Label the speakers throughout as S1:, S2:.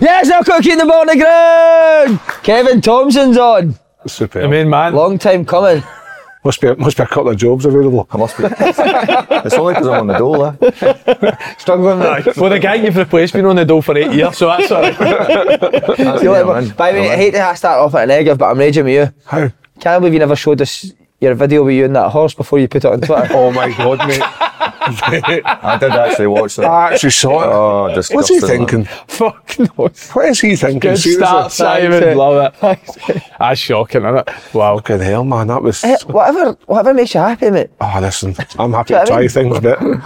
S1: Yes, I'm cooking the morning ground. Kevin Thompson's on.
S2: Super.
S3: I mean, man.
S1: Long time coming.
S2: must be must be a couple of jobs available.
S4: I must be. it's only because I'm on the dole. Eh?
S1: Struggling.
S3: well, the guy you've replaced been on the dole for eight years, so that's all right.
S4: That's
S1: Feel
S4: me,
S1: like-
S4: man.
S1: by the way, I
S4: I'm
S1: hate to start off at a negative, but I'm raging with you.
S2: How?
S1: Can't believe you never showed us your video with you and that horse before you put it on Twitter.
S2: Oh my god, mate.
S4: in. I did actually watch that.
S2: I actually saw it.
S4: Oh, disgusting.
S2: What's he
S4: man.
S2: thinking?
S3: Fuck no.
S2: What is he thinking?
S3: Good
S2: Seriously?
S3: start, Simon. Love it. That's shocking, isn't it? Wow.
S2: Fucking hell, man. That was.
S1: Eh, whatever, whatever makes you happy, mate.
S2: Oh, listen. I'm happy to
S1: Do you know what I
S2: try
S1: mean?
S2: things,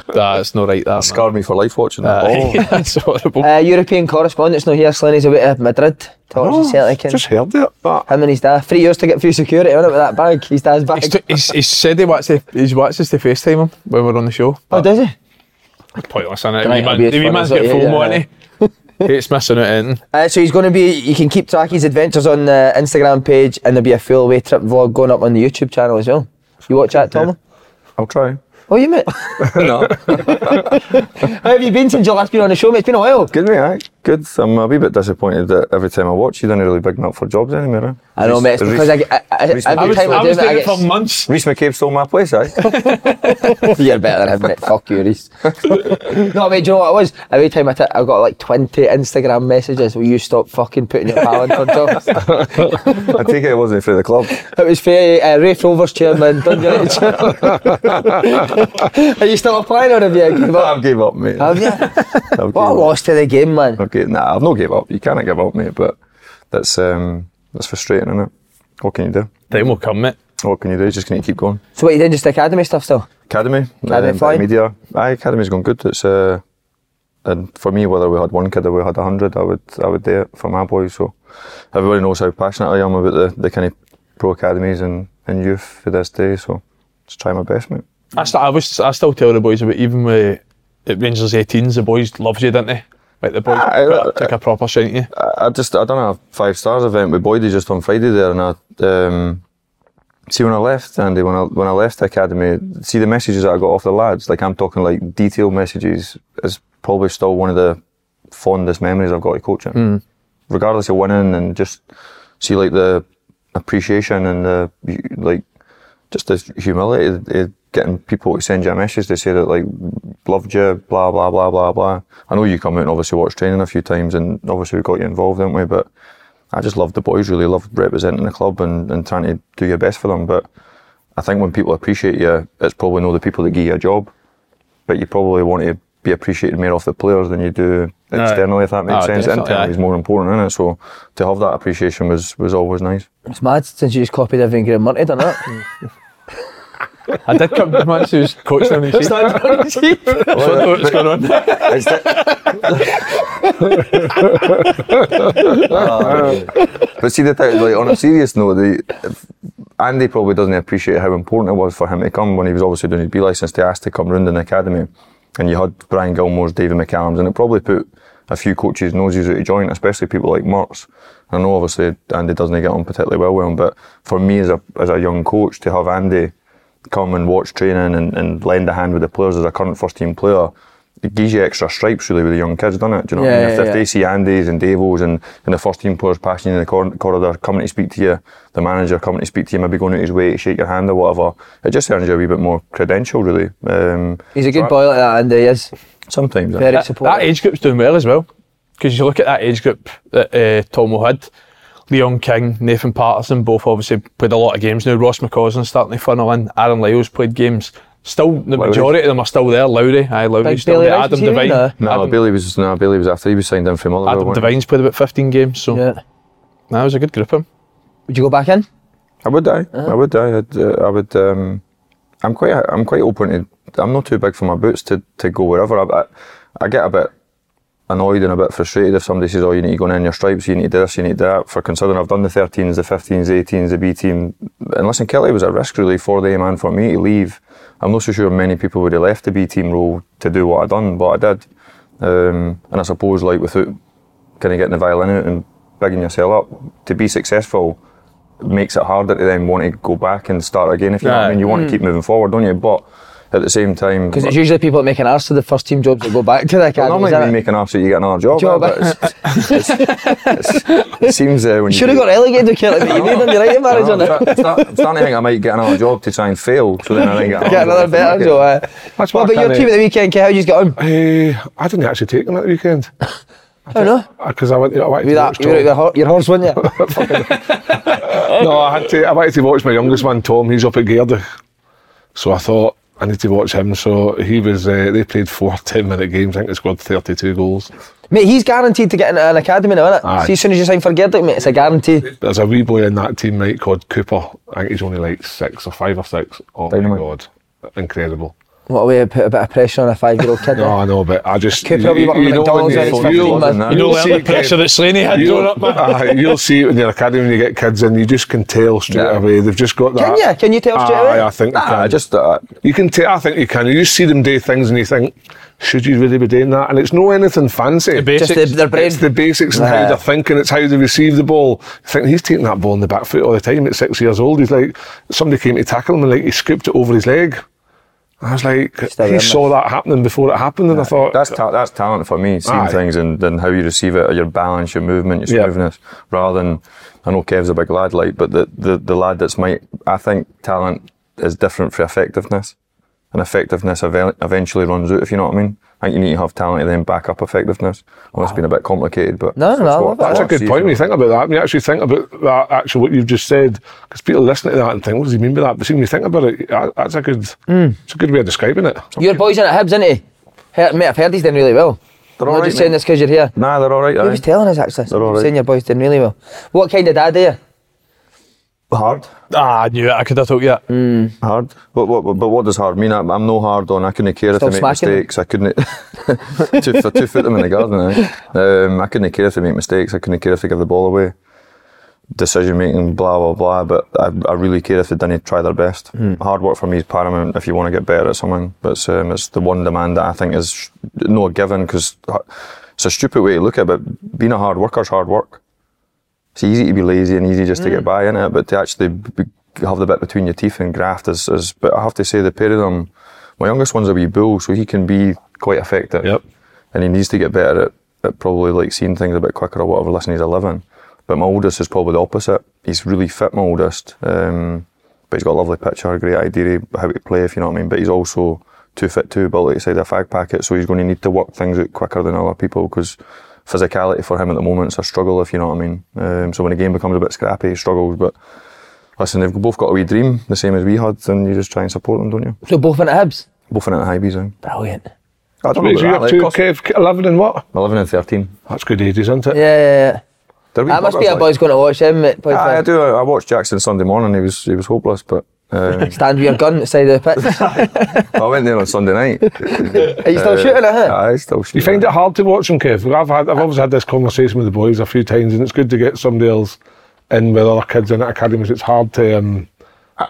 S2: but
S3: That's not right, that.
S4: Scarred me for life watching that.
S3: man.
S4: oh,
S3: That's horrible.
S1: Uh, European correspondent's not here. Slaney's away to Madrid. Talks to Celtic and
S2: just heard it. But
S1: him and his dad. Three years to get through security on it with that bag. His dad's bag.
S3: He's, he's, he's said he wants, to, he wants us to FaceTime him when we're on the show.
S1: oh, does he?
S3: Pointless, isn't it? The
S1: Tonight
S3: wee
S1: it'll
S3: man-
S1: be as
S3: the wee man's
S1: fun as
S3: got
S1: it is,
S3: FOMO,
S1: yeah.
S3: isn't he? Hates missing out in.
S1: Uh, so he's going to be. You can keep track of his adventures on the Instagram page, and there'll be a full away trip vlog going up on the YouTube channel as well. You watch that, Tom?
S4: I'll try.
S1: Oh, you mate.
S4: no,
S1: How have you been since your last been on the show, mate? It's been a while.
S4: good mate. Aye. Good. I'm a wee bit disappointed that every time I watch, you don't really big me up for jobs anymore. Eh?
S1: I know, mate. It's because I, get- I, I, every
S4: Reece-
S1: time
S3: I
S1: I,
S3: was,
S1: do
S3: I was
S1: it, I
S3: doing it
S1: get
S3: for months.
S4: Reese McCabe stole my place. Aye.
S1: You're better than him, mate. Fuck you, Reese. no, mate, do you know what it was? Every time I, t- I got like 20 Instagram messages, will you stop fucking putting your pal in for jobs?
S4: I take it it wasn't for the club.
S1: it was fair. Uh, Rafe Rovers chairman, Dundee United chairman. Are you still applying or have you given up?
S4: I've gave up, mate.
S1: Have you?
S4: I've gave
S1: What a
S4: up.
S1: loss to the game, man.
S4: Okay, nah, I've not gave up. You can't give up, mate. But that's um, that's frustrating, isn't it? What can you do?
S3: Time will come, mate.
S4: What can you do? You're just going to keep going.
S1: So what, you doing just academy stuff still?
S4: Academy,
S1: Academy
S4: um,
S1: fine.
S4: media. Aye, academy's going good. It's uh, and for me, whether we had one kid or we had a hundred, I would I would do it for my boys. So everybody knows how passionate I am about the, the kind of pro academies and, and youth for this day. So just try my best, mate.
S3: I, st- I, was, I still tell the boys about even with at Rangers 18s, the boys loves you, don't they? Like the boys
S4: Aye,
S3: put-
S4: uh,
S3: take a proper shine at you.
S4: I, I just I done a five stars event with Boydie just on Friday there, and I um, see when I left Andy when I when I left the academy, see the messages that I got off the lads. Like I'm talking like detailed messages is probably still one of the fondest memories I've got of coaching,
S3: Mm.
S4: regardless of winning and just see like the appreciation and the like just the humility of- of getting people to send you a message to say that like loved you blah blah blah blah blah I know you come out and obviously watched training a few times and obviously we got you involved didn't we but I just love the boys really love representing the club and, and trying to do your best for them but I think when people appreciate you it's probably not the people that give you a job but you probably want to be appreciated more off the players than you do externally if that makes
S3: Oh,
S4: sense
S3: definitely,
S4: internally
S3: aye.
S4: is more important in it so to have that appreciation was was always nice
S1: It's mad since you just copied everything Graham Murray done it.
S4: Mm.
S3: I did come to man who's coached them in the season. What's going on?
S4: Is that- but see the thing, like on a serious note, the, if- Andy probably doesn't appreciate how important it was for him to come when he was obviously doing his B license. They asked to come round in the academy, and you had Brian Gilmore's, David McCallum's, and it probably put a few coaches' noses out of joint, especially people like Mertz. I know obviously Andy doesn't get on particularly well with him, but for me as a as a young coach to have Andy come and watch training and, and lend a hand with the players as a current first team player it gives you extra stripes really with the young kids, doesn't it? Do you know what I mean?
S1: Yeah,
S4: if,
S1: yeah,
S4: if
S1: yeah.
S4: they see Andy's and Davos and, and the first team players passing you in the cor- corridor, coming to speak to you, the manager coming to speak to you, maybe going out his way to shake your hand or whatever, it just earns you a wee bit more credential really. Um,
S1: He's a
S4: so
S1: good
S4: I-
S1: boy like that, and he is
S4: Sometimes. eh? I-
S1: very
S3: That, that
S1: supportive.
S3: age group's doing well as well. Because you look at that age group that uh, Tomo had, Leon King, Nathan Patterson, both obviously played a lot of games now. Ross McCausland's starting to funnel in. Aaron Lyle's played games. Still, the
S4: Lowry.
S3: majority of them are still there. Lowry, aye,
S1: Big
S3: Lowry's still
S1: Billy
S3: there.
S1: Rice
S3: Adam
S1: is here,
S3: Devine.
S1: no?
S4: No,
S3: Adam,
S4: Bailey was no, Bailey was after he was signed in for Motherwell.
S3: Adam
S4: wasn't he?
S3: Devine's played about 15 games, so
S1: Yeah.
S3: that was a good group of 'em.
S1: Would you go back in?
S4: I would die.
S1: Ah.
S4: I would die. I'd, uh, I would. Um, I'm quite. I'm quite open to. I'm not too big for my boots to, to go wherever. I, I, I get a bit annoyed and a bit frustrated if somebody says, "Oh, you need to go in in your stripes. You need to do this. You need to do that." For considering I've done the 13s, the 15s, the 18s, the B team, and listen, Kelly was at risk really for the A man for me to leave. I'm not so sure many people would have left the B team role to do what I done, but I did. Um, and I suppose like without kind of getting the violin out and bigging yourself up to be successful makes it harder to then want to go back and start again. If you know what I
S3: Aye.
S4: mean, you want to keep moving forward, don't you? But at the same time,
S1: Because it's usually people that make an arse of the first team jobs that go back to the
S4: well,
S1: academy.
S4: normally when you make an absolute, you get another job.
S1: Job.
S4: eh, but it's- it's- it's- it seems uh, when you
S1: Should have
S4: do-
S1: got relegated, Kelly, but you made them. You're right,
S4: I know,
S1: manager.
S4: I'm,
S1: now.
S4: start- I'm start- I'm starting to think I might get another job to try and fail, so then I then get,
S1: Get another
S4: job if I
S1: better
S4: make
S1: job.
S4: it.
S1: eh?
S2: That's
S1: What
S2: why I
S1: about your
S2: kinda-
S1: team at the weekend, Kelly? How you got on?
S2: Eh, I didn't actually take them at the weekend.
S1: I don't know.
S2: Because I went, I went
S1: You
S2: to
S1: were that,
S2: watch
S1: you
S2: Tom.
S1: were out with your hor- your horse, weren't you?
S2: no, I had to. I wanted to watch my youngest one, Tom. He's up at Gairdy, so I thought I need to watch him. So he was. Uh, they played four 10 minute games. I think they scored thirty two goals.
S1: Mate, he's guaranteed to get into an academy now, innit?
S2: Aye.
S1: See, as soon as you sign for Gairdick, mate, it's a guarantee.
S2: There's a wee boy in that team mate called Cooper. I think he's only like six or five or six. Oh
S4: Dynamite.
S2: my god, incredible!
S1: What a way to put a bit of pressure on a five-year-old kid. eh?
S2: No, Oh, I know, but I just
S1: Cooper will be working at McDonald's
S2: when you-
S1: and it's
S2: you'll-
S1: fucking mad.
S4: You know
S2: you'll
S3: the
S2: see
S3: amount of pressure
S2: kids-
S3: that Slaney had
S2: you'll-
S3: growing up, man.
S2: aye, you'll see it in your academy when you get kids in. You just can tell straight
S4: Yeah.
S2: away they've just got
S1: Can
S2: that.
S1: you? Can you tell straight away?
S2: Aye, I think you
S4: Nah,
S2: can.
S4: just uh,
S2: You can take. I think you can. You see them do things, and you think, should you really be doing that? And it's no anything fancy.
S3: The basics.
S1: Just the, their brain.
S2: It's the basics and
S1: Nah.
S2: how they're thinking. It's how they receive the ball. You think he's taking that ball in the back foot all the time at six years old. He's like somebody came to tackle him and like he scooped it over his leg. I was like,
S1: Just a
S2: he
S1: remnant.
S2: saw that happening before it happened, and I thought
S4: that's ta- that's talent for me. Seeing
S2: Aye.
S4: things and, and how you receive it, your balance, your movement, your
S2: Yeah.
S4: smoothness, rather than I know Kev's a big lad, like, but the the, the lad that's my I think talent is different for effectiveness, and effectiveness ev- eventually runs out. If you know what I mean. I think you need to have talent to then back up effectiveness. Well, it's been a bit complicated, but
S1: No, no,
S4: that's
S1: I
S4: what-
S1: love it.
S4: that's
S2: That's a
S4: what
S2: good
S4: I see
S2: point when you
S4: from-
S2: think about that. When you actually think about that, actually, what you've just said, because people listen to that and think, what does he mean by that? But see, when you think about it, that- that's a good, it's a good way of describing it.
S1: Mm. Your boy's in at Hibs, isn't he? He- Mate, I've heard he's done really well.
S4: They're
S1: I'm not
S4: all
S1: just
S4: right,
S1: saying
S4: mate.
S1: this because you're here.
S4: Nah, they're all right.
S1: He
S4: aye.
S1: was telling us, actually.
S4: They're all
S1: saying
S4: right.
S1: your boy's doing really well. What kind of dad are you?
S4: hard.
S3: Ah, I knew it. I could have told you that.
S1: Hmm.
S4: Hard, but what? But what does hard mean? I'm, I'm no hard on. I couldn't care
S1: Stop
S4: if they make
S1: smacking them.
S4: mistakes. I couldn't. two, for two foot them in the garden. eh? Um, I couldn't care if they make mistakes. I couldn't care if they give the ball away. Decision making, blah blah blah. But I, I really care if they didn't try their best.
S1: Hmm.
S4: Hard work for me is paramount if you want to get better at something. But it's, um, it's the one demand that I think is sh- no given because it's a stupid way to look at. it, But being a hard worker is hard work it's easy to be lazy and easy just to get by in it, but to actually b- b- have the bit between your teeth and graft is, is. But I have to say, the pair of them, my youngest one's a wee bull, so he can be quite effective.
S2: Yep.
S4: And he needs to get better at, at probably like seeing things a bit quicker or whatever. Listen, he's 11. But my oldest is probably the opposite. He's really fit, my oldest. Um, but he's got a lovely picture, a great idea of how to play, if you know what I mean. But he's also too fit too, but like I said, a fag packet, so he's going to need to work things out quicker than other people because physicality for him at the moment is a struggle, if you know what I mean. Um, so when a game becomes a bit scrappy, he struggles. But listen, they've both got a wee dream, the same as we had, and you just try and support them, don't you?
S1: So both went at Hibs?
S4: Both in at high B's, eh?
S1: Brilliant.
S4: I
S2: So you up to, Kev, 11 and what?
S4: 11 and 13.
S2: That's good ages, isn't it?
S1: Yeah, yeah, yeah.
S4: They're wee
S1: That must be
S4: buggers,
S1: a
S4: like.
S1: boy's going to watch him, mate. boy
S4: Aye, I
S1: fan.
S4: do. I I watched Jackson Sunday morning. He was he was hopeless, but um,
S1: Stand with your gun outside the pitch.
S4: I went there on Sunday night. Are
S1: you still shooting at it?
S4: I Uh, still
S2: Do
S4: shooting.
S2: you find it hard to watch them, Kev? I've had, I've always had this conversation with the boys a few times, and it's good to get somebody else in with other kids in at academies. It's hard to. Um,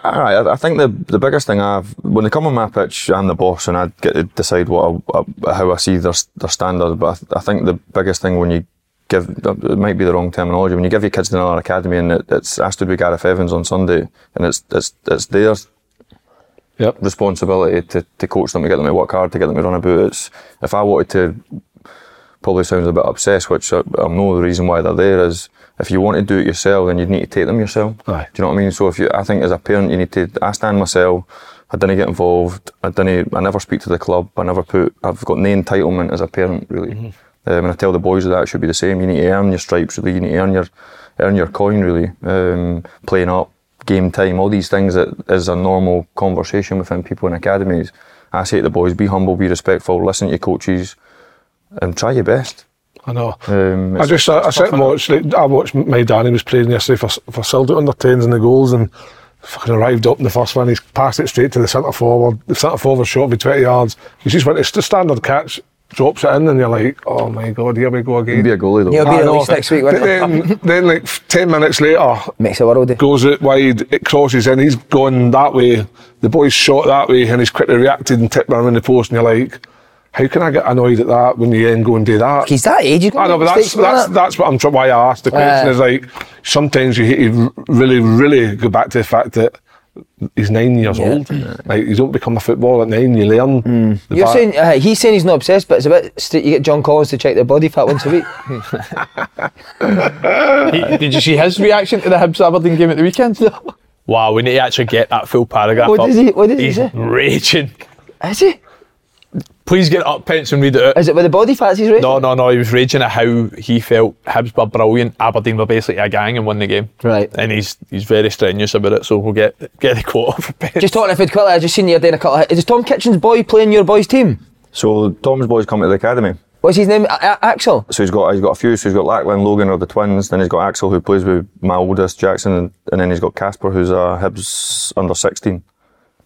S4: All right, I I think the the biggest thing I've when they come on my pitch, I'm the boss, and I get to decide what I, I- how I see their their standard. But I, th- I think the biggest thing when you give it might be the wrong terminology when you give your kids another academy, and it, it's I stood with Gareth Evans on Sunday, and it's it's it's their
S2: Yep.
S4: responsibility to, to coach them, to get them to work hard, to get them to run about. It's, if I wanted to, probably sounds a bit obsessed, which I, I know the reason why they're there is if you want to do it yourself, then you'd need to take them yourself.
S2: Aye.
S4: Do you know what I mean? So if you, I think as a parent, you need to. I stand myself. I didn't get involved. I didn't. I never speak to the club. I never put. I've got no entitlement as a parent, really. Um, and I tell the boys that it should be the same. You need to earn your stripes, really. You need to earn your, earn your coin, really. Um, playing up, game time, all these things that is a normal conversation within people in academies. I say to the boys, be humble, be respectful, listen to your coaches, and try your best.
S2: I know.
S4: Um,
S2: I just I, I sit and watch. Like, I watched my Danny was playing yesterday for for Celtic under tens and the goals and fucking arrived up in the first one. He's passed it straight to the centre forward. The centre forward shot be twenty yards. He just went. It's the standard catch. Drops it in and you're like, oh my god, here we go again.
S4: be a goalie though.
S1: He'll be
S2: I
S1: at
S2: know.
S1: least next week, won't
S2: But then, then like f- ten minutes later,
S1: Makes a world eh? of
S2: goes out wide, it crosses in, he's gone that way, the boy's shot that way, and he's quickly reacted and tipped him in the post, and you're like, how can I get annoyed at that when you then go and do that?
S1: He's that age. he's gonna
S2: I know,
S1: make
S2: but that's,
S1: mistakes, isn't
S2: that's,
S1: it?
S2: that's what I'm trying, why I asked the question
S1: Uh,
S2: is like, sometimes you, you really, really go back to the fact that he's nine years old. Like, you don't become a footballer at nine, you learn. the
S1: You're
S2: back-
S1: saying uh, he's saying he's not obsessed, but it's a bit. St- you get John Collins to check their body fat once a week.
S3: He- did you see his reaction to the Hibs Aberdeen game at the weekend? Wow, we need to actually get that full paragraph.
S1: What
S3: up.
S1: does he- what does he
S3: He's
S1: say?
S3: raging.
S1: Is he?
S3: Please get it up, Pence, and read it out.
S1: Is it with the body fats he's raising?
S3: No, no, no. He was raging at how he felt Hibs were brilliant, Aberdeen were basically a gang and won the game.
S1: Right.
S3: And he's he's very strenuous about it. So we'll get get the quote off. Ben.
S1: Just talking to food quickly, I just seen you doing a couple. Of, is Tom Kitchen's boy playing your boy's team?
S4: So Tom's boys come to the academy.
S1: What's his name? A- A- Axel.
S4: So he's got he's got a few. So he's got Lachlan, Logan are the twins. Then he's got Axel who plays with my oldest Jackson, and, and then he's got Casper who's a Hibs under sixteen.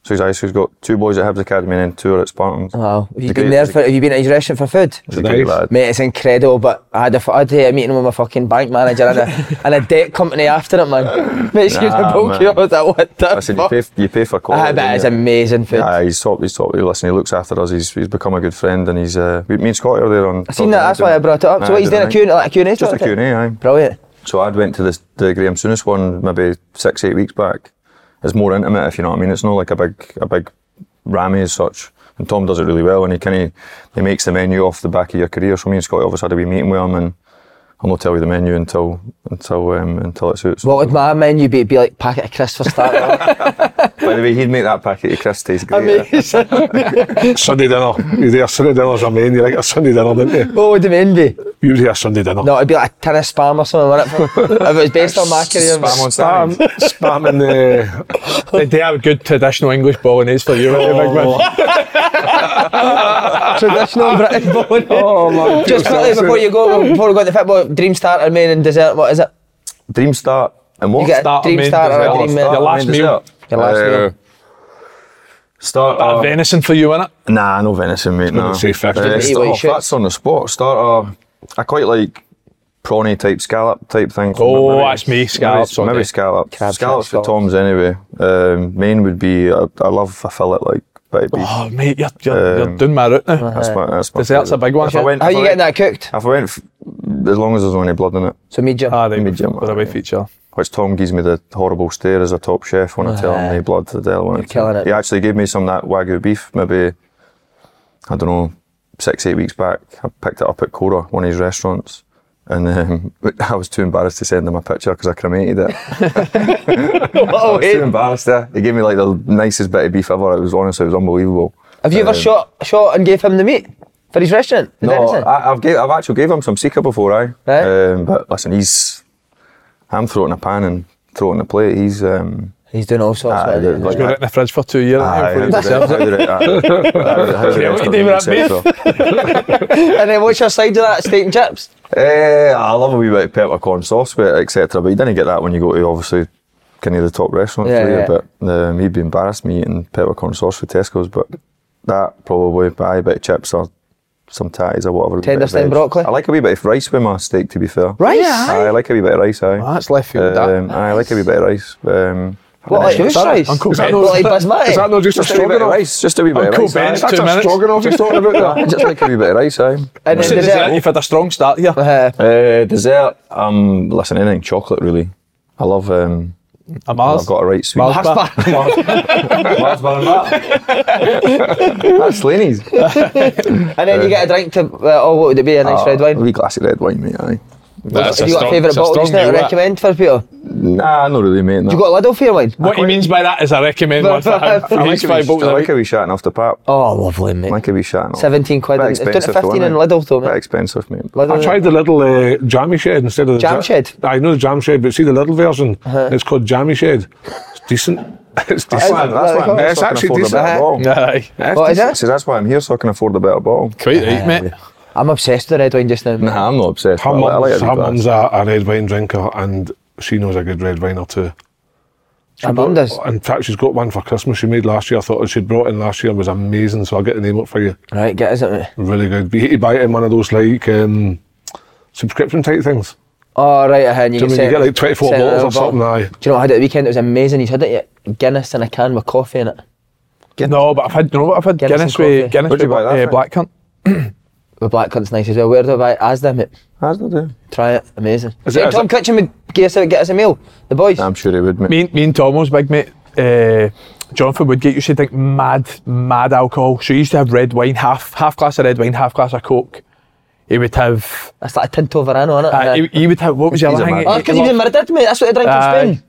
S4: So he's actually he's got two boys at Hibs academy and then two are at Spartans.
S1: Wow. Have you
S4: The
S1: been
S4: great-
S1: there? For, have you been at his restaurant for food?
S4: He's a great
S2: Nice.
S4: lad.
S1: Mate, it's incredible, but I had a, f- I had a meeting with my fucking bank manager and a, and a debt company after it, man. Mate, excuse
S4: Nah,
S1: me, bulk you
S4: man.
S1: I was like, what the
S4: Listen, you
S1: fuck? Ah,
S4: pay f- you pay for quality.
S1: I bet it's
S4: don't you?
S1: amazing food.
S4: Yeah, he's top. He's top. Listen, he looks after us. He's, he's become a good friend, and he's uh, me and Scotty are there on.
S1: I seen that, that's why I brought it up. So what, he's doing a Q&A, like a Q&A
S4: Just
S1: sort
S4: a
S1: of thing?
S4: Q and A. aye.
S1: Brilliant.
S4: So I'd went to this the Graham Souness one maybe six eight weeks back. It's more intimate, if you know what I mean. It's not like a big a big rammy as such. And Tom does it really well, and he kind of he makes the menu off the back of your career. So me and Scotty obviously had a wee meeting with him, and I'll not tell you the menu until until um, until it suits.
S1: What would my menu be? It'd be like packet of crisps for starters.
S4: By the way, he'd make that packet of crisps taste great.
S2: Sunday dinner. You're there, Sunday dinner's a main. You like a Sunday dinner, didn't you?
S1: what would the menu be?
S2: You was here Sunday dinner.
S1: No, it'd be like a tin of spam or something, wouldn't it? if it was based on my career.
S4: Spam on
S2: Spam, spam in the
S3: They- they have good traditional English bolognese for you. aren't they, big man?
S1: Oh. traditional British bone.
S2: Oh, man.
S1: Just quickly before you go, before we go to football, dream starter, main and dessert, what is it?
S4: Dream start and what?
S1: You get a
S3: Starter,
S1: dream
S3: main
S1: starter
S3: dessert.
S1: or a dream
S3: Starter,
S1: main.
S3: Your last meal.
S1: Your last meal.
S4: Start
S3: Bit of venison for you, innit?
S4: Nah, no venison, mate. No.
S2: Couldn't say fish, did
S4: Uh,
S2: you?
S1: Eat what
S4: start
S1: you
S4: off,
S1: should.
S4: that's on the spot. Start off. I quite like prawny type scallop type thing.
S3: Oh, that's me, scallops
S4: Maybe,
S3: all day.
S4: maybe scallop.
S1: Crab
S4: Scallops for
S1: shack,
S4: Tom's anyway. Um, main would be. I, I love a fillet like bit of beef.
S3: Oh, mate, you're, you're, you're
S4: Um,
S3: doing my route now.
S4: that's my that's my.
S3: Dessert's a
S4: favourite.
S3: big one.
S4: If I went,
S1: How are
S4: if
S1: you
S4: I
S1: getting
S4: went,
S1: that cooked?
S4: If I went, f- as long as there's only blood in it,
S1: So medium.
S3: Ah, right,
S4: medium,
S3: with a wee feature.
S4: which Tom gives me the horrible stare as a top chef when I tell him
S1: Aye.
S4: the blood to the devil. You're
S1: killing it.
S4: He actually gave me some of that wagyu beef, maybe, I don't know, six, eight weeks back. I picked it up at Cora, one of his restaurants. And um, I was too embarrassed to send him a picture because I cremated it. I
S1: Oh,
S4: was too embarrassed. eh? He gave me like the nicest bit of beef ever. It was honestly, it was unbelievable.
S1: Have you ever
S4: Um,
S1: shot shot and gave him the meat for his restaurant? The
S4: No,
S1: venison?
S4: I, I've gave, I've actually gave him some seeker before, I.
S1: Right.
S4: Um, but listen, he's, I'm throwing a pan and throwing a plate. He's, um,
S1: He's doing all sorts.
S4: Ah,
S1: of
S4: they're
S3: Got it in the fridge for two years.
S4: Aye,
S3: innit,
S4: how
S3: before
S4: did
S3: you
S4: it-
S3: deserve
S4: how
S3: it.
S4: did it-
S2: uh,
S4: aye, how did
S3: Yeah,
S4: it
S3: what
S4: stop
S3: you doing
S4: being
S3: with that
S4: successful?
S1: and then what's your side of that? Steak and chips?
S4: Eh, I love a wee bit of peppercorn sauce, but etc. But you didn't get that when you go to obviously kind of the top restaurants.
S1: Yeah,
S4: do you?
S1: yeah.
S4: But um, he'd be embarrassed me eating peppercorn sauce for Tesco's, but that probably. But aye, a bit of chips or some tatties or whatever. a bit of
S1: Tender stem
S4: veg.
S1: broccoli?
S4: I like a wee bit of rice with my steak, to be fair.
S1: Rice?
S4: Aye, I like a wee bit of rice. Aye.
S3: That's left field. that.
S4: Um, aye, I like a wee bit of rice. Um,
S1: What like fish rice?
S3: Uncle
S1: What,
S3: Ben.
S1: like
S2: Is that
S1: basmati?
S2: not just a
S4: just a wee bit of
S2: stroganoff?
S4: rice. Just a wee bit of
S3: Uncle
S4: rice.
S3: Ben.
S4: aye.
S2: That's
S3: Two
S2: a
S3: minutes.
S2: stroganoff you're talking about there.
S4: I just like a wee bit of rice. Aye.
S1: And then
S3: So dessert,
S1: dessert.
S3: You've had a strong start here.
S1: Uh,
S4: Uh, dessert. Um, listen, anything chocolate really. I love um,
S3: A Mars.
S4: I've got a right sweet.
S3: Mars bar.
S4: Mars bar and that. That's Laney's.
S1: And then you get a drink to, uh, oh, what would it be? A nice
S2: Ah.
S1: red
S4: A
S1: wine?
S4: Ah, wee glass of red wine, mate. Aye.
S2: That's a
S1: Have you got a
S2: strong-
S1: favourite
S2: it's a
S1: bottle
S2: strong
S1: just now to
S2: view, that.
S1: recommend for people?
S4: Nah, not really, mate.
S1: You got a Lidl for your wine?
S3: What he means by that is I recommend one for him.
S1: I
S3: He needs five bottles
S4: I
S3: a
S4: like
S3: week.
S4: a wee shouting off the pap.
S1: Oh, lovely, mate.
S4: I like a wee shouting off.
S1: 17 quid.
S4: Bit
S1: It's down to
S4: expensive,
S1: 15 in
S4: though, innit?
S1: Lidl, though,
S4: Bit
S1: mate.
S4: expensive, mate.
S1: Lidl,
S2: I tried the little uh, jammy shed instead of the
S1: Jam
S2: ja-
S1: shed? Uh-huh.
S2: I know the jam shed, but see the little version. It's called jammy shed. It's decent. It's
S4: That's
S2: decent.
S4: why, that's why I'm
S2: Yeah,
S4: here,
S2: it's
S4: so I can
S2: actually
S4: afford a
S2: decent.
S4: better bottle.
S3: Aye.
S2: It's
S1: What is
S2: decent.
S1: it?
S4: See, that's why I'm here, so I can afford a better bottle.
S3: Quite right, mate.
S1: I'm obsessed with the red wine just now, mate.
S4: Nah, I'm not obsessed.
S2: Her
S4: but I like
S2: mum's,
S4: a
S2: her
S4: wee glass.
S2: mum's a, a red wine drinker and she knows a good red wine or two.
S1: My mum does.
S2: In fact, she's got one for Christmas she made last year. I thought she'd brought in last year was amazing, so I'll get the name up for you.
S1: Right, get us it, mate.
S2: Really good. But you hate to buy it in one of those like um, subscription type things.
S1: Oh, right, ahead. You,
S2: Do you
S1: can
S2: mean you
S1: send-
S2: get like 24
S1: send it
S2: bottles
S1: in a
S2: or something?
S1: bottle.
S2: Aye.
S1: Do you know what I had at the weekend? It was amazing. You had it at Guinness in a can with coffee in it.
S3: No, but I've had, you know what I've had?
S1: Guinness and
S3: Guinness,
S1: coffee.
S3: with, Guinness
S4: Where'd you
S3: with
S4: buy that
S3: uh,
S4: from?
S3: Black Cunt.
S1: The black cunt's nice as well. Where do I buy it? Asda, mate.
S4: How's that do?
S1: Try it. Amazing.
S2: Is it-
S1: Hey,
S2: is
S1: Tom
S2: it-
S1: Kitchen would get us, a, get us a meal. The boys.
S4: I'm sure he would, mate.
S3: Me, and- me and Tom was big mate. Uh, Jonathan Woodgate used to drink mad, mad alcohol. So he used to have red wine, half half glass of red wine, half glass of coke. He would have.
S1: That's like a Tinto Verano, isn't it?
S3: Uh, he, he would have. What was the
S4: He's
S3: other
S4: a
S3: thing?
S4: madman.
S1: oh, because he was in Madrid, mate. That's what he drank
S3: Aye.
S1: in Spain.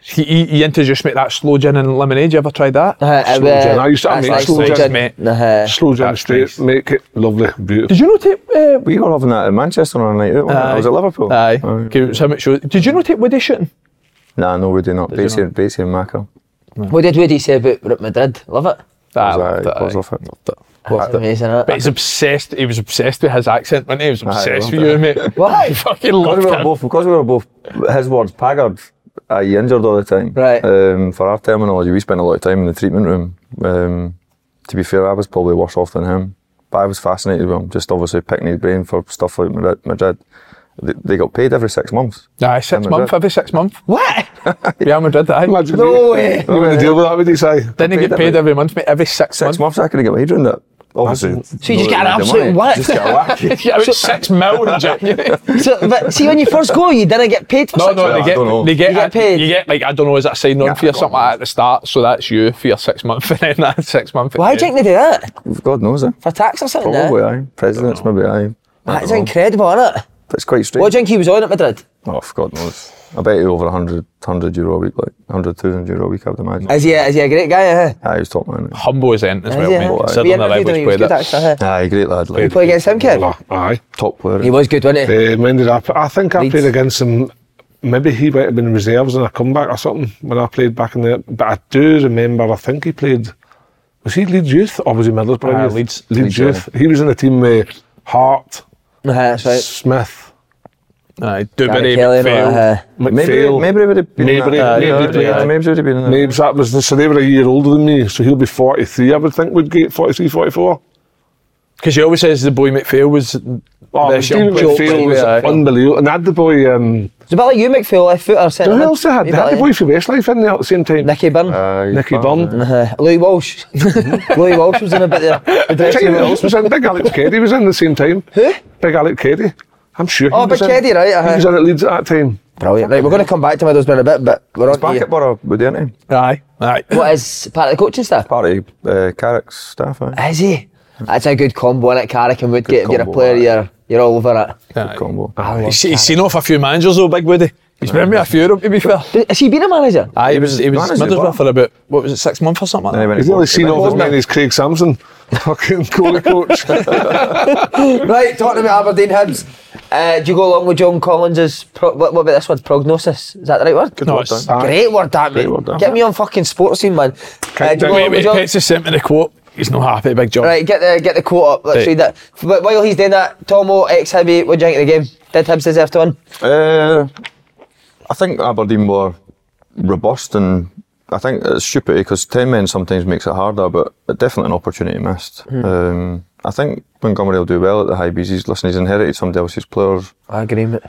S3: He, he, he introduced me to that slow gin and lemonade. You ever tried that?
S1: Uh, uh,
S2: Slow gin. I used to
S1: that's
S2: make
S1: like
S2: slow
S1: slow Uh-huh.
S2: gin,
S1: gin.
S3: mate.
S1: Nah.
S2: Slow down
S3: That's
S2: straight,
S3: nice.
S2: make it lovely, beautiful.
S3: Did you know take? Uh,
S4: We were having that in Manchester on a night out. wasn't it? I was at Liverpool.
S3: Aye. Okay, it was how much was- Did you know take Woody shooting?
S4: Nah, no, we do nu, not.
S3: you
S4: Basie, Basie and Macca.
S1: What did Woody say about Rip Madrid? Love it.
S3: That,
S4: Was that- was off it.
S1: That's amazing, isn't
S3: But
S1: it?
S3: he's obsessed. He was obsessed with his accent, wasn't he? He was obsessed
S4: loved
S3: with you, mate.
S1: Why?
S3: He fucking
S4: Because
S3: loved
S4: we were
S3: it.
S4: both, because we were both, his words, Paggard, uh, he injured all the time.
S1: Right.
S4: Um, for our terminology, we spent a lot of time in the treatment room. Um, to be fair, I was probably worse off than him. But I was fascinated with him, just obviously picking his brain for stuff like Madrid. Madrid. They, they got paid every six months.
S3: Aye, six
S4: Madrid.
S3: months, every six months.
S1: What?
S3: Real Madrid, aye.
S2: Imagine
S1: No
S2: you-
S1: way.
S2: You're going to deal with that, would you say?
S3: Then they
S4: Paid
S3: get paid every month, mate, every six,
S4: Six
S3: months.
S4: months, I could have got paid in that. Obviously.
S1: So you
S4: not
S1: just get an
S4: the
S1: absolute
S4: money,
S1: whack.
S4: Just get a whack.
S3: Yeah, about six mil in January.
S1: So, but see, when you first go, you didn't get paid for
S3: No,
S1: six
S3: no,
S1: months.
S3: they
S4: I don't know.
S3: get, they get,
S1: You get paid?
S3: You get like I don't know, is that signed on
S4: Yeah,
S3: for you or
S4: I don't
S3: something
S4: know.
S3: like that at the start? So that's you for your six month, and then that six month.
S1: Why do you think they do that?
S4: God knows it.
S1: For tax or something?
S4: Probably,
S1: eh? Ah,
S4: aye. Presidents, maybe, aye. I
S1: That's
S4: don't know.
S1: incredible, isn't it?
S4: But It's quite strange.
S1: What do you think he was on at Madrid?
S4: Oh, for God knows. I bet you over 100, 100 euro a week, like 100,000 euro a week, I would imagine.
S1: Is he a, is he a great guy? Eh?
S4: Aye, he was top man.
S3: humble as anything as well,
S1: yeah.
S3: mate?
S1: We
S3: Considering the
S1: interviewed
S3: level he's
S1: him, he was
S3: played
S1: good
S3: at.
S1: actually. eh?
S4: Aye, great lad. Like,
S1: Play against him, Kev?
S2: Aye.
S4: top player.
S1: He was good, wasn't he?
S2: Uh, when did I? p- I think I
S1: Leeds.
S2: played against him. Maybe he might have been reserves in a comeback or something when I played back in the. But I do remember. I think he played. Was he Leeds youth or was he Middlesbrough?
S3: Ah,
S2: youth?
S3: Leeds.
S2: Leeds,
S4: Leeds,
S2: youth. He was in the team with Hart,
S1: Nah, that's right.
S2: Smith,
S3: Aye,
S1: Gary
S3: Dubery,
S1: Kelly and all
S3: McPhail.
S1: that. eh?
S4: Maybe,
S2: McPhail.
S4: maybe it would have been
S1: uh,
S2: Maybe-
S4: in that.
S2: maybe
S4: yeah,
S2: he'd be
S4: yeah,
S2: in
S4: maybe it would have been in that.
S2: Names. That was the, so they were a year older than me, so he'll be 43. I would think would get 43, 44.
S3: Because he always says the boy McPhail was.
S2: Oh,
S3: best young
S2: Stephen
S3: player.
S2: McPhail was
S3: Aye.
S2: unbelievable, and I had the boy. Um,
S1: It's a bit like you, McPhail, left footer, centre.
S2: who
S1: mid.
S2: else they had? They
S1: Maybe
S2: had the
S1: like
S2: boy from Westlife in there at the same time.
S1: Nicky Byrne.
S4: Aye,
S2: Nicky
S4: fine,
S2: Byrne.
S4: yeah.
S1: Uh, Louis Walsh. Louis Walsh was in a bit there. The
S2: Tell
S1: dressing
S2: you who
S1: room.
S2: else was in? Big Alec Keddy was in the same time.
S1: Who?
S2: Big Alec Keddy. I'm sure. he
S1: Oh,
S2: was
S1: Big
S2: in-
S1: Keddy, right,
S2: He
S1: uh-huh.
S2: was in at Leeds at that time.
S1: Brilliant. Right, we're going to come back to Middlesbrough in a bit, but we're on
S4: Back
S1: to
S4: at
S1: you.
S4: Borough, wouldn't he?
S3: Aye, aye.
S1: What is part of the coaching staff?
S4: Party, uh, Carrick's staff, aye.
S1: Is he? That's a good combo, innit? Carrick and Woodgate. If you're a
S4: combo,
S1: player,
S4: aye.
S1: you're, you're all over it.
S4: Good combo.
S3: He's, he's seen off a few managers though, Big Woody. He's been with a few of them to be fair.
S1: Did- Has he been a manager?
S3: Aye, he was he was
S4: manager,
S3: Middlesbrough
S4: what?
S3: for about what was it six months or something.
S4: And he
S3: Like
S4: went
S2: He's
S4: to-
S2: only seen
S4: he
S2: all
S4: went
S2: the
S4: to-
S2: men as Craig Sampson, fucking goalie coach.
S1: Right, talking about Aberdeen Hibs. Uh, do you go along with John Collins's pro- what, what about this word? Prognosis. Is that the right word?
S3: that. No, it's,
S1: Great word, that mate.
S4: Great word, that.
S1: Get me on fucking sports scene, man. Uh, do you go
S3: wait,
S1: along with
S3: wait,
S1: John-
S3: Petsy sent me the quote. He's not happy, Big John.
S1: Right, get the get the quote up. Let's
S3: Right.
S1: read that. But while he's doing that, Tomo ex Hibby, what do you think of the game? Did Hibs deserve to win?
S4: Uh, I think Aberdeen were robust and I think it's stupid because 10 men sometimes makes it harder, but definitely an opportunity missed.
S1: Hmm.
S4: Um, I think Montgomery will do well at the high bees. He's, listen, he's inherited somebody else's players,
S1: I agree, mate.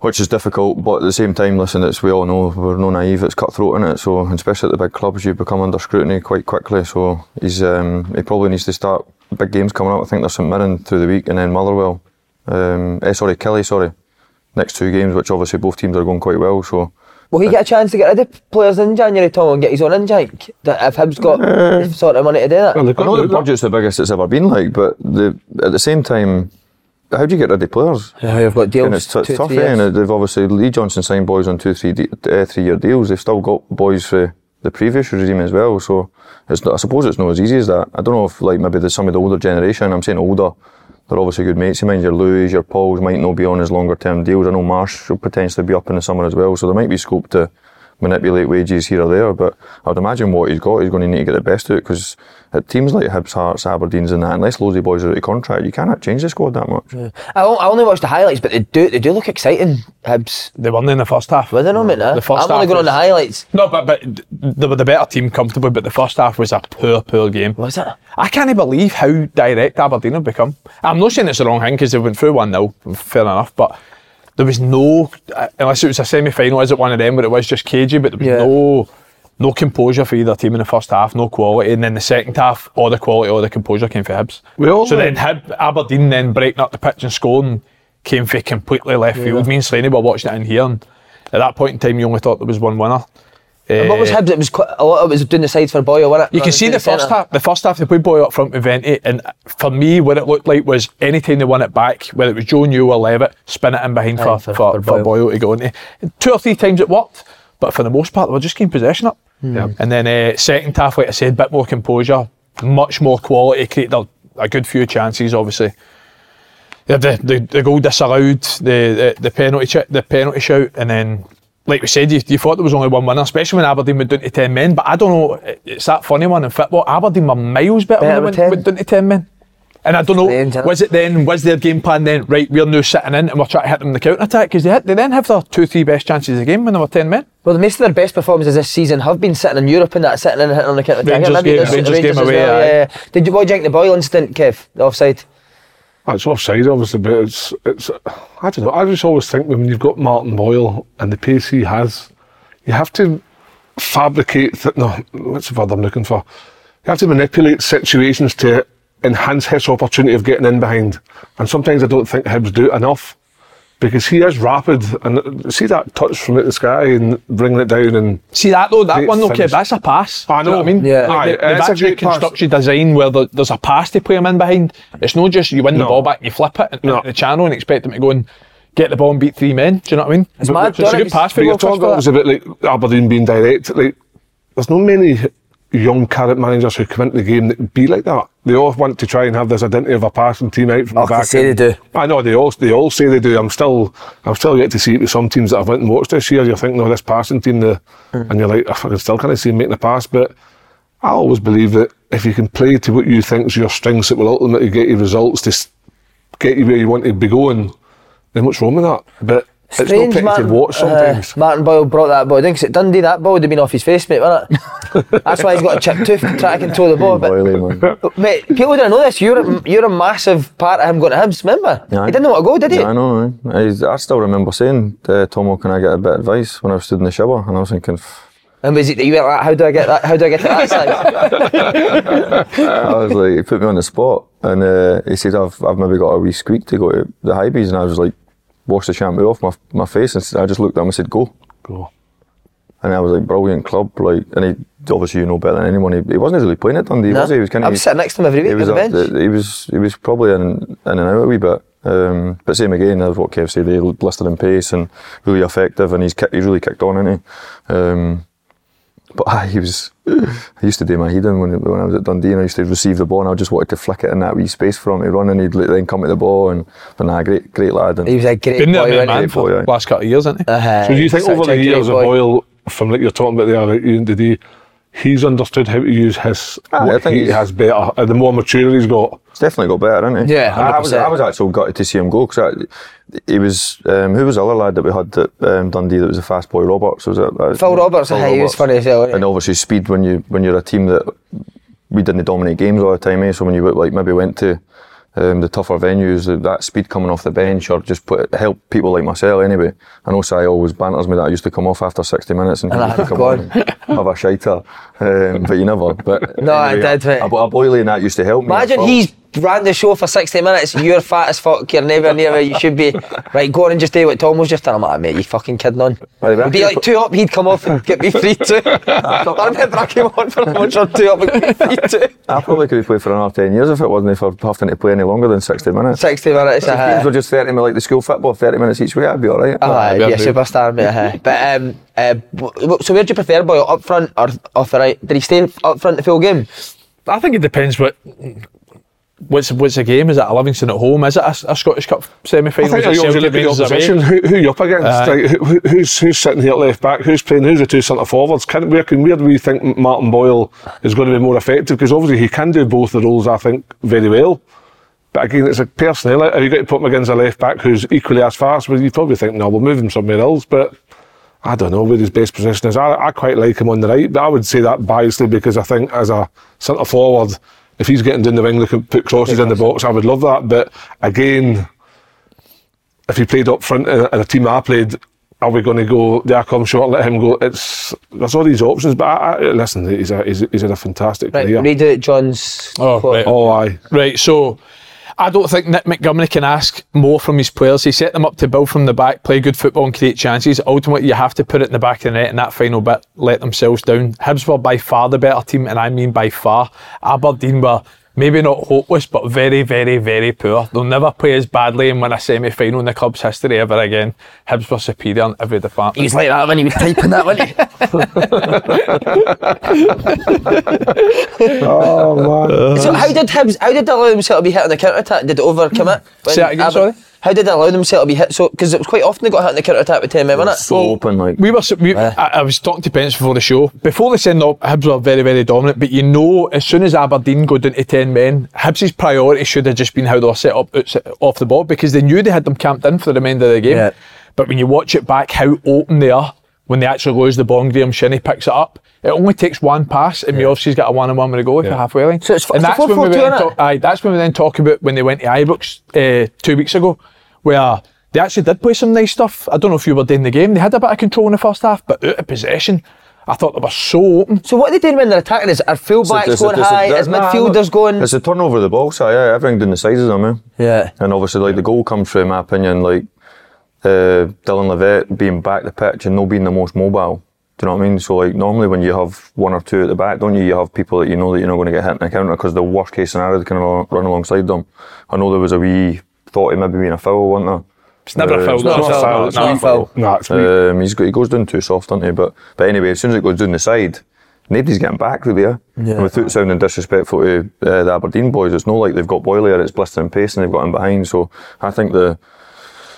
S4: which is difficult, but at the same time, listen, it's, we all know we're no naive, it's cutthroat in it. So, especially at the big clubs, you become under scrutiny quite quickly. So, he's um, he probably needs to start big games coming up. I think there's St Mirren through the week and then Motherwell. Um, eh, sorry, Kelly, sorry next two games, which obviously both teams are going quite well. So
S1: Will he get a chance to get rid of players in January, Tom, and get his own in jank? That if Hibs got the sort of money to do that?
S2: Well, they've
S4: I
S2: got
S4: know the
S2: they've got-
S4: budget's the biggest it's ever been like, but the at the same time, how do you get rid of players?
S1: Yeah, you've got deals
S4: And it's, t-
S1: two,
S4: it's tough,
S1: three
S4: eh?
S1: years.
S4: And they've obviously Lee Johnson signed boys on two, three, de- uh, three-year deals. They've still got boys for the previous regime as well. So it's not, I suppose it's not as easy as that. I don't know if like maybe there's some of the older generation. I'm saying older. They're obviously good mates. You mind your Louis, your Pauls might not be on his longer term deals. I know Marsh will potentially be up in the summer as well. So there might be scope to manipulate wages here or there. But I'd imagine what he's got, he's going to need to get the best of it because at teams like Hibs, Hearts, Aberdeens, and that, unless loads of boys are out of contract, you cannot change the squad that much.
S1: I, o- I only watched the highlights, but they do they do look exciting. Hibs,
S3: They weren't in the first half.
S1: were they not, mate? nah?
S3: The first
S1: I'm
S3: half
S1: only going on
S3: was-
S1: the highlights.
S3: No, but but they were the better team comfortably. But the first half was a poor, poor game.
S1: Was it?
S3: I can't believe how direct Aberdeen have become. I'm not saying it's the wrong thing because they went through one 0 fair enough. But there was no, uh, unless it was a semi final, is it one of them where it was just cagey? But there was
S1: Yeah.
S3: no, no composure for either team in the first half, no quality, and then the second half, all the quality, all the composure came for Hibs.
S2: We all
S3: so
S2: went-
S3: then Hib, Aberdeen then breaking up the pitch and scoring came for completely left field. Me and Slaney were watching it in here, and at that point in time, you only thought there was one winner.
S1: And what was
S3: Eh,
S1: Hibs? It was quite, a lot of it was doing the sides for Boyle, wasn't it?
S3: you can see the first half. The first half they played boy up front with Venti, and for me, what it looked like was any time they won it back, whether it was Joe New or Levitt, spin it in behind
S1: Aye,
S3: for,
S1: for-
S3: for,
S1: for
S3: for,
S1: Boyle.
S3: Boyle. to go into. Two or three times it worked, but for the most part, they were just getting possession up.
S1: Hmm.
S3: And then uh, second half, like I said, bit more composure, much more quality, created a, a good few chances, obviously. Yeah, the, the, the goal disallowed, the, the, the penalty ch- the penalty shout, and then, like we said, you, you thought there was only one winner, especially when Aberdeen went down to 10 men. But I don't know, it- it's that funny one in football. Aberdeen were miles better,
S1: Better
S3: when
S1: with
S3: they went,
S1: 10.
S3: went down to 10 men. And I don't know,
S1: Strange, innit?
S3: was it then, was their game plan then, right, we're now sitting in and we're trying to hit them in the counter attack? Because they, had- they then have their two, three best chances of the game when they were 10 men.
S1: Well, the most of their best performances this season have been sitting in Europe and that, sitting in and hitting on the counter attack.
S3: Rangers game- Rangers game away, aye.
S1: yeah, yeah. Did you what do you think the Boyle incident, Kev? The offside.
S2: It's offside, obviously, but it's it's. I don't know. I just always think when you've got Martin Boyle and the pace he has, you have to fabricate. Th- no, what's the word I'm looking for? You have to manipulate situations to enhance his opportunity of getting in behind. And sometimes I don't think Hibbs do it enough because he is rapid and see that touch from out the sky and bringing it down and
S3: See that though, that
S2: Great
S3: one, okay,
S2: finish.
S3: that's a pass.
S2: Oh, I
S3: Do you
S2: know.
S3: what I mean?
S2: Yeah.
S3: Like,
S2: Aye,
S3: they, have
S2: it's a
S3: actually
S2: great pass.
S3: constructed design where there, there's a pass to play them in behind. It's not just you win the
S2: No.
S3: ball back and you flip it in
S2: No.
S3: the channel and expect them to go and get the ball and beat three men. Do you know what I mean? It's
S1: mad,
S3: It's a
S1: don't
S3: good
S1: it?
S3: pass for
S2: But
S3: you.
S2: you're talking about was a bit like Aberdeen being direct. Like, there's not many young carrot managers who come into the game that be like that. They all want to try and have this identity of a passing team out from
S1: Oh,
S2: the
S1: they
S2: back.
S1: say
S2: end.
S1: they do.
S2: I know they all they all say they do. I'm still I'm still yet to see it with some teams that I've went and watched this year. You're thinking, no, this passing team, the,
S1: Mm.
S2: and you're like, I fucking still can't see him making a pass. But I always believe that if you can play to what you think is your strengths, it will ultimately get you results to s- get you where you want to be going. Then what's wrong with that? But it's not pretty to watch sometimes.
S1: Uh, Martin Boyle brought that ball down because at Dundee that ball would have been off his face, mate, wouldn't it? That's why he's got a chipped tooth trying to control the ball. But,
S4: Boily, man.
S1: mate, people don't know this. You're a, you're a massive part of him going to Hibs, remember?
S4: Aye.
S1: He didn't know what to go, did he?
S4: Yeah, I know. aye. I, I still remember saying, uh, Tomo, can I get a bit of advice when I was stood in the shower? And I was thinking, "Pff."
S1: And was it that you went like, how do I get that? How do I get to that side?
S4: I was like, he put me on the spot. And uh, he said, I've, I've maybe got a wee squeak to go to the high bees. And I was like, wash the shampoo off my, my face. And s- I just looked at him and said, go.
S2: Go.
S4: And I was like, brilliant club. Like, and he, obviously, you know better than anyone. He, he wasn't really playing at Dundee, was he? He was kind
S1: I'm sitting next to him every week
S4: he
S1: on
S4: was
S1: the
S4: up-
S1: bench.
S4: he was he was probably in, in and out a wee bit. Um, but same again, as what Kev said, he listed in pace and really effective, and he's ki- he's really kicked on, isn't he? Um, but aye, he was. I used to do my head in when, when I was at Dundee, and I used to receive the ball, and I just wanted to flick it in that wee space for him to run, and he'd like, then come to the ball, and but nah, great great lad. And
S1: he was a great
S3: Been there,
S1: boy,
S3: mate,
S1: wasn't he?
S3: man, for
S4: boy, aye.
S3: the last couple of years, isn't he?
S1: Uh,
S2: So do you think
S1: such
S2: over
S1: a
S2: the
S1: great
S2: years of
S1: boy.
S2: Boyle, from like you're talking about there, like Ian Diddy, he's understood how to use his
S4: Aye,
S2: what
S4: Ah, I think
S2: he
S4: he's-
S2: has better, and the more mature he's got.
S4: It's definitely got better, isn't he?
S1: Yeah,
S4: I was,
S1: 100%.
S4: I was actually gutted to see him go because he was. Um, who was the other lad that we had at um, Dundee that was a fast boy? Roberts was it? Uh,
S1: Phil Roberts, aye, he was funny as hell, wasn't he?
S4: And obviously speed when you when you're a team that we didn't dominate games all the time. Eh? So when you went- like maybe went to um, the tougher venues, that, that speed coming off the bench or just put help people like myself anyway. I know Si always banters me that I used to come off after 60 minutes and, he
S1: And I
S4: used to
S1: have
S4: come
S1: gone.
S4: on and have a shiter, um, but you never. But
S1: No, I
S4: anyway,
S1: did, mate.
S4: A, a boy and that used to help me.
S1: Imagine
S4: as well.
S1: he's ran the show for 60 minutes. You're fat as fuck. You're never near where you should be. Right, go on and just do what Tom was just done. I'm like, "Ah, mate, you fucking kidding on.
S4: Right,
S1: It'd be like two up, he'd come off and get me free two. I remember I came on for a much or two up and got me free two.
S4: I probably could have played for another 10 years if it wasn't for having to play any longer than 60 minutes.
S1: 60 minutes. uh-huh.
S4: If
S1: aye.
S4: games were just 30 minutes, like the school football, 30 minutes each week, I'd be alright.
S1: Aye,
S3: Aye,
S1: yeah,
S3: Bernabeu.
S1: Ah, superstar, mate. aye. but um, uh, w- w- so where do you prefer, boy, up front or off the right? Did he stay up front the full game?
S3: I think it depends what. What's what's the game? Is it a Livingston at home? Is it a, a Scottish Cup semi
S2: I
S3: final?
S2: think you're always looking at the opposition, who, who you're up against,
S3: Aye.
S2: like, who, who- who's, who's sitting here at left back, who's playing, who's the two centre forwards, can, where, can, where do we think Martin Boyle is going to be more effective, because obviously he can do both the roles, I think, very well, but again, it's a personnel, are you going to put him against a left back who's equally as fast, well, you probably think, no, we'll move him somewhere else, but I don't know where his best position is. I, I quite like him on the right, but I would say that biasly because I think as a centre forward, if he's getting down the wing, looking put crosses in the box, I would love that. But again, if he played up front in a, in a team I played, are we going to go? There come short, let him go. It's there's all these options, but I, I, listen, he's a, he's, he's had a fantastic
S1: Right,
S2: career.
S1: read out John's.
S3: Oh,
S1: quote.
S3: right.
S2: Oh, aye.
S3: Right, so I don't think Nick Montgomery can ask more from his players. He set them up to build from the back, play good football and create chances. Ultimately, you have to put it in the back of the net in that final bit, let themselves down. Hibs were by far the better team, and I mean by far. Aberdeen were maybe not hopeless, but very, very, very poor. They'll never play as badly and win a semi-final in the club's history ever again. Hibs were superior in every department.
S5: He was like that when he was typing that one.
S2: Oh man.
S3: Uh,
S1: So how did Hibs, how did they allow themselves to be hit on the counter attack? Did they overcommit?
S3: Say that again,
S1: Aber-
S3: sorry?
S1: How did they allow themselves to be hit? So because it was quite often they got hit on the counter attack with ten men, wasn't it?
S4: So open, like. eh.
S3: We were. s- We, I, I was talking to Pence before the show. Before they send up, Hibs were very, very dominant. But you know, as soon as Aberdeen go down to ten men, Hibs's priority should have just been how they were set up outs- off the ball because they knew they had them camped in for the remainder of the game.
S5: Yeah.
S3: But when you watch it back, how open they are when they actually lose the ball, and Graham Shinney picks it up. It only takes one pass, and we obviously got a one on one with a goal at the halfway line.
S1: So it's f-
S3: and
S1: it's a
S3: that's when we
S1: 4-4-2,
S3: went
S1: innit?
S3: and talk- aye, that's when we then talk about when they went to Ibrox uh, two weeks ago, where they actually did play some nice stuff. I don't know if you were doing the game. They had a bit of control in the first half, but out of possession, I thought they were so open.
S1: So what are they doing when they're attacking? Is our full
S4: It's a-
S1: backs
S4: it's a-
S1: going
S4: it's a-
S1: high?
S4: that-
S1: Is
S4: nah,
S1: midfielders
S4: look,
S1: going?
S4: It's a turnover of the ball, so yeah, everything down the sides of them, eh?
S1: Yeah.
S4: And obviously, like the goal comes through, in my opinion, like uh, Dylan Levitt being back the pitch and not being the most mobile. Do you know what I mean? So, like, normally when you have one or two at the back, don't you? You have people that you know that you're not going to get hit in the counter because the worst case scenario they can run run alongside them. I know there was a wee thought it maybe being a foul, wasn't there?
S3: It's never a
S4: Uh,
S3: foul.
S4: it's not
S3: no,
S4: a
S3: it's
S4: foul,
S3: not.
S4: it's
S3: No.
S4: not a foul.
S2: Nah, it's weak.
S4: Um, he's go- he goes down too soft, doesn't he? But but anyway, as soon as it goes down the side, nobody's getting back really. Yeah. And without sounding disrespectful to uh, the Aberdeen boys, it's not like they've got Boyle there. It's blistering pace, and they've got him behind. So I think the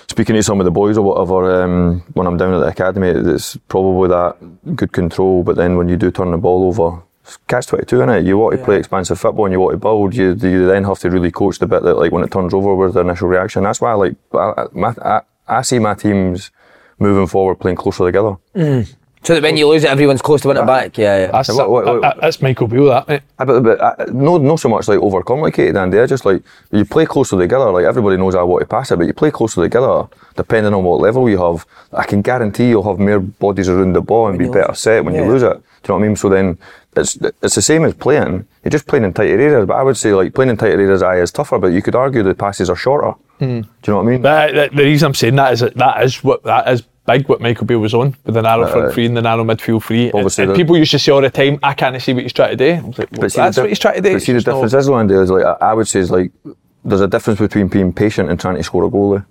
S4: speaking to some of the boys or whatever um, when I'm down at the academy, it's probably that good control. But then when you do turn the ball over. it's Catch 22 in it. You want to play expansive football and you want to build. You, you then have to really coach the bit that, like, when it turns over, where's the initial reaction? That's why I like, I, I- my, I, I see my teams moving forward, playing closer together.
S1: So that when you lose it, everyone's close to win it back. Yeah, yeah.
S3: That's,
S4: Wait, wait, wait.
S3: that- Uh, that's Michael Beale, that, mate.
S4: I, but, but I, no, no, so much like overcomplicated, Andy. I just like you play closer together. Like everybody knows I want to pass it, but you play closer together. Depending on what level you have, I can guarantee you'll have more bodies around the ball and be better set when you lose it. Do you know what I mean? So then it's it's the same as playing. You're just playing in tighter areas, but I would say like playing in tighter areas, I is tougher. But you could argue the passes are shorter. Do you know what I mean?
S3: Hmm. But uh, the, the reason I'm saying that is that, that is what that is big what Michael Beale was on with the narrow front three and the narrow midfield three. And,
S4: Obviously
S3: and
S4: the-
S3: people used to say all the time, "I can't see what he's trying to do." I was like, well,
S4: But see the
S3: that's
S4: dif-
S3: what he's trying to do.
S4: But see the
S3: It's not-
S4: difference is, Landy, is like I, I would say is like there's a difference between being patient and trying to score a goal. Though.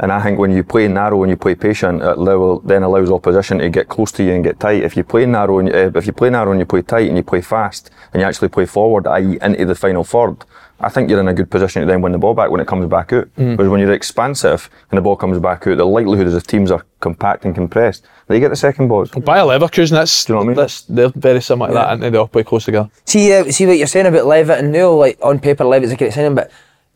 S4: And I think when you play narrow and you play patient, it allow, then allows opposition to get close to you and get tight. If you play narrow and uh, if you play narrow and you play tight and you play fast and you actually play forward, i.e., into the final third, I think you're in a good position to then win the ball back when it comes back out.
S3: Mm.
S4: Whereas when you're expansive and the ball comes back out, the likelihood is the teams are compact and compressed. They get the second ball.
S3: Bayer Leverkusen, that's,
S4: you know what I mean?
S3: that's they're very similar to that, and they all play close together.
S1: See, uh, see what you're saying about Levitt and Newell. Like on paper, Levitt's a great signing, but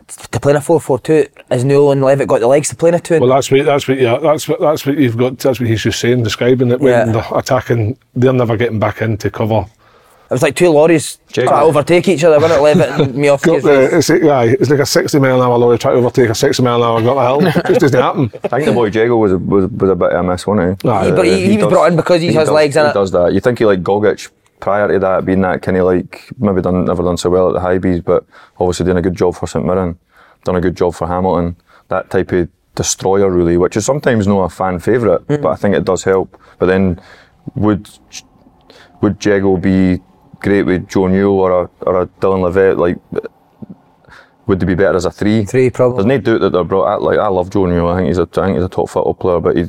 S1: t- to play in a four-four-two, as Newell and Levitt got the legs to play in a two?
S2: Well, that's what that's what yeah, that's what that's what you've got. That's what he's just saying, describing it when
S1: Yeah.
S2: they're attacking. They're never getting back into cover.
S1: it was like two lorries
S4: Jake-
S1: trying to overtake each other. Wasn't it Levitt and me off?
S2: Got the, it's, like- aye, it's like a 60 mile an hour lorry trying to overtake a 60 mile an hour got the hill. It just doesn't happen.
S4: I think the boy Jago was a, was, was a bit of a mess, wasn't he?
S2: Aye. He-
S1: but he- he was brought in because he has
S4: does-
S1: legs,
S4: He
S1: innit?
S4: does that. You think he like Gogic prior to that, being that kind of like maybe done never done so well at the high B's, but obviously doing a good job for St Mirren, done a good job for Hamilton, that type of destroyer really, which is sometimes not a fan favourite,
S1: Hmm.
S4: but I think it does help. But then would would Jago be great with Joe Newell or a, or a Dylan Levet? Like, would they be better as a three?
S1: Three, probably.
S4: There's no doubt that they're brought out. Like, I love Joe Newell. I think he's a, I think he's a top football player, but he,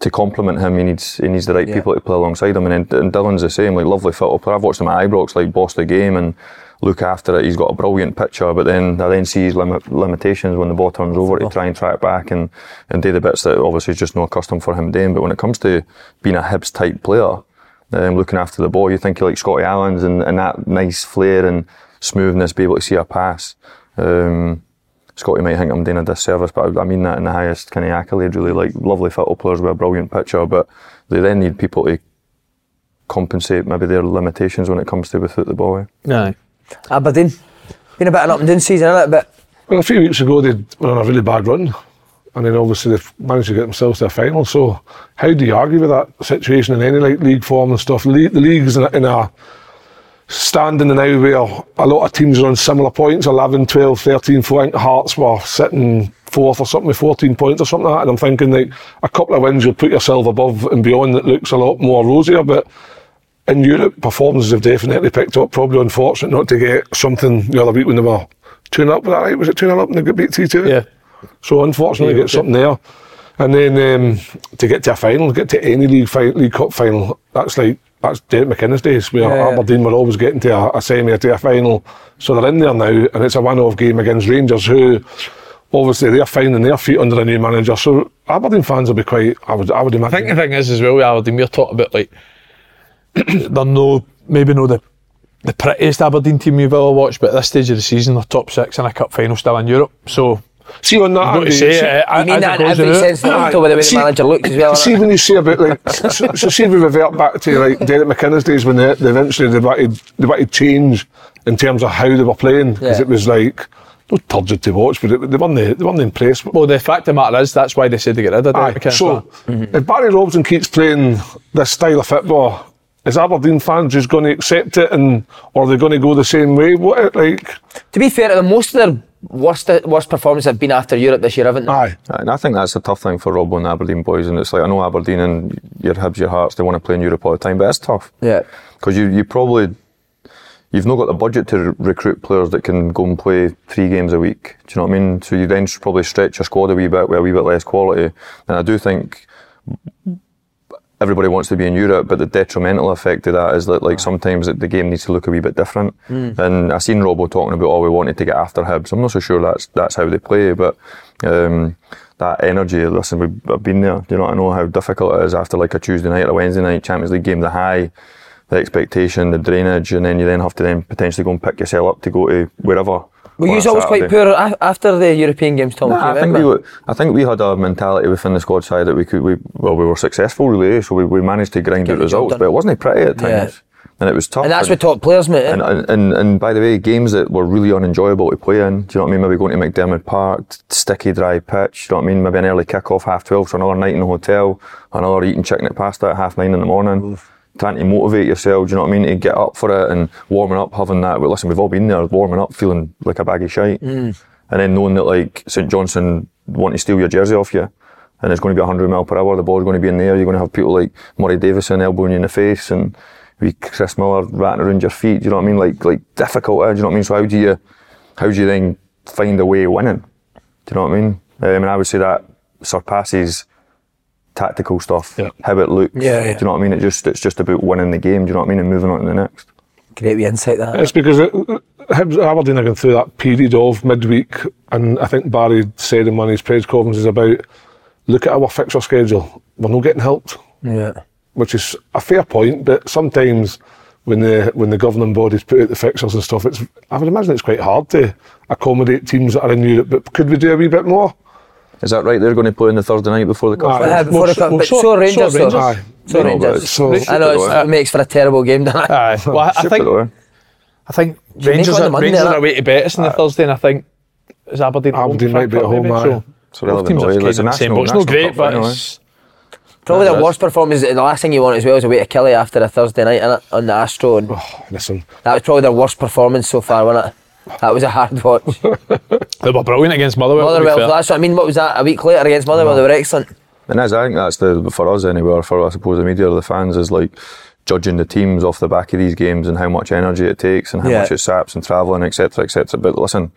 S4: to complement him, he needs he needs the right people to play alongside him. And, then- and Dylan's the same. Like, lovely football player. I've watched him at Ibrox, like, boss the game and look after it. He's got a brilliant picture, but then I then see his lim- limitations when the ball turns over to try and track back and, and do the bits that obviously is just not accustomed for him doing. But when it comes to being a Hibs type player, um, looking after the ball. You think you're like Scotty Allen's and, and that nice flair and smoothness, be able to see a pass. Um, Scotty might think I'm doing a disservice, but I I mean that in the highest kind of accolade, really. Like, lovely football players with a brilliant picture, but they then need people to compensate maybe their limitations when it comes to without the eh? ball.
S3: No.
S1: Aberdeen. Been a bit of an up and down season, a little bit.
S2: Well, a few weeks ago they were on a really bad run, and then obviously they've managed to get themselves to a final. So, how do you argue with that situation in any like league form and stuff? Le- the league's in a, in a standing now where a lot of teams are on similar points 11, 12, 13, 14. Hearts were sitting fourth or something with 14 points or something like that. And I'm thinking, like, a couple of wins, you'll put yourself above and beyond that looks a lot more rosier. But in Europe, performances have definitely picked up. Probably unfortunate not to get something the other week when they were 2 0 up. Was that right? Was it 2 0 up and they got beat 3 2?
S3: Yeah.
S2: So unfortunately, get something there. And then um, to get to a final, get to any league fi- league cup final, that's like that's Derek McInnes days where
S1: Yeah, yeah.
S2: Aberdeen were always getting to a, a semi or to a final. So they're in there now, and it's a one-off game against Rangers, who obviously they're finding their feet under a new manager. So Aberdeen fans will be quite. I would I would
S3: I think
S2: imagine.
S3: the thing is as well with Aberdeen, we're talking about like they're no maybe no the the prettiest Aberdeen team you've ever watched, but at this stage of the season they're top six in a cup final still in Europe. So
S2: See on that.
S3: I've got to
S2: Andy,
S3: say
S2: see-
S3: it,
S1: I
S3: I
S1: mean that in every
S3: uh,
S1: sense of the word,
S2: Aye.
S1: though, with the way the
S2: See-
S1: manager looks as well.
S2: See
S1: innit?
S2: when you see about like so, so see if we revert back to like Derek McInnes days when they, they eventually they wanted they wanted change in terms of how they were playing because
S1: Yeah.
S2: it was like no turgid to watch but it, they weren't the, they weren't impressed.
S3: Well the fact of the matter is that's why they said they get rid of
S2: Aye,
S3: Derek McInnes.
S2: so if Barry Robson keeps playing this style of football, is Aberdeen fans just going to accept it and or are they going to go the same way? What like
S1: To be fair, to them, most of their worst worst performances have been after Europe this year, haven't they?
S2: aye.
S4: Uh, And I think that's a tough thing for Robbo and the Aberdeen boys. And it's like, I know Aberdeen and your Hibs, your Hearts, they want to play in Europe all the time, but it's tough.
S1: Yeah.
S4: because you, you probably you've not got the budget to r- recruit players that can go and play three games a week. Do you know what I mean? So you then should probably stretch your squad a wee bit with a wee bit less quality. And I do think everybody wants to be in Europe, but the detrimental effect of that is that
S1: Ah.
S4: like sometimes that the game needs to look a wee bit different.
S1: Hmm.
S4: And I seen Robbo talking about oh we wanted to get after Hibs. I'm not so sure that's that's how they play, but um, that energy. Listen, we've, I've been there. Do you know I know how difficult it is after like a Tuesday night or a Wednesday night Champions League game. The high the expectation, the drainage, and then you then have to then potentially go and pick yourself up to go to wherever.
S1: Were
S4: on
S1: you
S4: a
S1: always quite
S4: Saturday.
S1: poor a- after the European games, Tom?
S4: Nah, I think we were, I think we had a mentality within the squad side that we could we well we were successful really, eh, so we, we managed to grind
S1: Get
S4: out
S1: the job
S4: results,
S1: done.
S4: but it wasn't pretty at
S1: Yeah.
S4: times, and it was tough.
S1: and that's with top players, mate.
S4: And,
S1: eh?
S4: and, and, and by the way, games that were really unenjoyable to play in, do you know what I mean? Maybe going to McDermott Park, t- sticky dry pitch, do you know what I mean? Maybe an early kick-off, half 12, so another night in the hotel, another eating chicken at pasta at half nine in the morning, trying to motivate yourself, do you know what I mean? To get up for it and warming up, having that. Well, listen, we've all been there, warming up, feeling like a bag of shite.
S1: Mm.
S4: And then knowing that like St Johnson want to steal your jersey off you. And it's going to be 100 mile per hour. The ball's going to be in the air. You're going to have people like Murray Davison elbowing you in the face, and we Chris Miller ratting around your feet. Do you know what I mean? Like like difficult. eh? Do you know what I mean? So how do you how do you then find a way of winning? Do you know what I mean? Um, and I would say that surpasses tactical stuff.
S3: Yeah.
S4: How it looks.
S1: Yeah, yeah.
S4: Do you know what I mean? It just it's just about winning the game. Do you know what I mean? And moving on to the next.
S1: Great wee insight that.
S2: It's because it, Hibs, Aberdeen are going through that period of midweek, and I think Barry said in one of his press conferences about look at our fixture schedule. We're not getting helped,
S1: Yeah.
S2: which is a fair point. But sometimes when the when the governing bodies put out the fixtures and stuff, it's I would imagine it's quite hard to accommodate teams that are in Europe. But could we do a wee bit more?
S4: Is that right? They're going to play on the Thursday night before the cup.
S2: Aye.
S4: final?
S1: Uh, before
S3: well,
S1: the cup,
S3: so-
S1: but
S3: so-
S1: so are Rangers,
S3: so
S1: though.
S3: Rangers.
S2: Aye.
S1: So
S4: No, but
S1: Rangers.
S4: it's-
S2: So-
S1: I know it's, it makes for a terrible game, doesn't it?
S3: Aye. Well, I- I
S4: Super
S3: think
S4: though, eh?
S3: I think
S1: make
S3: Rangers
S1: all the
S3: are,
S1: money
S3: Rangers
S1: there,
S3: are
S1: eh?
S3: away to Betis on the Thursday, and I think is Aberdeen. at home,
S2: Uh, Aberdeen might be at
S3: Frankfurt
S2: home,
S3: maybe,
S2: aye.
S3: so
S4: It's relevant
S3: both teams
S4: though, eh?
S3: are kind
S4: It's
S3: of
S4: a
S3: the same,
S4: national-
S3: but it's not
S4: national
S3: great.
S4: cup final,
S3: But
S4: eh?
S3: it's,
S1: Probably
S4: That
S1: the
S4: does.
S1: worst performance. The last thing you want as well is a way to kill it after a Thursday night innit, on the Astro. And that
S3: Oh,
S2: Listen,
S1: was probably their worst performance so far, wasn't it? That was a hard watch.
S3: They were brilliant against Motherwell. to be
S1: Motherwell,
S3: fair.
S1: that's what I mean. What was that? A week later against Motherwell, they were excellent.
S4: And that's, I think that's the for us anyway, or for I suppose the media or the fans is like judging the teams off the back of these games and how much energy it takes and how
S1: Yeah.
S4: much it saps and travelling, etc., etc. But listen,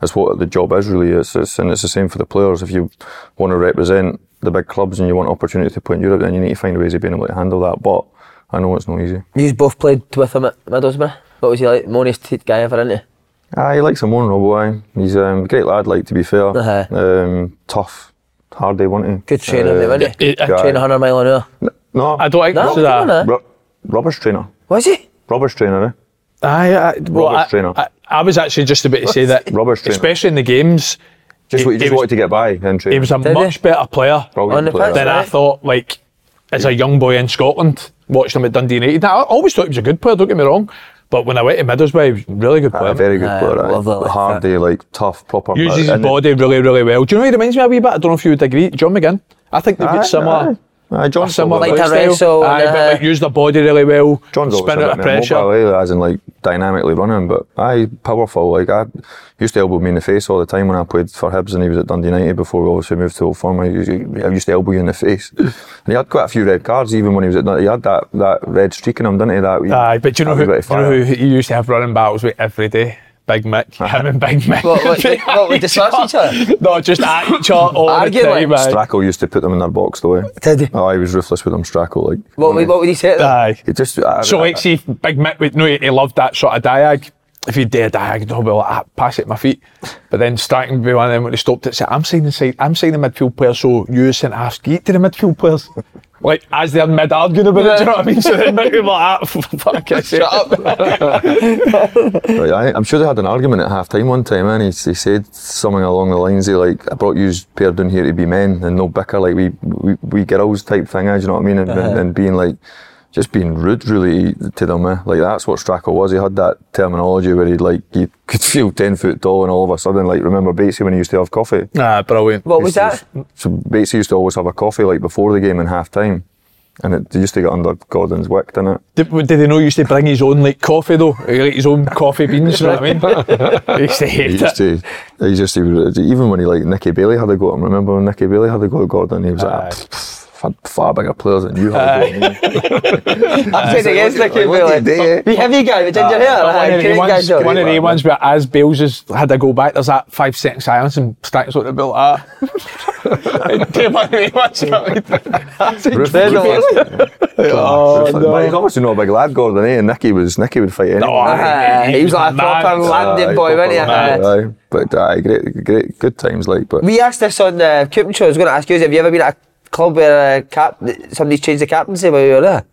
S4: that's what the job is really. It's, it's and it's the same for the players. If you want to represent the big clubs and you want opportunity to play in Europe, then you need to find ways of being able to handle that. But I know it's not easy.
S1: You both played with him at Middlesbrough. What was he like? Moniest teeth guy ever, isn't he?
S4: Ah, he likes him on Robo. He's um, a great lad. Like to be fair,
S1: Uh-huh.
S4: um, tough, hard day, wasn't he?
S1: Good trainer,
S4: Uh,
S1: though, wasn't he?
S3: yeah,
S4: yeah.
S1: Trainer 100 mile an hour.
S4: No,
S3: Ah, I don't think
S1: No,
S3: this is
S1: come
S3: a.
S1: on, eh?
S4: Ru- rubbish trainer,
S1: Was he?
S4: rubbish trainer. Eh?
S3: Aye, I, well,
S4: Robert's
S3: I-
S4: trainer.
S3: I, I was actually just about to say that.
S4: Robert's trainer.
S3: Especially in the games,
S4: Just,
S3: He-
S4: he, just
S3: he was-
S4: wanted to get by and train.
S3: he was a
S1: Did he?
S3: much better player
S1: on the pitch,
S3: than I
S1: Right.
S3: thought. Like as a young boy in Scotland, watching him at Dundee United, Now, I always thought he was a good player. Don't get me wrong, but when I went to Middlesbrough, he was a really good player.
S4: a Ah, very good
S1: Aye,
S4: player. aye.
S1: lovely like
S4: Hard
S1: Ah, that.
S4: day, like tough, proper. and
S3: Uses his
S4: it-
S3: body really, really well. Do you know he reminds me a wee bit? I don't know if you would agree, John McGinn. I think they've
S4: Aye,
S3: got similar.
S4: aye. Aye, John's
S3: similar
S4: always-
S1: Like a
S3: play style.
S1: wrestle
S3: Aye,
S1: and,
S3: but like
S1: uh,
S3: use their body really well.
S4: John's always
S3: spin
S4: a
S3: out of
S4: bit more
S3: pressure.
S4: mobile, eh, as in like dynamically running, but aye, powerful. Like I used to elbow me in the face all the time when I played for Hibs and he was at Dundee United before we obviously moved to Old Firm. I used, I used to elbow you in the face, and he had quite a few red cards even when he was at. Dun- He had that, that red streak in him, didn't he? That wee-
S3: Aye, but do you know
S4: that wee
S3: who?
S4: bit of
S3: Do you know
S4: fire.
S3: who he used to have running battles with every day? Big Mick, him and Big Mick.
S1: What, what,
S3: They
S1: what, we discuss each other?
S3: No, just at each other all
S1: Argue,
S3: the
S1: like,
S3: time. aye.
S4: Stracco used to put them in their box though. eh?
S1: Did he?
S4: Oh, he was ruthless with them, Stracco. Like
S1: What, would- what would he say to them?
S3: Aye.
S4: he just. I-
S3: So
S4: I-
S3: like, see, Big Mick, would- no, he he loved that sort of diag. If he did a diag, he'd be like, ah, pass it at my feet. But then Strachan would be one of them when he stopped it, said, I'm signing, side, I'm signing midfield players, so you sent half geek to the midfield players. Like, as they're mid arguing about it, do you know what I mean? So then Mick would be like, ah, fuck it, shut up.
S4: Right, I, I'm sure they had an argument at half time one time, and he, he said something along the lines of like, "I brought you pair down here to be men and no bicker, like we we, we girls type thing." eh, Do you know what I mean? And, and, and being like, just being rude really to them. eh. Like that's what Stracco was. He had that terminology where he'd like you could feel ten foot tall, and all of a sudden, like remember Batesy when he used to have coffee.
S3: Nah, brilliant.
S1: What was that?
S4: So Batesy used to always have a coffee like before the game in half time, and it they used to get under Gordon's wick, didn't it?
S3: Did, did they know he used to bring his own like coffee though? Like, his own coffee beans, you know what I mean? he used to hate
S4: He
S3: it.
S4: used to, he used to, even when he like Nicky Bailey had a go at him. Remember when Nicky Bailey had a go at Gordon? He was
S3: Aye.
S4: like, "Pff, pff, had far bigger players than you had. a go at me."
S1: I played against
S4: what-
S1: Nicky
S4: what
S1: Billy.
S4: did he do?
S1: The heavy guy with ginger hair.
S3: Uh, But
S1: aye,
S3: one of the
S1: great guy,
S3: ones,
S1: John.
S3: one of the ones where as Bales has had to go back, there's that five second silence and Stack's looking about like that. Do you know what I mean? What's wrong with
S4: Ruthless.
S1: There's the
S4: Ruthless.
S3: Oh,
S4: Ruthless. But he's obviously not a big lad, Gordon, eh? And Nicky was, Nicky would fight anyone.
S1: Aye, he was like a
S3: Mad.
S1: proper landing boy, wasn't he? Aye.
S4: Aye, but aye, great, great, good times, like, but
S1: We asked this on the Cooping show. I was going to ask you, have you ever been at a club where a cap, somebody's changed the captaincy while you were there?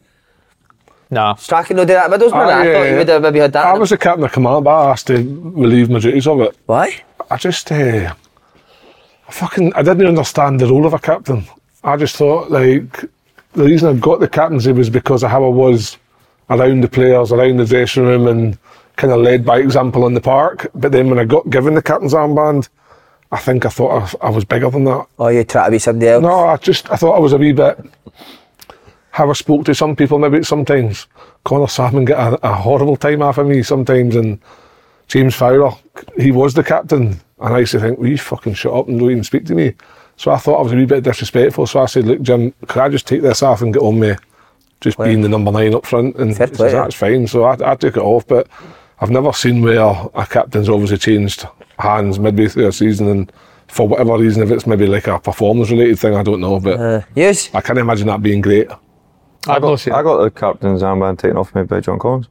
S3: Nah.
S1: Strachan no did that at Middlesbrough.
S3: Ah,
S2: Aye, Oh,
S1: I
S2: yeah,
S1: thought you
S2: yeah.
S1: would have maybe had that.
S2: I was the captain of command, but I asked to relieve my duties of it.
S1: Why?
S2: I just, uh, I fucking, I didn't understand the role of a captain. I just thought like the reason I got the captaincy was because of how I was around the players, around the dressing room, and kind of led by example on the park. But then when I got given the captain's armband, I think I thought I, I was bigger than that.
S1: Oh, you try to be somebody else.
S2: No, I just I thought I was a wee bit how I spoke to some people maybe sometimes. Conor Salmon get a, a horrible time off of me sometimes and James Fowler, he was the captain and I used to think, Will you fucking shut up and don't even speak to me? So I thought I was a wee bit disrespectful, so I said, Look, Jim, could I just take this off and get on with just being the number nine up front? And
S1: Fair
S2: he
S1: play. eh?"
S2: says, That's fine. So I, I took it off, but I've never seen where a captain's obviously changed hands midway through a season and for whatever reason, if it's maybe like a performance related thing, I don't know, but
S1: Uh, yes.
S2: I can't imagine that being great.
S3: I've not seen
S4: I got the captain's armband taken off me by John Collins.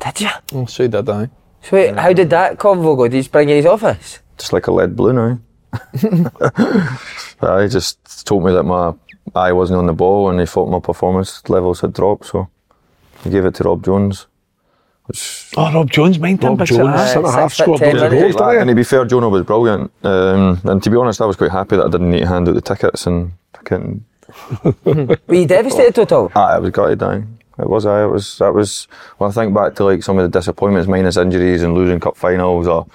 S1: Did you?
S3: it. Oh, So he did, aye.
S1: So wait, how did that convo go? Did you just bring in his office?
S4: just like a lead balloon, aye. But aye, just told me that my eye wasn't on the ball and he thought my performance levels had dropped, so he gave it to Rob Jones. Which,
S3: Oh, Rob Jones, mind him.
S2: Bob
S3: picks it
S2: Jones,
S3: up.
S2: centre
S1: uh, six
S2: half,
S1: foot
S2: scored
S1: ten,
S2: loads of
S1: wasn't
S2: goals, didn't he?
S4: and to be fair, Jono was brilliant. Um, and to be honest, I was quite happy that I didn't need to hand out the tickets and fucking.
S1: Were you devastated total?
S4: Aye, I Ah, was gutted, aye. It was, aye. It was, that was, when I think back to like some of the disappointments, minus injuries and losing cup finals or,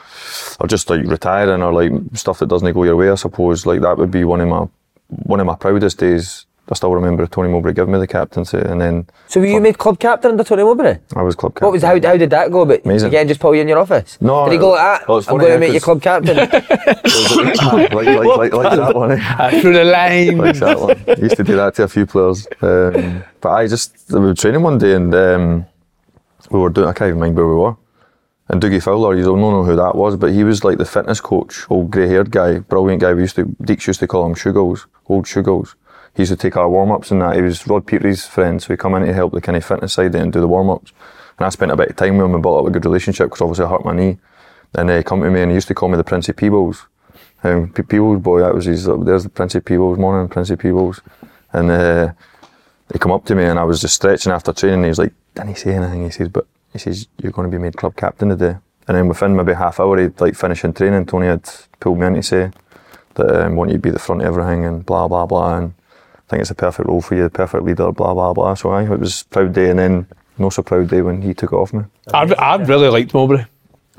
S4: or just like retiring or like stuff that doesn't go your way, I suppose, like that would be one of my, one of my proudest days I still remember Tony Mowbray giving me the captaincy, and then
S1: So were you made club captain under Tony Mowbray?
S4: I was club captain.
S1: What was how, how did that go? But
S4: Amazing.
S1: again, just pull you in your office.
S4: No,
S1: did he go like that?
S4: well, it's
S1: I'm
S4: funny,
S1: going to
S4: yeah,
S1: make you
S4: 'cause-
S1: club captain.
S4: like, like, like, like that one. eh?
S3: Through the line.
S4: like that one. I used to do that to a few players. Um, but I just we were training one day and um, we were doing. I can't even mind where we were. And Doogie Fowler, you don't know who that was, but he was like the fitness coach, old grey-haired guy, brilliant guy. We used to Deeks used to call him Shugles, old Shugles. He used to take our warm-ups and that. He was Rod Petrie's friend, so he come in to help the kind of fitness side and do the warm-ups. And I spent a bit of time with him and built up a good relationship because obviously I hurt my knee. And uh, he come to me and he used to call me the Prince of Peebles. Um, Pe- Peebles boy, that was his. uh, There's the Prince of Peebles morning, Prince of Peebles, and uh, he come up to me and I was just stretching after training. And he was like, "Didn't he say anything?" He says, "But he says you're going to be made club captain today." And then within maybe half hour, he'd like finishing training. Tony had pulled me in to say that um, want you to be the front of everything and blah blah blah. And I think it's a perfect role for you, the perfect leader, blah blah blah. So I, it was a proud day, and then not so proud day when he took it off me.
S3: I, I really liked Mowbray.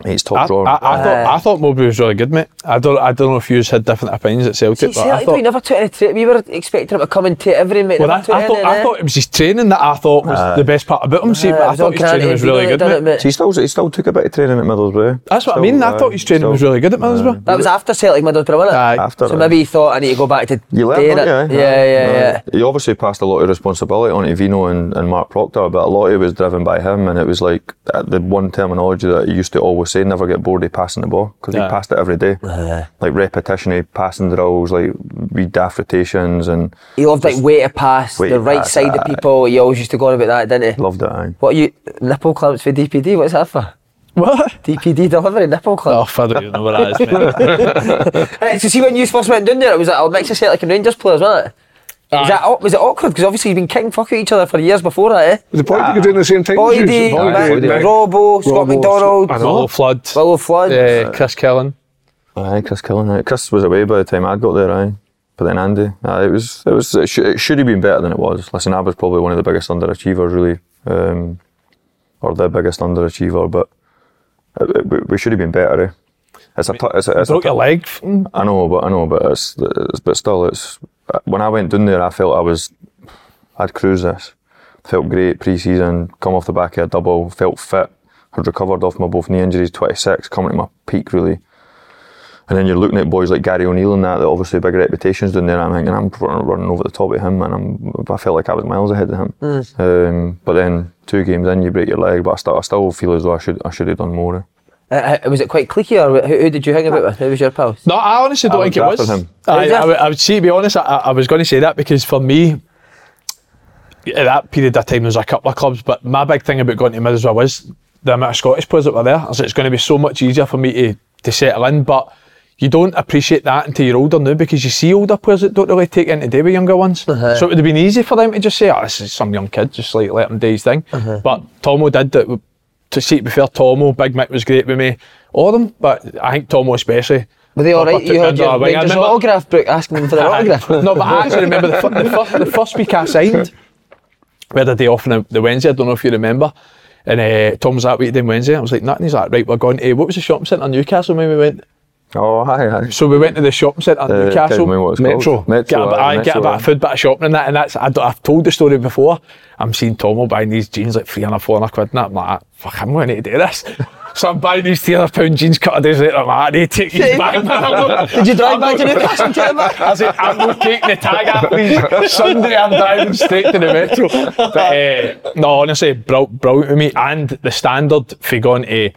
S4: He's
S3: I, I, I
S4: top drawer.
S3: thought I thought Mowbray was really good, mate. I don't I don't know if you had different opinions at Celtic,
S1: See,
S3: but I
S1: Celtic,
S3: thought
S1: we never took any trip. We were expecting him to come and take every minute.
S3: Well, I, I thought
S1: eh?
S3: I thought it was his training that I thought was the best part about him. See, but I thought his training was really good, mate.
S4: So he still, he still took a bit of training at Middlesbrough.
S3: That's what I
S4: Still,
S3: mean. I
S4: uh,
S3: thought his training
S4: still-
S3: was really good at Middlesbrough.
S1: That
S2: Um,
S1: was after Celtic Middlesbrough, wasn't it?
S3: Aye.
S4: After
S1: so
S4: it.
S1: maybe he thought I need to go back to
S4: You learn,
S1: doing
S4: don't
S1: it.
S4: you?
S1: Yeah, yeah,
S4: No.
S1: yeah.
S4: He obviously passed a lot of responsibility on to Vino and, and Mark Proctor, but a lot of it was driven by him, and it was like uh, the one terminology that he used to always say: "Never get bored of passing the ball," because
S3: Yeah.
S4: he passed it every day,
S1: Aye.
S4: like repetition of passing drills, like wee daft rotations, and
S1: He loved like way to pass,
S4: Way
S1: the
S4: to
S1: right
S4: pass,
S1: side of
S4: aye.
S1: people. He always used to go on about that, didn't he?
S4: loved it. aye.
S1: What are you nipple clamps for DPD? What's that for?
S3: What?
S1: DPD delivery nipple
S3: Oh,
S1: clamp.
S3: I don't even know what that is, mate.
S1: Right, so see when you first went down there, it was at a mix of Celtic and Rangers players, wasn't it? Was, that, au- was it awkward? Because obviously you've been kicking fuck at each other for years before that, eh?
S2: Was the
S4: Ah.
S2: point you could do in the same time? as you?
S1: Boydie,
S2: Boydie,
S1: Mac-
S2: Mac-
S1: Robo, Scott McDonald,
S2: I know.
S3: Little flood.
S1: Willow Flood.
S3: Uh, Chris Killen.
S4: Aye, Chris Killen. Aye. Chris was away by the time I got there. Aye, but then Andy. Aye, it was. It was. It, sh- it should have been better than it was. Listen, I was probably one of the biggest underachievers, really, um, or the biggest underachiever. But it, it- we- we should have been better. Eh? It's a. tou- It's a, it's a
S3: Broke your
S4: tou-
S3: leg. Mm.
S4: I know, but I know, but it's, it's but still, it's when I went down there, I felt I was, I'd cruised this, felt great pre-season, come off the back of a double, felt fit, had recovered off my both knee injuries, 26, coming to my peak really. And then you're looking at boys like Gary O'Neill and that, that obviously big reputations down there. I'm thinking I'm running, running over the top of him, and I'm, I felt like I was miles ahead of him. Um, but then two games in, you break your leg, but I still, I still feel as though I should, I should have done more. eh.
S1: Uh, uh, was it quite cliquey or who, who did you hang about with? Who was your pals?
S3: No, I honestly don't
S4: I
S3: think it
S4: was
S3: was.
S4: after him.
S3: I,
S1: Is it?
S3: I, would- I would see, to be honest, I, I I was going to say that because for me, at that period of time, there was a couple of clubs, but my big thing about going to Middlesbrough was the amount of Scottish players that were there. I was like, it's going to be so much easier for me to, to settle in, but you don't appreciate that until you're older now because you see older players that don't really take it into day with younger ones.
S1: Uh-huh.
S3: So it would have been easy for them to just say, oh, this is some young kid, just like let him do his thing.
S1: Uh-huh.
S3: But Tomo did that. To see it before Tomo, Big Mick was great with me, all of them, but I think Tomo especially.
S1: Were they all
S3: Proper
S1: right?
S3: took
S1: You heard
S3: under our
S1: your
S3: wing. I
S1: Rangers
S3: remember-
S1: autograph book asking them for their autograph.
S3: no, but I actually remember the, fir- the, first, the first week I signed, we had a day off on a, the Wednesday, I don't know if you remember. And uh, Tom was that week then Wednesday. I was like, nothing. He's like, right, we're going to, what was the shopping centre in Newcastle when we went?
S4: Oh, Uh, hi, hi.
S3: So we went to the shopping centre in Newcastle.
S2: Metro.
S3: Get a, bit,
S4: aye,
S3: I get
S4: Metro,
S3: a bit
S4: aye.
S3: of food, bit of shopping and that, and that's I have told the story before. I'm seeing Tomo buying these jeans like three and a four and a quid, and that. I'm like, fuck, I'm going to need to do this. So I'm buying these three and a pound jeans. Cut of days later, I'm like, I need to take these back. man."
S1: Did you drive back to Newcastle and get them back?
S3: I said, I'm not taking the tag off me. Sunday, I'm driving straight to the metro. But uh, no, honestly, bril- brilliant with me. And the standard for going to.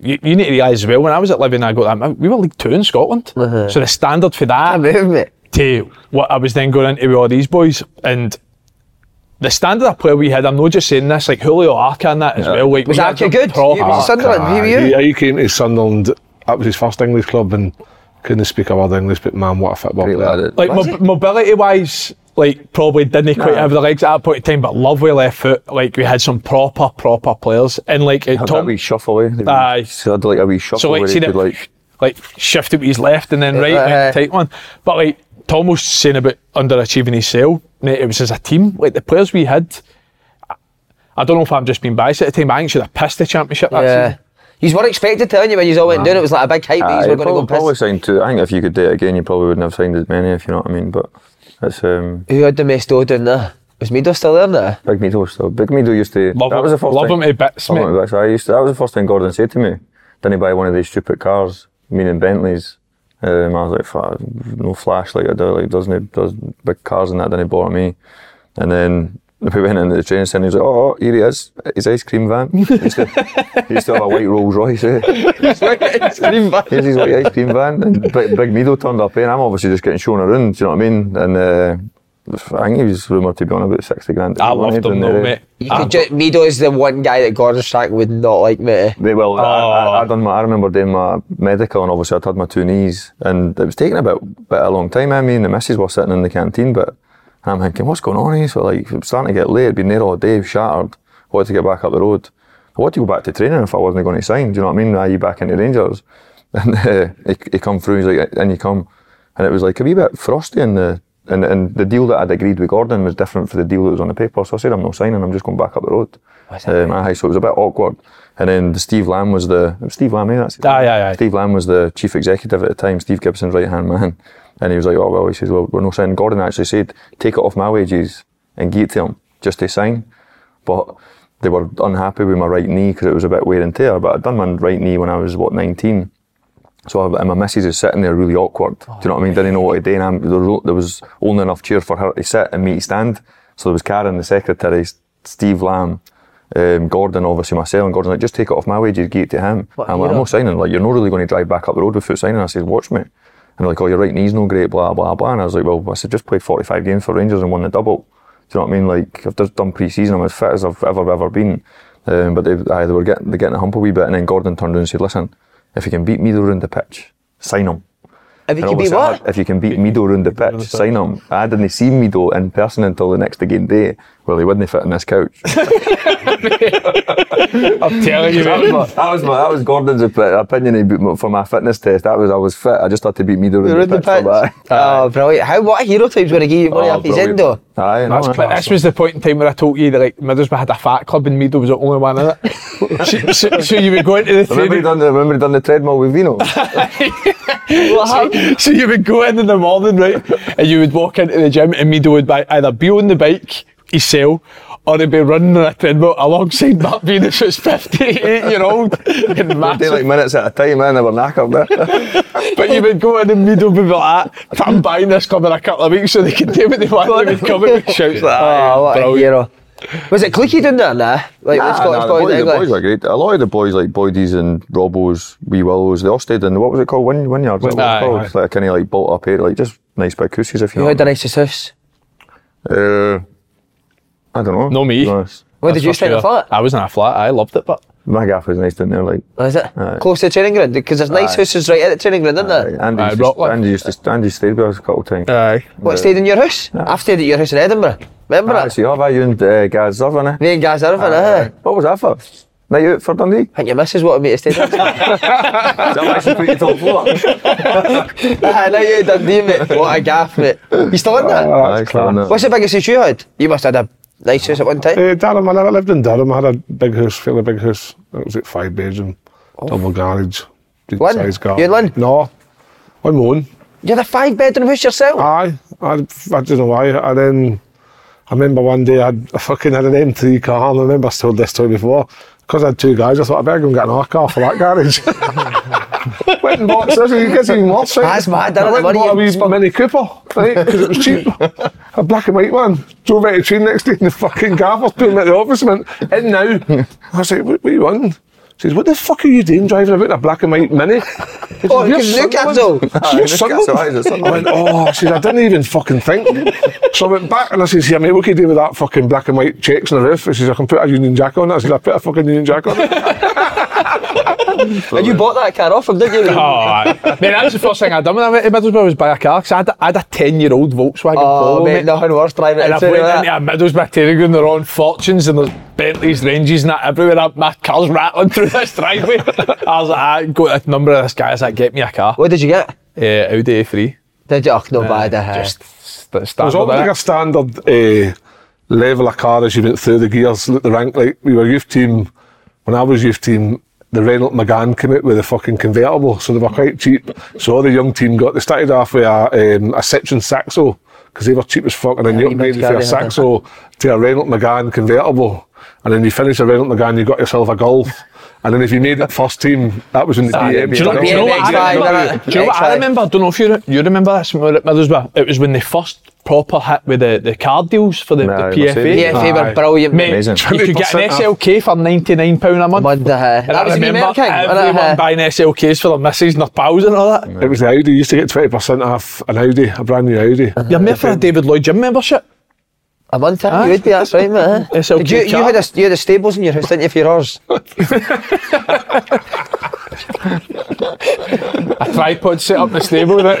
S3: You, you need to realise as well, when I was at Living, I got that. We were League Two in Scotland. So the standard for that
S1: Uh-huh. I move, mate.
S3: to what I was then going into with all these boys and the standard of player we had, I'm not just saying this, like Julio Arca and that as well. Like,
S1: Was
S3: we
S1: Arca
S3: had
S1: good?
S4: Oh,
S3: proper- Ah,
S1: You- was he Sunderland? Who were you?
S2: Yeah, he came to Sunderland. That was his first English club and couldn't speak a word English, but man, what a football
S4: Great
S2: player.
S4: lad.
S3: like mob- mobility wise, like probably didn't quite have the legs at that point in time, but lovely left foot. Like we had some proper, proper players, and like uh,
S4: Had that
S3: Tom,
S4: wee shuffle, eh? The wee-
S3: Aye.
S4: So had like a wee shuffle
S3: so like
S4: where
S3: see
S4: he could
S3: that,
S4: like.
S3: like, shifted with his left and then right, like,
S1: Uh-huh.
S3: tight one. But like Tom was saying about underachieving his sale, mate, it was as a team. Like the players we had, I- I don't know if I'm just being biased at the time. but I think should have pissed the championship that
S1: Yeah.
S3: season.
S1: You weren't expected to, weren't you, when you all went down? It was like a big hype that
S4: Aye,
S1: you were going to go
S4: probably,
S1: and
S4: probably
S1: piss.
S4: signed two. I think if you could do it again, you probably wouldn't have signed as many, if you know what I mean. But that's um,
S1: Who had the mesto down there? Was Mido still there now?
S4: Big Meadow still. Big Meadow used to.
S3: Love
S4: that
S3: him-
S4: was the first
S3: love
S4: time,
S3: him to bits,
S4: Love
S3: mate.
S4: him to bits. I used to, that was the first thing Gordon said to me. Didn't he buy one of these stupid cars, meaning Bentleys? Um, I was like, "Fuck, no flash, like I do. Like doesn't he does big cars and that? Then he bought me, and then. We went into the training centre. He's like, "Oh, oh, here he is, his ice cream van." He used to, he used to have a white Rolls Royce. Eh? Here's his white ice cream van. And Big, Big Meadow turned up in. I'm obviously just getting shown around, do you know what I mean? And uh, I think he was rumoured to be on about 60 grand. eh?
S3: I loved him
S4: And
S3: though,
S4: they-
S3: mate.
S1: You
S3: Ah,
S1: could ju- Mido is the one guy that Gordon Strachan would not like, mate.
S4: They, well, I, I, I, done my, I remember doing my medical and obviously I'd had my two knees and it was taking a bit, bit a long time. I mean, the missus were sitting in the canteen, but and I'm thinking, what's going on here? So like, it's starting to get late, been there all day, shattered. wanted to get back up the road. I wanted to go back to training if I wasn't going to sign. Do you know what I mean? Are you back into Rangers? And uh, he, he come through, he's like, and you come. And it was like a wee bit frosty in the, and, and the deal that I'd agreed with Gordon was different for the deal that was on the paper. So I said, I'm not signing, I'm just going back up the road. Um, aye, so it was a bit awkward. And then the Steve Lamb was the, it was Steve Lamb, eh? That's it.
S3: Aye, aye, aye.
S4: Steve Lamb was the chief executive at the time, Steve Gibson's right hand man. And he was like, oh, well, he says, well, we're not signing. Gordon actually said, take it off my wages and give it to him just to sign. But they were unhappy with my right knee because it was a bit wear and tear. But I'd done my right knee when I was, what, 19. So I, and my missus is sitting there really awkward. Do you know what I mean? Didn't know what to do. And I'm, there, was, there was only enough chair for her to sit and me to stand. So there was Karen, the secretary, S- Steve Lamb, um, Gordon, obviously myself, and Gordon like, just take it off my wages, give it to him. I'm like, I'm not signing. Like, you're not really going to drive back up the road without signing. I said, watch me. And they're like, oh, your right knee's no great, blah, blah, blah. And I was like, well, I said, just played 45 games for Rangers and won the double. Do you know what I mean? Like, I've just done pre-season. I'm as fit as I've ever, ever been. Um, but they, aye, they were getting, they getting a hump a wee bit. And then Gordon turned around and said, listen, if you can beat Meadow round the pitch, sign him.
S1: If he
S4: And
S1: could be
S4: obviously I
S1: what?
S4: had- If you can beat Meadow round the pitch, sign him. I didn't see Meadow in person until the next game day. Well, he wouldn't fit on this couch.
S3: I'm telling you,
S4: that,
S3: mate.
S4: was my, that was my that was Gordon's opi- opinion he- for my fitness test. That was I was fit. I just had to beat Meadow round the, pitch, for that.
S1: Oh, brilliant. How, what a hero type's going to give you money
S4: Oh,
S1: if he's in,
S4: brilliant.
S1: though?
S4: Aye, no,
S3: That's
S4: no.
S3: cla- this was the point in time where I told you that like Middlesbrough had a fat club and Meadow was the only one in it. so, so, so you would go into the
S4: Remember he
S3: training,
S4: done the remember he done the treadmill with Vino.
S3: so, so you would go in in the morning, right, and you would walk into the gym and Meadow would buy, either be on the bike himself or he'd be running on a treadmill alongside Matt Venus who's 58 year old and
S4: Take
S3: massive.
S4: like minutes at a time, man. They were knackered. eh?
S3: But you would go in and Meadow would be like, that. I'm buying this club in a couple of weeks so they can do what they want. They would come in with shouts like that.
S4: Ah,
S1: Oh, what a
S3: Brilliant.
S1: hero. Was it Clicky down there, nah? Like, the
S4: nah,
S1: Scottish
S4: the
S1: boys,
S4: boys,
S1: the
S4: the
S1: English?
S4: boys are great. A lot of the boys like Boydies and Robos, Wee Willows, they all stayed in what was it called? Win Winyards. Win-
S3: Aye,
S4: called?
S3: aye.
S4: It's like a kind of like bolt up here, like just nice big coosies if you
S1: Who
S4: know.
S1: had the nicest house?
S4: uh, I don't know.
S3: No, me.
S4: To be honest.
S1: Where did you
S3: That's
S1: stay in a
S3: for sure.
S1: flat? Oh,
S3: I was in a flat. I loved it, but
S4: My gaff was nice down there, like. uh,
S1: Is it?
S4: Aye.
S1: Close to the training ground? Because there's nice
S4: Aye.
S1: houses right at the training ground, isn't there?
S4: Andy,
S3: Aye,
S4: used to,
S3: Rockland.
S4: Andy used to Andy stayed with us a couple of times.
S3: aye.
S1: What, stayed in your house? I've stayed at your house in Edinburgh. Remember
S4: Aye,
S1: it?
S4: so you have I you and uh, Gaz Irvin, eh?
S1: Me and Gaz Irvin, eh?
S4: What was that for? Night out for Dundee?
S1: I think your missus wanted me to stay there.
S4: Is that actually put you top floor?
S1: I know you Dundee, mate. What a gaff, mate. You still in that?
S2: Oh,
S4: Aye, clever, innit?
S1: What's the biggest house you had? You must have had a nice house at one time.
S2: Uh, Durham, I never lived in Durham. I had a big house, fairly big house. It was like five bedroom, double garage,
S1: Lynn?
S2: size garden.
S1: You in Oh. Lynn?
S2: No, on my own.
S1: You had a five bedroom house yourself?
S2: Aye, I, I don't know why. And then I remember one day I'd, I fucking had an M3 car, and I remember I told this story before. Because I had two guys, I thought I better go and get another car for that garage. Uh, went and bought, so it gets even worse. right?
S1: That's mad,
S2: I
S1: isn't it?
S2: went and
S1: Money
S2: bought a
S1: you
S2: wee
S1: spent.
S2: Mini Cooper, right? Because it was cheap. a black and white one. Drove out of train next day, and the fucking gaffer's put me at the office and went, in now. I was like, what, what are you on? She says, what the fuck are you doing driving about in a black and white Mini?
S1: Oh, 'cause Newcastle.
S2: You're
S4: Newcastle, aye, it's
S2: I went, oh, I said, I didn't even fucking think. So I went back and I said, yeah, mate, what can you do with that fucking black and white checks on the roof? I says, I can put a Union Jack on it. I said, I put a fucking Union Jack on it.
S1: And you bought that car off him, didn't you?
S3: Oh, aye. mate, that was the first thing I done when I went to Middlesbrough was buy a car because I, had a- I had a ten-year-old Volkswagen
S1: Oh,
S3: Polo,
S1: mate, nothing worse driving
S3: and
S1: it
S3: I've
S1: to
S3: went
S1: that.
S3: into a Middlesbrough training ground, they're on fortunes and there's Bentleys, Ranges and that everywhere. I, my car's rattling through this driveway. I was like, I go to the number of this guy. I was like, get me a car.
S1: What did you get?
S3: Uh, Audi A3.
S1: Did you? Oh, no bad. eh?
S3: Just st-
S2: There's
S3: standard.
S2: always like a
S3: innit?
S2: standard uh, level of car as you went through the gears, look the rank. Like, we were youth team, when I was youth team, the Reynolds McGann came out with a fucking convertible, so they were quite cheap. So all the young team got, they started off with a, um, a Citroen Saxo, because they were cheap as fuck, and then
S1: Yeah,
S2: you
S1: he
S2: upgraded
S1: must
S2: from a
S1: carry that.
S2: Saxo to a Reynolds McGann convertible, and then you finished a Reynolds McGann, you got yourself a Golf. And then if you made it first team, that was in the DM.
S3: Ah, Do you know, do you know what I
S1: X-ray,
S3: remember?
S1: innit?
S3: Do you know what I
S1: X-ray.
S3: remember? I don't know if you, re- you remember this, when we were at Middlesbrough. It was when they first proper hit with the, the car deals for the,
S4: Aye,
S3: the PFA.
S4: Mercedes.
S1: Yeah, they
S2: Aye.
S1: were brilliant.
S3: Mate,
S1: Ah. Mate.
S4: Amazing.
S3: you could get an
S2: 20% off.
S3: SLK for £99 a month.
S1: Monday, uh,
S3: And I
S1: that was in the
S3: remember
S1: American, wasn't it,
S3: everyone
S1: uh?
S3: buying SLKs for their misses and their pals and all that.
S2: It was the Audi. You used to get 20% off an Audi, a brand new Audi.
S3: You're made for a David Lloyd gym membership.
S1: A month time,
S3: Huh?
S1: you would be, that's right, mate. eh?
S3: It's okay,
S1: Did you, you,
S3: chap.
S1: had a, you had a stables in your house, didn't you, for yours?
S3: A tripod set up in the stable with it.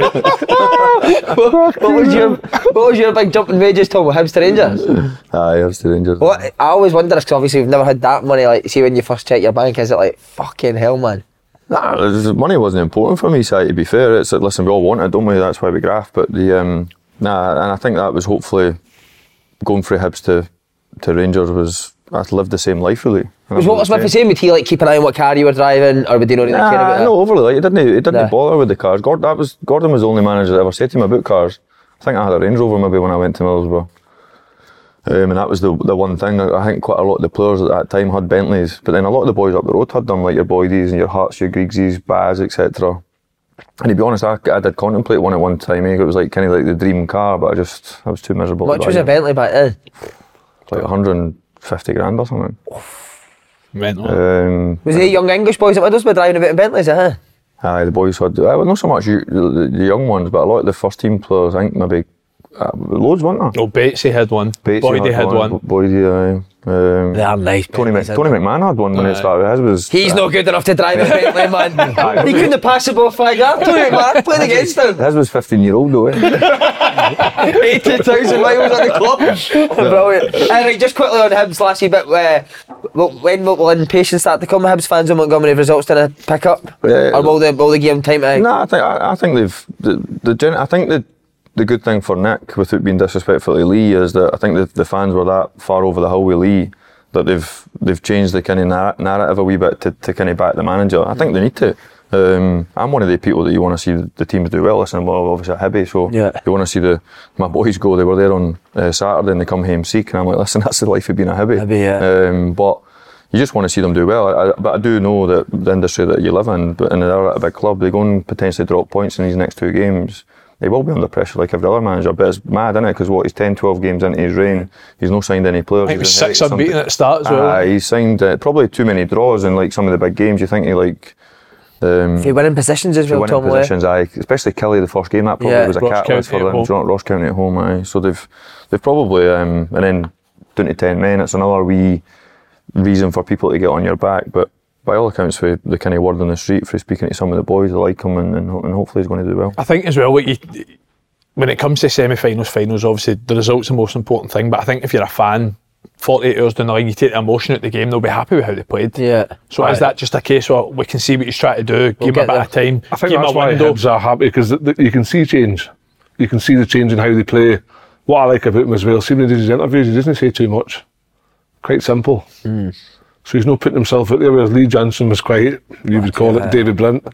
S1: what, what was your What was your big jumping wages, Tom, with Hibster Rangers?
S4: Aye, that's the Rangers.
S1: What, I always wonder this, because obviously we've never had that money, like, see when you first check your bank, is it like, fucking hell, man?
S4: Nah, it was- money wasn't important for me, Si, to be fair. It's like, listen, we all want it, don't we? That's why we graft. But the, um, nah, and I think that was hopefully going through Hibs to, to Rangers was, I lived the same life really.
S1: Was Walter Smith the same? Would he like keep an eye on what car you were driving, or would he not really care about
S4: Nah,
S1: that?
S4: no, overly. Like, it didn't, it didn't
S1: Nah.
S4: bother with the cars. Gordon, that was, Gordon was the only manager that ever said to me about cars. I think I had a Range Rover maybe when I went to Middlesbrough. Um, and that was the the one thing. I I think quite a lot of the players at that time had Bentleys, but then a lot of the boys up the road had them, like your Boydies and your Hearts, your Griegsies, Baz, etc. And to be honest, I, I did contemplate one at one time. eh, It was like kind of like the dream car, but I just I was too miserable. to
S1: Much
S4: buy
S1: was a
S4: it.
S1: Bentley back then?
S4: Like 150 grand or something.
S3: Mental.
S4: Um,
S1: Was they young English boys at Middlesbrough driving about in Bentleys, eh?
S4: Aye, the boys had. Uh, well, not so much you, the, the young ones, but a lot of the first team players. I think maybe uh, loads, weren't there?
S3: Oh, Batesy had one. Boydie had one.
S4: Boydie, aye. Um,
S1: They are nice.
S4: Tony, Mc, Tony McMahon had one when it started. His was
S1: He's not good enough to drive a Bentley, man. he couldn't have passed the ball five yards. Tony McMahon playing against him.
S4: uh, his was 15 year old though. Eh?
S1: 80,000 miles on the clock. Brilliant. Uh, right, just quickly on Hibs, lastly bit. Uh, w- when will, will impatience start to come? Hibs fans in Montgomery if results didn't pick up?
S4: Yeah.
S1: or will they, will they give them time to...
S4: no, I think I, I think they've the, the gen, I think the the good thing for Nick, without being disrespectful to Lee, is that I think the, the fans were that far over the hill with Lee that they've they've changed the kind of nar- narrative a wee bit to, to kind of back the manager. I think they need to. Um, I'm one of the people that you want to see the teams do well. Listen, I'm obviously a hippie, so
S1: Yeah.
S4: you want to see the my boys go. They were there on uh, Saturday and they come home sick, and I'm like, listen, that's the life of being a hippie.
S1: Hibbie, yeah.
S4: Um, but you just want to see them do well. I, I, but I do know that the industry that you live in, but and they're at a big club, they go and potentially drop points in these next two games. They will be under pressure like every other manager, but it's mad, isn't it? Because what, he's 10, 12 games into his reign, he's not signed any players.
S3: I think it was
S4: He's
S3: six
S4: inherited
S3: unbeaten
S4: something-
S3: at the start as well.
S4: Aye, he's signed uh, probably too many draws in like some of the big games. You think he like. Um,
S1: They win in positions as
S4: to
S1: well,
S4: winning
S1: Tom. eh? Lay.
S4: positions, aye. Especially Kelly, the first game that probably
S1: Yeah.
S4: was a
S3: Ross
S4: catalyst
S3: County
S4: for
S3: at
S4: them.
S3: home.
S4: Do you know, Ross County at home, aye. So they've they've probably um, and then down to ten men. It's another wee reason for people to get on your back. But by all accounts, for the kind of word on the street for speaking to some of the boys, they like him, and, and, ho- and hopefully he's going to do well.
S3: I think as well, what you, when it comes to semi-finals, finals, obviously the results the most important thing. But I think if you're a fan, 48 hours down the line, you take the emotion out the game, they'll be happy with how they played.
S1: Yeah.
S3: So is that just a case where we can see what he's trying to do, give him
S1: get
S3: a bit of time,
S2: I think
S3: give him
S2: that's
S3: a
S2: why
S3: window?
S2: Hibs are happy because th- th- you can see change. You can see the change in how they play. What I like about him as well, see when he does his interviews, he doesn't say too much. Quite simple.
S1: Hmm.
S2: So he's not putting himself out there, whereas Lee Johnson was quite, you would call it David Brent.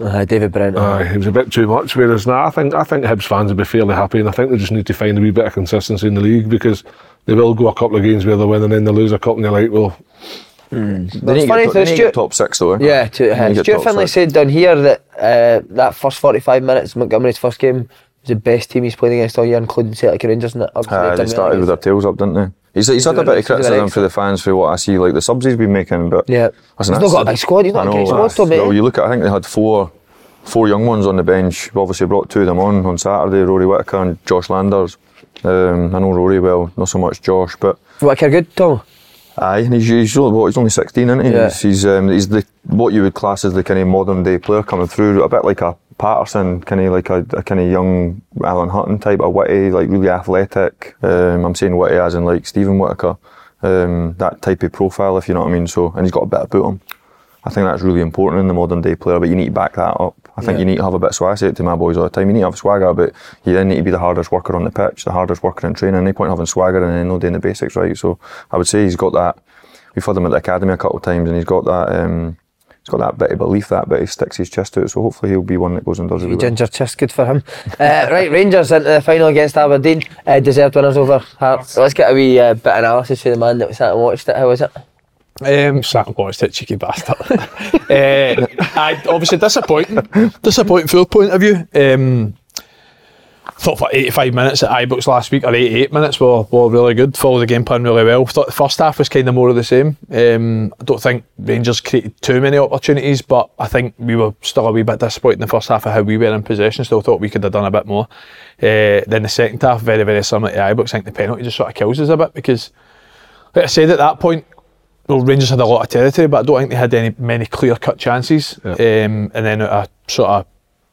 S1: Uh, David Brent.
S2: Aye, he was a bit too much. Whereas now, I think I think Hibs fans would be fairly happy, and I think they just need to find a wee bit of consistency in the league because they will go a couple of games where they win and then they lose a couple, and they're like, well,
S4: Hmm. They need to get, top-
S1: funny
S4: they
S1: though,
S4: need to
S1: Stuart-
S4: get top six though. eh?
S1: Yeah, to,
S4: They need
S1: uh,
S4: to get
S1: Stuart
S4: top
S1: Finlay
S4: six.
S1: said down here that uh, that first 45 minutes, Montgomery's first game, was the best team he's played against all year, including Celtic and Rangers. And that obviously
S4: Aye,
S1: they've
S4: Uh, Ah, they
S1: done well
S4: started with their
S1: against
S4: tails up, didn't they? He's, he's had a
S1: He's doing
S4: bit
S1: it-
S4: of
S1: he's doing it
S4: criticism for the fans for what I see, like the subs he's been making, but
S1: Yeah.
S4: Listen,
S1: He's not
S4: that's-
S1: got a big squad, he's not
S4: I
S1: a great
S4: know.
S1: squad though, mate.
S4: Well, you look at, I think they had four four young ones on the bench. We obviously brought two of them on on Saturday, Rory Whitaker and Josh Landers. Um, I know Rory well, not so much Josh, but
S1: it. What, care good, Tom?
S4: aye, and he's, he's, only- what, he's only 16, isn't he?
S1: Yeah.
S4: He's, he's, um, he's the, what you would class as the kind of modern day player coming through, a bit like a Patterson, kind of like a, a kind of young Alan Hutton type, a witty, like really athletic. Um, I'm saying witty as in like Stephen Whitaker, um, that type of profile, if you know what I mean. So, and he's got a bit about him. I think that's really important in the modern day player, but you need to back that up. I think you need to have a bit of swag. I say it to my boys all the time. You need to have swagger, but you then need to be the hardest worker on the pitch, the hardest worker in training. No point having swagger and then not doing the basics right. So I would say he's got that. We've had him at the academy a couple of times, and he's got that. Um, He's got that bit of belief, that bit. He sticks his chest out, so hopefully he'll be one that goes and does it.
S1: He ginger chest, good for him. Uh, right, Rangers into the final against Aberdeen. Uh, deserved winners over Hearts. Let's get a wee uh, bit of analysis from the man that sat and watched it. How was it?
S3: Um, sat and watched it, cheeky bastard. uh, I, obviously disappointing, disappointing from a point of view. Um, thought for 85 minutes at Ibrox last week, or 88 minutes, were, were really good. Followed the game plan really well. Thought the first half was kind of more of the same. Um, I don't think Rangers created too many opportunities, but I think we were still a wee bit disappointed in the first half of how we were in possession. Still thought we could have done a bit more. Uh, then the second half, very, very similar to Ibrox. I think the penalty just sort of kills us a bit because, like I said, at that point, well, Rangers had a lot of territory, but I don't think they had any many clear cut chances. Um, and then out of sort of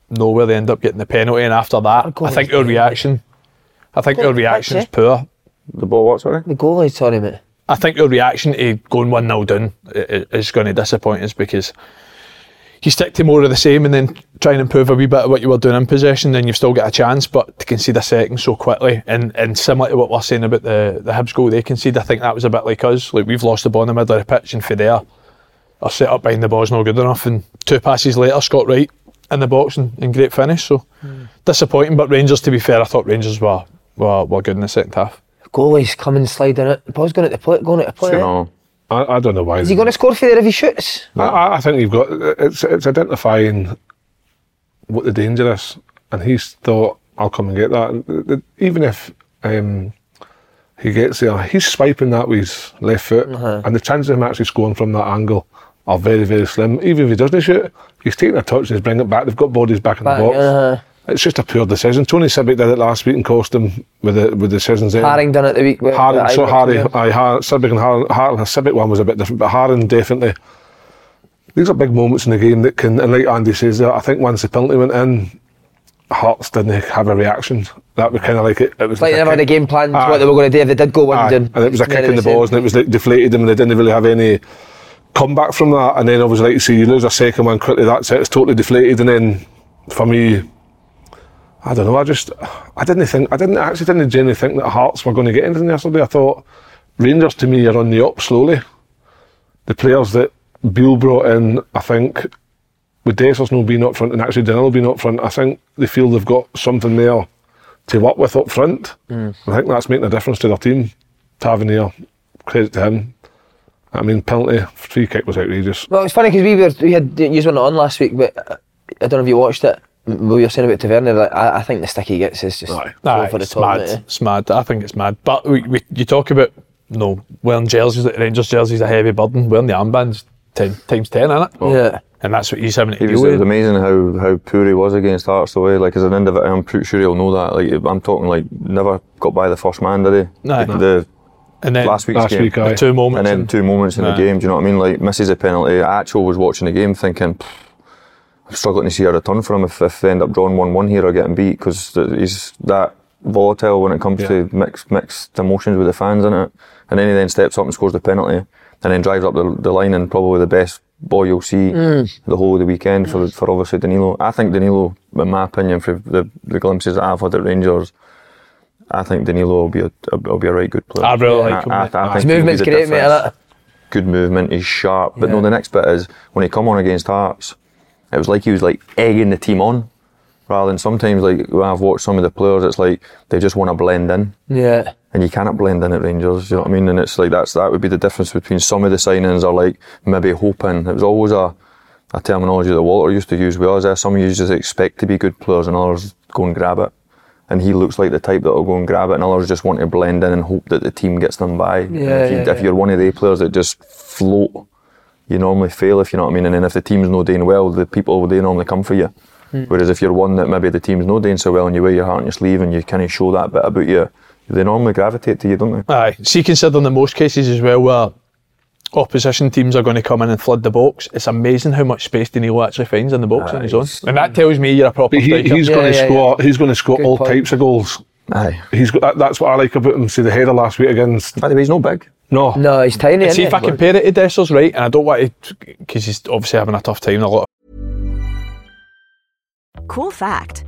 S3: nowhere, they end up getting the penalty. And after that, I think our reaction, I think our reaction is poor.
S4: The
S2: Oh,
S4: ball, what, sorry?
S1: The goalie, sorry, mate.
S3: I think your reaction to going 1 0 down i- i- is going to disappoint us because you stick to more of the same and then try and improve a wee bit of what you were doing in possession, then you've still got a chance. But to concede a second so quickly, and, and similar to what we're saying about the, the Hibs goal they conceded, I think that was a bit like us. Like we've lost the ball in the middle of the pitch, and for there, our set up behind the ball's not good enough. And two passes later, Scott Wright in the box and, and great finish. So
S1: Hmm.
S3: disappointing, but Rangers, to be fair, I thought Rangers were, were, were good in the second half.
S1: Goalie's coming sliding it. The ball's going at the plate, going at the plate.
S4: You
S1: eh?
S4: know,
S2: I, I don't know why.
S1: Is he going to score for there if he shoots?
S2: I- I, I think you've got it's it's identifying what the danger is, and he's thought I'll come and get that. And th- th- even if um, he gets there, he's swiping that with his left foot,
S1: Uh-huh.
S2: and the chances of him actually scoring from that angle are very very slim. Even if he doesn't shoot, he's taking a touch, he's bringing it back. They've got bodies back in
S1: Back,
S2: the box.
S1: uh-huh.
S2: It's just a poor decision. Tony Sibic did it last week and cost him with the with the decisions. there.
S1: Haring done it the week. with-
S2: Harden,
S1: with
S2: so
S1: Ibrox,
S2: Harry,
S1: yeah.
S2: aye, Har- Sibic and Harden, Harden, Sibic one was a bit different, but Harden definitely. These are big moments in the game that can, and like Andy says, there, I think once the penalty went in, Hearts didn't have a reaction. That was kind of like it. it was
S1: It's like they never had a
S2: kick.
S1: game plan to
S2: Aye.
S1: what they were going to do if they did go one
S2: Aye,
S1: down.
S2: and it was a
S1: Then
S2: kick in the
S1: in.
S2: balls, and it was like deflated them, and they didn't really have any comeback from that. And then obviously, like you see, you lose a second one quickly. That's it. It's totally deflated. And then for me, I don't know. I just, I didn't think, I didn't I actually didn't genuinely think that Hearts were going to get anything yesterday. I thought Rangers to me are on the up slowly. The players that Beale brought in, I think, with Dessers no being up front and actually Danilo being up front, I think they feel they've got something there to work with up front. I think that's making a difference to their team. Tavernier, credit to him. I mean, penalty, free kick was outrageous.
S1: Well, it's funny because we were we had you weren't on last week, but uh, I don't know if you watched it. M- We were saying about Tavernier. Like, I, I think the stick he gets is just
S2: Aye.
S1: over
S3: Aye,
S1: the
S3: it's
S1: top.
S3: mad.
S1: mate, eh?
S3: It's mad. I think it's mad. But we, we, you talk about no wearing jerseys. Like Rangers jerseys a heavy burden. Wearing the armbands ten times ten, isn't it?
S1: Yeah.
S3: And that's what he's having to
S4: He was,
S3: deal
S4: it was
S3: with.
S4: amazing how, how poor he was against Hearts the way, like as an individual, I'm pretty sure he'll know that. Like I'm talking like never got by the first man, did he?
S3: No.
S4: The, the
S3: And then
S4: last week's
S2: Last
S4: game.
S2: week,
S3: the
S2: aye.
S3: two
S4: and
S3: moments.
S4: then two moments in
S3: Nah.
S4: the game. Do you know what I mean? Like misses a penalty. I actually was watching the game thinking, "Pff, I'm struggling to see a return from him if, if they end up drawing one-one here or getting beat because he's that volatile when it comes to mixed mixed emotions with the fans in it. And then he then steps up and scores the penalty, and then drives up the, the line and probably the best ball you'll see
S2: Mm.
S4: the whole of the weekend for for obviously Danilo. I think Danilo, in my opinion, for the, the glimpses that I've had at Rangers. I think Danilo will be a will be a right good player.
S3: I really like him,
S4: I,
S3: mate.
S4: I, I
S1: His
S4: think he'll be
S1: movement's
S4: the
S1: great, mate.
S4: difference
S1: innit?
S4: good movement, he's sharp. But
S1: Yeah.
S4: no, the next bit is when he come on against Hearts, it was like he was like egging the team on. Rather than sometimes like when I've watched some of the players, it's like they just want to blend in.
S1: Yeah.
S4: And you cannot blend in at Rangers, you know what I mean? And it's like that's that would be the difference between some of the signings are like maybe hoping. It was always a, a terminology that Walter used to use with us. eh, Some you just expect to be good players and others go and grab it. And he looks like the type that'll go and grab it and others just want to blend in and hope that the team gets them by. And
S1: Yeah,
S4: if, you,
S1: yeah,
S4: if you're one of the players that just float, you normally fail if you know what I mean. And then if the team's not doing well, the people they normally come for you. Whereas if you're one that maybe the team's not doing so well and you wear your heart on your sleeve and you kind of show that bit about you, they normally gravitate to you, don't they?
S3: Aye. See, considering the most cases as well where opposition teams are going to come in and flood the box, it's amazing how much space Danilo actually finds in the box on his own. And that tells me you're a proper
S2: But he,
S3: striker.
S2: he's
S1: Yeah,
S2: going to
S1: yeah, yeah.
S2: score. He's going to score
S1: Good
S2: all
S1: point.
S2: types of goals.
S4: Aye.
S2: He's got that, that's what I like about him. See the header last week against
S4: By the way, he's not big.
S2: no,
S1: No, he's tiny.
S3: And see
S1: isn't
S3: if I
S1: he?
S3: compare it to Dessers, right? And I don't want to, because he's obviously having a tough time. and A lot of
S6: Cool fact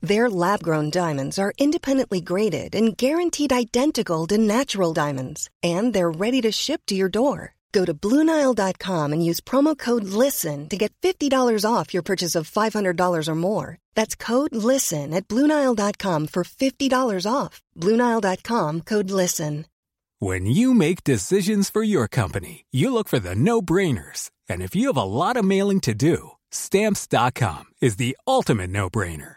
S7: Their lab grown diamonds are independently graded and guaranteed identical to natural diamonds, and they're ready to ship to your door. Go to BlueNile.com and use promo code LISTEN to get $50 off your purchase of $500 or more. That's code LISTEN at BlueNile.com for $50 off. BlueNile.com code LISTEN.
S8: When you make decisions for your company, you look for the no brainers. And if you have a lot of mailing to do, stamps.com is the ultimate no brainer.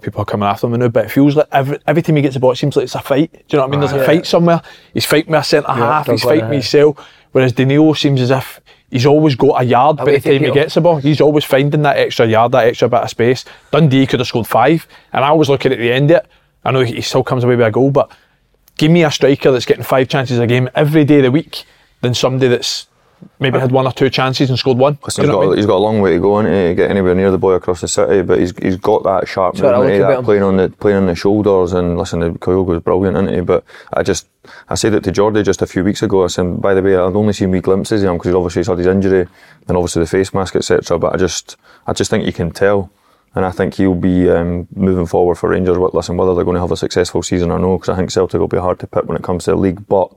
S3: people are coming after him now, but it feels like every, every time he gets the ball, it seems like it's a fight. Do you know what I mean? There's a fight somewhere. He's fighting with a centre half, he's fighting with himself. Whereas Danilo seems as if he's always got a yard by the time he gets the ball. He's always finding that extra yard, that extra bit of space. Dundee could have scored five, and I was looking at the end of it. I know he still comes away with a goal, but give me a striker that's getting five chances a game every day of the week than somebody that's maybe had one or two chances and scored one. Do
S4: Listen,
S3: you
S4: he's
S3: know what I
S4: got,
S3: mean?
S4: he's got a long way to go innit, to get anywhere near the boy across the city, but he's he's got that sharp
S1: what I
S4: movement,
S1: like
S4: eh,
S1: about
S4: that
S1: him.
S4: playing on the playing on the shoulders, and listen, the Kyogo's brilliant, isn't he? But I just I said it to Jordy just a few weeks ago. I said, by the way, I've only seen wee glimpses of him because obviously he's had his injury and obviously the face mask, etc. But I just I just think you can tell. And I think he'll be um, moving forward for Rangers. What listen, whether they're going to have a successful season or no, because I think Celtic will be hard to pick when it comes to the league. But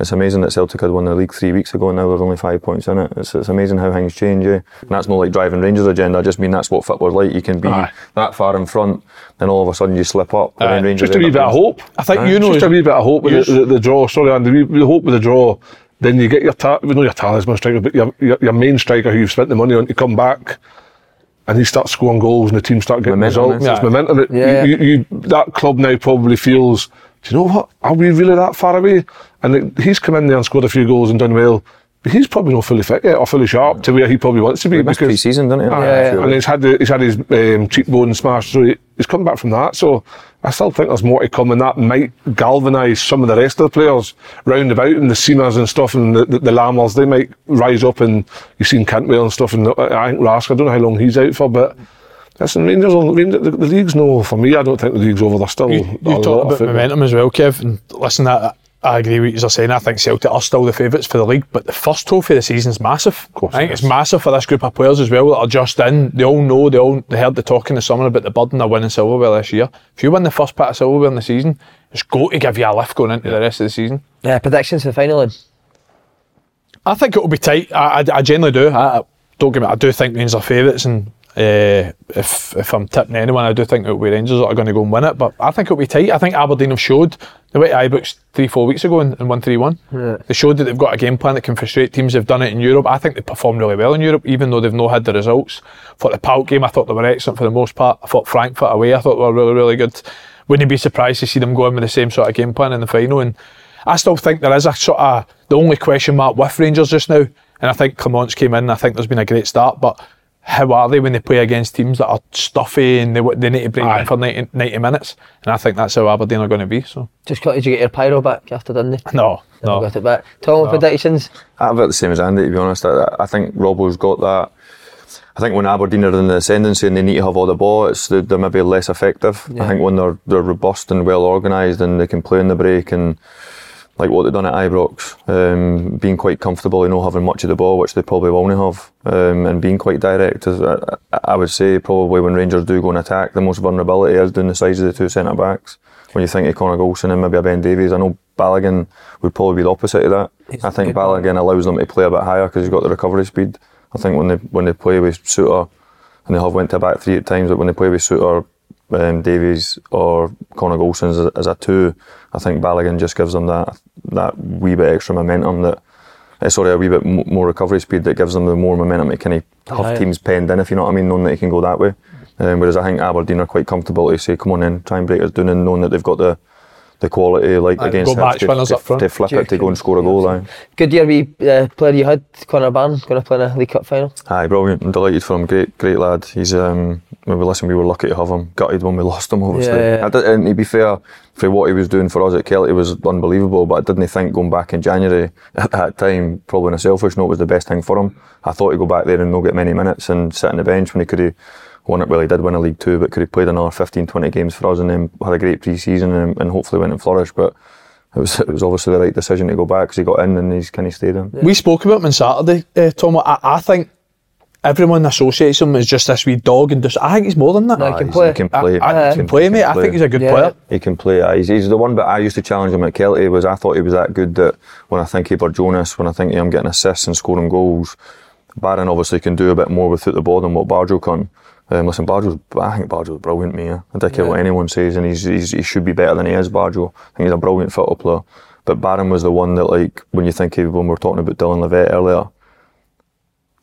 S4: it's amazing that Celtic had won the league three weeks ago and now there's only five points in it. It's, it's amazing how things change, eh? And that's not like driving Rangers' agenda. I just mean that's what football's like. You can be
S3: Aye.
S4: that far in front, then all of a sudden you slip up. And
S3: Aye.
S4: then Rangers
S2: Just a
S4: end
S2: wee
S4: up
S2: bit of
S4: being-
S2: hope.
S3: I think
S4: Aye.
S3: you know
S2: Just a wee bit of hope with the,
S3: Yes.
S2: the, the draw. Sorry, Andy. We, we hope with the draw, then you get your ta- well, not your talisman striker, but your, your your main striker who you've spent the money on to come back, and he starts scoring goals, and the team start getting
S4: Momentum,
S2: results.
S4: isn't
S2: It's
S3: it?
S2: momentum. It-
S1: Yeah.
S2: You, you, you, that club now probably feels. Do you know what? Are we really that far away? And it, he's come in there and scored a few goals and done well. But he's probably not fully fit yet or fully sharp to where he probably wants to be.
S4: He missed
S2: because-
S4: pre-season, didn't he?
S2: Aye,
S4: Yeah, yeah.
S2: And he's had the, he's had his um, cheekbone smashed, so he, he's come back from that. So I still think there's more to come, and that might galvanise some of the rest of the players round about, and the Seamers and stuff, and the, the, the Lammers. They might rise up, and you've seen Cantwell and stuff, and uh, I think Rask. I don't know how long he's out for, but. Listen, Rangers, are- Rangers the, the league's no for me. I don't think the league's over. There's still a
S3: You, you
S2: lot
S3: talked
S2: of
S3: about
S2: football.
S3: momentum as well, Kev. And listen, I, I agree with what you're saying. I think Celtic are still the favourites for the league, but the first trophy of the season is massive.
S2: course
S3: I think
S2: it
S3: it's
S2: is.
S3: massive for this group of players as well that are just in. They all know, they all they heard the talk in the summer about the burden of winning silverware this year. If you win the first part of silverware in the season, it's got to give you a lift going into the rest of the season.
S1: Yeah, predictions for the final. Then.
S3: I think it will be tight. I, I, I generally do. I, I- don't get me. I do think Rangers are favourites, and uh, if if I'm tipping anyone, I do think it'll be Rangers that are going to go and win it. But I think it'll be tight. I think Aberdeen have showed they went to Ibrox three four weeks ago and, and won three one. They showed that they've got a game plan that can frustrate teams. They've done it in Europe. I think they performed really well in Europe, even though they've not had the results. For the Palt game, I thought they were excellent for the most part. I thought Frankfurt away, I thought they were really really good. Wouldn't be surprised to see them going with the same sort of game plan in the final and. I still think there is a sort of the only question mark with Rangers just now, and I think Clements came in. and I think there's been a great start, but how are they when they play against teams that are stuffy and they w- they need to break
S2: Aye.
S3: in for 90, 90 minutes? And I think that's how Aberdeen are going to be. So
S1: Just quickly, did you get your pyro back after Dundee?
S3: no,
S1: Never
S3: no,
S1: got it back. Tom, predictions?
S4: I'm Ah, about the same as Andy, to be honest. I, I think Robbo's got that. I think when Aberdeen are in the ascendancy and they need to have all the ball, it's they're, they're maybe less effective. I think when they're they're robust and well organised and they can play in the break and like what they've done at Ibrox, um, being quite comfortable and not having much of the ball, which they probably won't have, um, and being quite direct. As I, I would say, probably when Rangers do go and attack, the most vulnerability is doing the size of the two centre backs. When you think of Conor Golson and maybe a Ben Davies, I know Balogun would probably be the opposite of that. I think Balogun allows them to play a bit higher because he's got the recovery speed. I think when they when they play with Suter, and they have went to back three at times, but when they play with Suter, um, Davies or Conor Golson as, a- as a two, I think Balogun just gives them that that wee bit extra momentum that, eh, sorry, a wee bit m- more recovery speed that gives them the more momentum to kind of have
S9: Aye.
S4: teams penned in, if you know what I mean, knowing that he can go that way. Um, whereas I think Aberdeen are quite comfortable to say, come on in, try and break us down, and knowing that they've got the the quality like
S3: Aye,
S4: against
S3: got match
S4: Hibs
S3: winners
S4: to,
S3: up front.
S4: to flip it to go and score a goal. Aye.
S1: Good year we uh, player you had, Conor Barn, going to play in a League Cup final.
S4: Aye, brilliant. I'm delighted for him. Great, great lad. He's um. Well, listen, we were lucky to have him. Gutted when we lost him, obviously.
S1: Yeah, yeah.
S4: I did, and to be fair, for what he was doing for us at Kelly was unbelievable. But I didn't think going back in January at that time, probably on a selfish note, was the best thing for him. I thought he'd go back there and not get many minutes and sit on the bench when he could have won it. Well, he did win a League Two, but could have played another 15, 20 games for us and then had a great pre-season and, and hopefully went and flourished. But it was it was obviously the right decision to go back because he got in and he's kind of stayed in.
S3: We spoke about him on Saturday, uh, Tom. I, I think everyone associates him as just this wee dog, and just I think he's more than that.
S4: No, he can play. He can play.
S3: I,
S4: He
S3: I, he can play,
S4: he
S3: mate. I think he's a good player.
S4: He can play. aye. He's, he's the one. But I used to challenge him at Kelty. Was I thought he was that good that when I think of Jonas, when I think of him getting assists and scoring goals, Barron obviously can do a bit more without the ball than what Barjo can. Um, listen, Barjo's, I think Barjo's brilliant, mate. eh? I don't care what anyone says, and he's, he's, he should be better than he is, Barjo. I think he's a brilliant football player. But Barron was the one that, like, when you think of when we were talking about Dylan Levette earlier,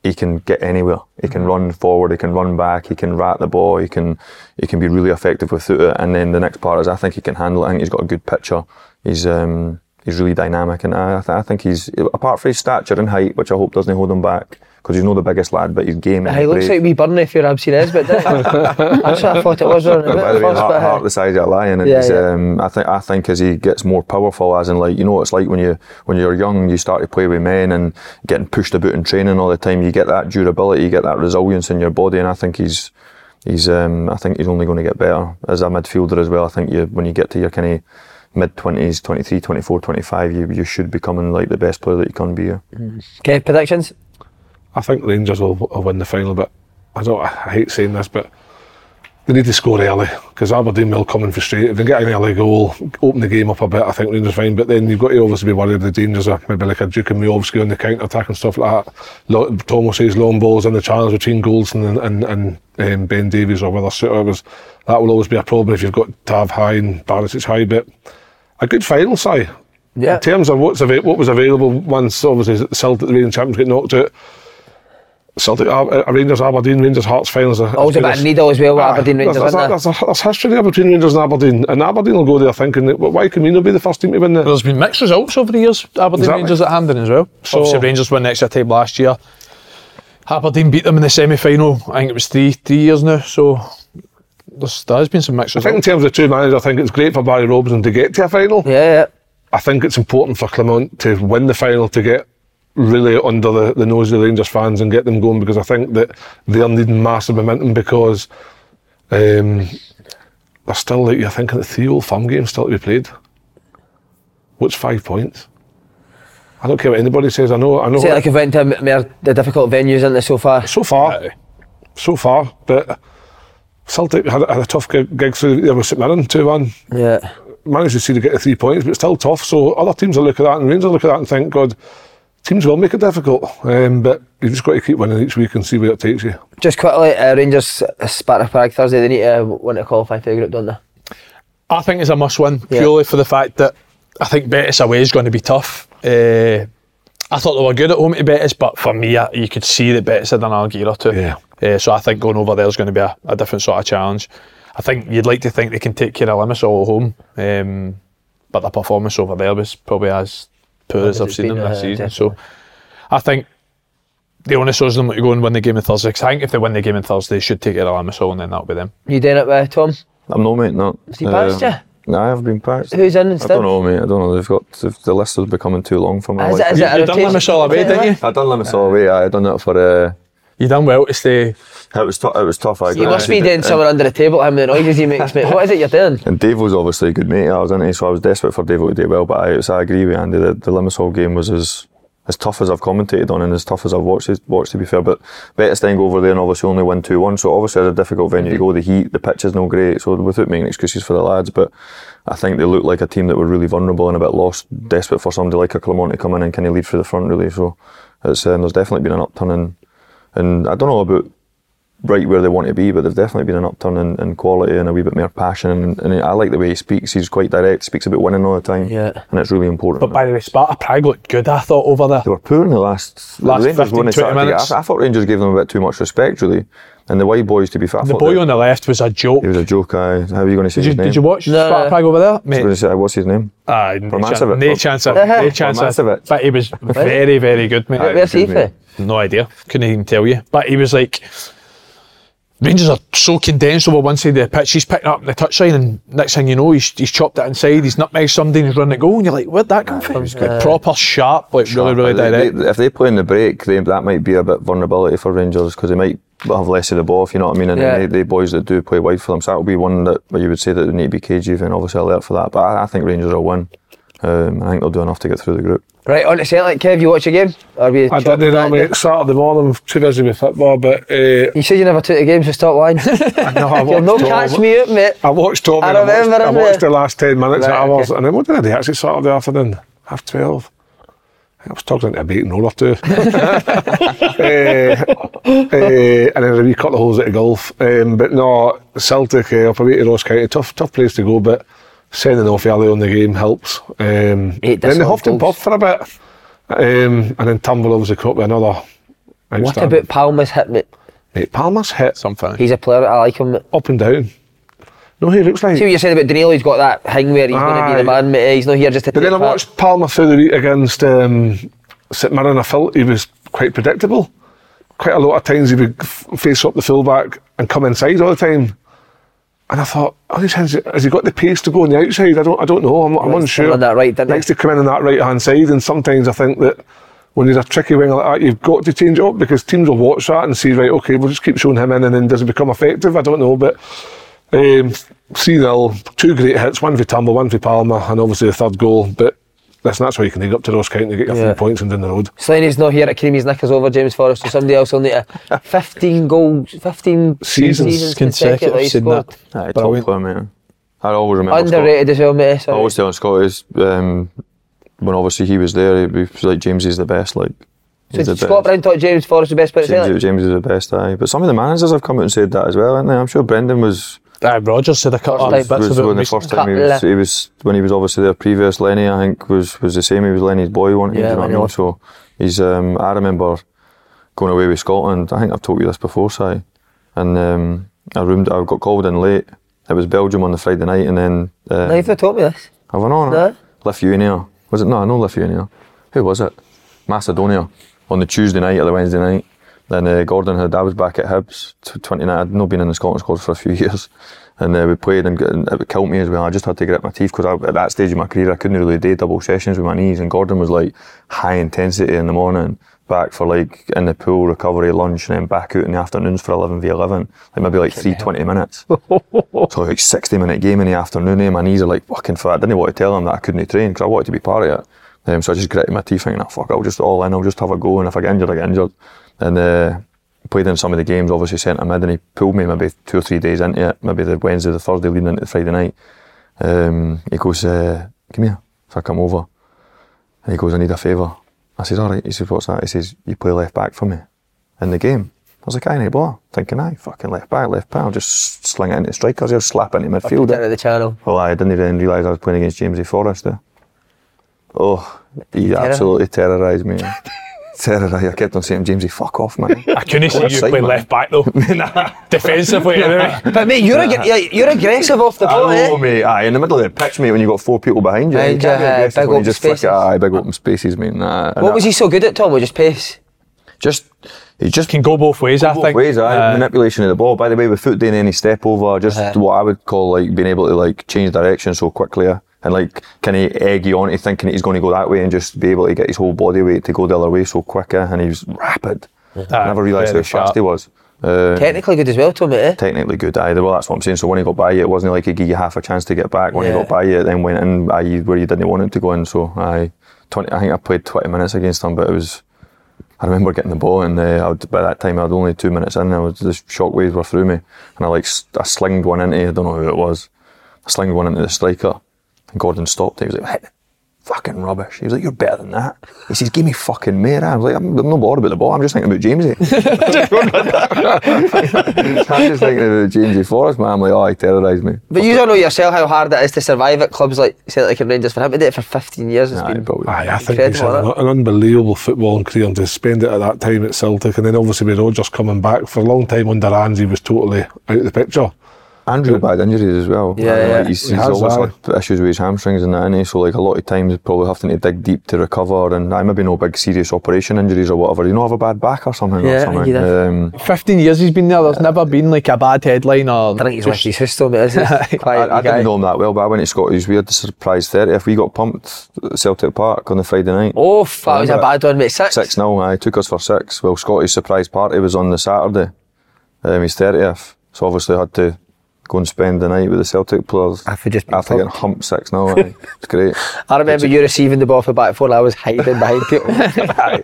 S4: he can get anywhere. He can run forward. He can run back. He can rat the ball. He can he can be really effective without it. And then the next part is I think he can handle it. I think he's got a good pitcher. He's um he's really dynamic, and I, I, th- I think he's apart from his stature and height, which I hope doesn't hold him back because he's not the biggest lad, but his game. and
S1: Aye,
S4: he's
S1: looks
S4: brave.
S1: like wee Burnley if you're Absent Esbit, doesn't it? That's what I thought it was. wasn't it?
S4: By the way,
S1: First,
S4: heart,
S1: but, uh,
S4: heart the size of a lion. And
S1: Yeah,
S4: he's,
S1: yeah.
S4: Um, I think I think as he gets more powerful, as in like you know, it's like when you when you're young, you start to play with men and getting pushed about in training all the time. You get that durability, you get that resilience in your body, and I think he's he's um, I think he's only going to get better as a midfielder as well. I think you when you get to your kind of mid 20s 23 24 25 you, you should be coming like the best player that you can be yeah.
S1: Okay, predictions?
S2: I think Rangers will, will win the final, but I don't. I hate saying this, but they need to score early because Aberdeen will come in frustrated. If they get an early goal, open the game up a bit, I think Rangers fine. But then you've got to obviously be worried of the dangers of maybe like a Duke and Miovsky on the counter attack and stuff like that. Lo- Tom will say his long balls and the challenge between Goldson and, and, and um, Ben Davies or whether Suter was. That will always be a problem if you've got Tav high and Barisic high, but a good final, Si.
S1: Yeah.
S2: In terms of what's ava- what was available once obviously Celtic the reigning champions get knocked out, Celtic, Ab- uh, Rangers, Aberdeen, Rangers, Hearts finals. are-
S1: uh, Always a bit of needle as well, with
S2: Aye,
S1: Aberdeen Rangers,
S2: Ah, That's,
S1: isn't there?
S2: that's, that's, that's history there between Rangers and Aberdeen, and Aberdeen will go there thinking, that, "Well, why can we not be the first team to win this?
S3: There's been mixed results over the years. Aberdeen
S2: Exactly.
S3: Rangers at Hampden as well.
S2: So-
S3: Obviously, Rangers won next to the table last year. Aberdeen beat them in the semi final. I think it was three three years now. So there's, there has been some mixed
S2: I think in
S3: results.
S2: terms of two managers, I think it's great for Barry Robson to get to a final.
S1: Yeah, yeah.
S2: I think it's important for Clement to win the final to get really under the, the nose of the Rangers fans and get them going because I think that they're needing massive momentum because um, they're still like you're thinking the three old farm game still to be played. What's five points? I don't care what anybody says. I know. I know.
S1: Is it like you've went to m- more the difficult venues, isn't it, so far?
S2: So far. so far, but Celtic had, had a tough gig, gig through there with St Mirren, 2 1.
S1: Yeah.
S2: Managed to see to get the three points, but still tough. So other teams will look at that and Rangers will look at that and think, God, teams will make it difficult. Um, but you've just got to keep winning each week and see where it takes you.
S1: Just quickly, uh, Rangers, uh, Sparta Prague Thursday, they need to uh, win to qualify for the group, don't they?
S3: I think it's a must win purely for the fact that I think Betis away is going to be tough. Uh, I thought they were good at home to Betis, but for me, I, you could see that Betis had an another gear or two.
S2: Yeah.
S3: Uh, so I think going over there is going to be a, a different sort of challenge. I think you'd like to think they can take care of Limassol at home, um, but the performance over there was probably as poor
S1: Well,
S3: as I've
S1: it's
S3: seen
S1: been,
S3: them this
S1: uh,
S3: season. So I think the onus is on them to go and win the game on Thursday. 'cause I think if they win the game on Thursday, they should take care of Limassol, and then that'll be them.
S1: You doing it with Tom?
S4: I'm not mate no
S1: Has he patched you?
S4: no I have been patched
S1: Who's in
S4: Um, I
S1: instead?
S4: don't know mate I don't know they've got they've, the list is becoming too long for my
S1: Is it-
S4: liking.
S1: is it a You- you done rotation? Limassol away, didn't you?
S4: I done Limassol away. I done that for uh,
S3: You done well to stay.
S4: It was tough. It was tough. I
S1: You
S4: got
S1: must be
S4: injured.
S1: doing somewhere under the table, him, the noises he makes, mate. What is it you're doing?
S4: And Dave was obviously a good mate of ours, isn't he? So I was desperate er for Davo to do well. But I, so I agree with Andy that the Limassol er game was as as tough as I've commentated on and as tough as I've watched it- watched to be fair. But Bettestein go over there and obviously only win two one. er So obviously it's a difficult venue to go. The heat, the pitch is no great. So without making excuses for the lads, but I think they looked like a team that were really vulnerable and a bit lost, desperate for somebody like a Clement to come in and kind of lead through the front really. So it's um, there's definitely been an upturn in and I don't know about right where they want to be, but they've definitely been an upturn in, in quality and a wee bit more passion. And, and I like the way he speaks. He's quite direct. Speaks about winning all the time. Yeah, and it's really important.
S3: But by the way, Sparta Prague looked good, I thought, over there. They
S4: were poor in the last,
S3: last
S4: Rangers
S3: 15,
S4: won on
S3: 20
S4: Saturday.
S3: minutes.
S4: I, I thought Rangers gave them a bit too much respect, really. And the white boys, to be fair, I
S3: The
S4: thought
S3: boy
S4: they-
S3: on the left was a joke.
S4: He was a joke. Aye. How are you going to say
S3: Did you,
S4: his name?
S3: did you watch Sparta Prague over there?
S4: I was
S3: Mate,
S4: going to say, what's his name?
S3: Aye, no chance,
S4: Permacevic.
S3: no chance, of,
S4: Uh-huh.
S3: no chance. of-
S4: Permacevic.
S3: But he was very, very good, mate.
S4: Aye, Where's he good, mate.
S3: No idea. Couldn't even tell you. But he was like, Rangers are so condensed over one side of the pitch. He's picking up the touchline, and next thing you know, he's, he's chopped it inside. He's nutmegged somebody, and he's running a goal, and you're like, where'd that come from? Proper sharp, like really, really
S4: Uh, They-
S3: direct.
S4: they- if they play in the break, they, that might be a bit vulnerability for Rangers because they might have less of the ball, if you know what I mean. And
S3: Yeah.
S4: they, they boys that do play wide for them, so that would be one that you would say that they need to be cagey and obviously alert for that. But I, I think Rangers will win. Um, I think they'll do enough to get through the group.
S1: Right, on to Celtic, Kev, you watch a game? Or we
S2: I did do that, mate. Saturday morning, I'm too busy with football, but. Uh,
S1: you said you never took the games, so stop lying.
S2: no, I
S1: You'll
S2: watched
S1: not
S2: all-
S1: catch me out, mate.
S2: I watched Tommy.
S1: I
S2: and I
S1: remember
S2: watched, I
S1: him,
S2: watched
S1: yeah.
S2: the last 10 minutes,
S1: Right,
S2: hours,
S1: okay.
S2: and then what did I do? Actually, Saturday afternoon, half 12. I was talking to a beaten roll or two. Eh, eh, and then a wee couple of holes at the golf. Um, but no, Celtic uh, up away to Ross County, tough, tough place to go, but sending off early on the game helps. Um, then they
S1: disallowed
S2: huffed and
S1: goals.
S2: puffed for a bit. Um, and then Tumble obviously caught with another.
S1: What about Palmer's hit, mate?
S2: Mate, Palmer's hit.
S3: Something.
S1: He's a player, I like him.
S2: Up and down. Oh, No, he looks like.
S1: See what you're saying about Danilo, he's got that hang where he's going to be
S2: Aye.
S1: the man, mate. eh, He's not here just to
S2: But then I watched Palmer through the week against um, St Mirren. I felt he was quite predictable. Quite a lot of times he would f- face up the fullback and come inside all the time. And I thought, oh, he's, has, he, has he got the pace to go on the outside? I don't, I don't know. I'm, I'm
S1: Likes to come
S2: unsure.
S1: on that right, doesn't he?
S2: Likes to come in on that right hand side. And sometimes I think that when there's a tricky winger like that, you've got to change it up because teams will watch that and see, right, okay, we'll just keep showing him in and then does he become effective? I don't know. But um, 3 0, two great hits, one for Tumble, one for Palmer, and obviously the third goal. But listen, that's why you can dig up to Ross County to get your
S1: Yeah.
S2: three points and down the road.
S1: Slaney's not here at Creamy's knickers over James Forrest, so somebody else will need a 15 goals, 15
S2: Seasons
S1: consecutively scored.
S4: Aye, top player, mate. I always remember.
S1: Underrated as well, mate. eh,
S4: Scott, I
S1: Sorry.
S4: always tell Scott is um, when obviously he was there, he was like James is the best. Like
S1: So
S4: he's the best.
S1: Scott Brown thought James Forrest was the best player at
S4: James,
S1: Celtic.
S4: James is the best. Aye, but some of the managers have come out and said that as well, haven't they? I'm sure Brendan was.
S3: Aye, Rogers said a couple of
S4: was,
S3: bits about
S4: was when
S3: him
S4: the
S3: recently.
S4: first time he was, he was when he was obviously there previous Lenny I think was was the same he was Lenny's boy one
S3: Yeah,
S4: you know what I
S3: Lenny
S4: mean?
S3: was.
S4: so he's um, I remember going away with Scotland I think I've told you this before Si and um, I roomed I got called in late it was Belgium on the Friday night and then uh,
S1: No, you've not taught me this.
S4: have I not?
S1: No.
S4: Lithuania. Was it? No, no Lithuania. Who was it? Macedonia. On the Tuesday night or the Wednesday night. Then uh, Gordon had, I was back at Hibs, t- 29. I'd not been in the Scotland squad for a few years. And uh, we played and, got- and it killed me as well. I just had to grip my teeth because at that stage of my career, I couldn't really do double sessions with my knees. And Gordon was like high intensity in the morning, back for like in the pool, recovery, lunch, and then back out in the afternoons for 11 v 11. Like maybe like three twenty minutes. So like 60 minute game in the afternoon and my knees are like fucking fat. I didn't want to tell them that I couldn't train because I wanted to be part of it. Um, so I just gritted my teeth thinking, "Ah, fuck, I'll just all in, I'll just have a go and if I get injured, I get injured. And uh, played in some of the games, obviously centre mid and he pulled me maybe two or three days into it, maybe the Wednesday, the Thursday leading into the Friday night. Um, he goes, uh, come here, if I come over. And he goes, I need a favour. I says, all right. He says, what's that? He says, you play left back for me in the game. I was like, I need blah. Thinking, aye, fucking left back, left back. I'll just sling it into strikers. He'll slap it into midfield.
S1: Down at the channel.
S4: Well, I didn't even realise I was playing against Jamesy Forrest there. Oh, he
S3: Terror-
S4: absolutely terrorised me. terrorised. I kept on saying, Jamesy, fuck off, man.
S3: I couldn't see you
S4: Offside,
S3: play
S4: man.
S3: left back though. Defensively, anyway.
S1: But mate, you're, ag- you're- you're aggressive off the ball,
S4: Oh,
S1: eh?
S4: mate, aye, in the middle of the pitch, mate, when you've got four people behind you.
S1: Aye,
S4: you can't be
S1: yeah,
S4: aggressive
S1: big
S4: when you
S1: open
S4: just flick it.
S1: spaces.
S4: Aye, big open spaces, mate. Nah, and
S1: What
S4: that-
S1: was he so good at, Tom? Was just pace?
S4: Just he just
S3: can go both ways. I
S4: both
S3: think.
S4: ways, aye.
S3: Uh, Uh-huh.
S4: manipulation of the ball. By the way, with foot doing any step over, just what I would call like being able to like change direction so quickly, uh, and like can he egg you on to thinking eh? he's going to go that way, and just be able to get his whole body weight to go the other way so quicker, and he's rapid. I never realised how
S3: very
S4: fast
S3: sharp.
S4: he was. Uh,
S1: Technically good as well, Tommy. Eh?
S4: technically good either. Well, that's what I'm saying. So when he got by you, it wasn't like he gave you half a chance to get back. When
S1: Yeah.
S4: he got by you, it then went in aye, where you didn't want it to go in. So I, 20, I think I played 20 minutes against him, but it was. I remember getting the ball, and uh, I would, by that time I had only two minutes in. I was the shockwaves were through me, and I like s- I slinged one into I don't know who it was. I slinged one into the striker, and Gordon stopped. it. He was like, "Hit fucking rubbish. He was like, you're better than that. He says, give me fucking Mayer. I was like, I'm, I'm not bothered about the ball. I'm just thinking about Jamesy. I'm just thinking about Jamesy Forrest, man. I'm like, oh, he terrorised me.
S1: But you don't know yourself how hard it is to survive at clubs like Celtic and Rangers. For him to do it for 15 years, it's been
S2: Aye, I think he's
S1: incredible.
S2: had
S1: isn't
S2: an,
S1: it?
S2: an unbelievable footballing career and to spend it at that time at Celtic and then obviously with Rodgers coming back for a long time under Ange he was totally out of the picture.
S4: Andrew bad injuries as well.
S2: Yeah,
S4: Like,
S2: yeah.
S4: He's, he's
S2: He has
S4: always
S2: that.
S4: had issues with his hamstrings and that, innit? so like a lot of times probably having to dig deep to recover, and I maybe no big serious operation injuries or whatever. You know, have a bad back or something.
S3: Yeah, I
S4: or
S3: think
S4: something.
S3: he does.
S4: Um,
S3: 15 years he's been there, there's never been like a bad headline or. I think
S1: he's like his sister, mate, isn't he? Quiet
S4: I, I
S1: guy.
S4: didn't know him that well, but I went to Scottish. We had the surprise 30. If we got pumped at Celtic Park on the Friday night.
S1: Oh, fuck, it was a bad one, mate. Six?
S4: 6 0, I took us for six. Well, Scottish surprise party was on the Saturday, um, his 30th. So obviously I had to go and spend the night with the Celtic players. After just After getting humped 6 0, it's great.
S1: I remember you receiving the ball for back four and I was hiding behind people. An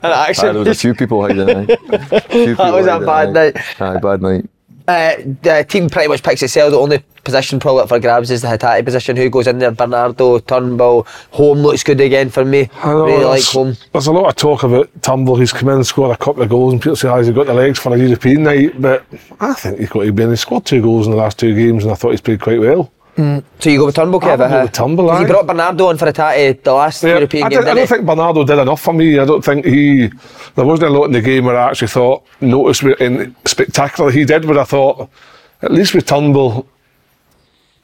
S1: action.
S4: Aye, there was a few people hiding aye. Few
S1: That was
S4: people
S1: a bad
S4: hiding,
S1: night.
S4: Aye, bad night.
S1: Uh, the team pretty much picks itself. The only position probably up for grabs is the Hitati position. Who goes in there? Bernardo, Turnbull. Home looks good again for me.
S2: know,
S1: really like
S2: there's-
S1: home.
S2: There's a lot of talk about Turnbull. He's come in and scored a couple of goals, and people say, "Ah, he's got the legs for a European night." But I think he's got to be. in. He scored two goals in the last two games, and I thought he's played quite well.
S1: So you go with Turnbull,
S2: I would
S1: Kevin?
S2: go with Turnbull,
S1: Because He
S2: aye.
S1: brought Bernardo on for Hitati the last European
S2: I, did, I
S1: game. didn't
S2: don't
S1: he?
S2: think Bernardo did enough for me. I don't think he. There wasn't a lot in the game where I actually thought noticed what- in spectacular he did. Where I thought, at least with Turnbull,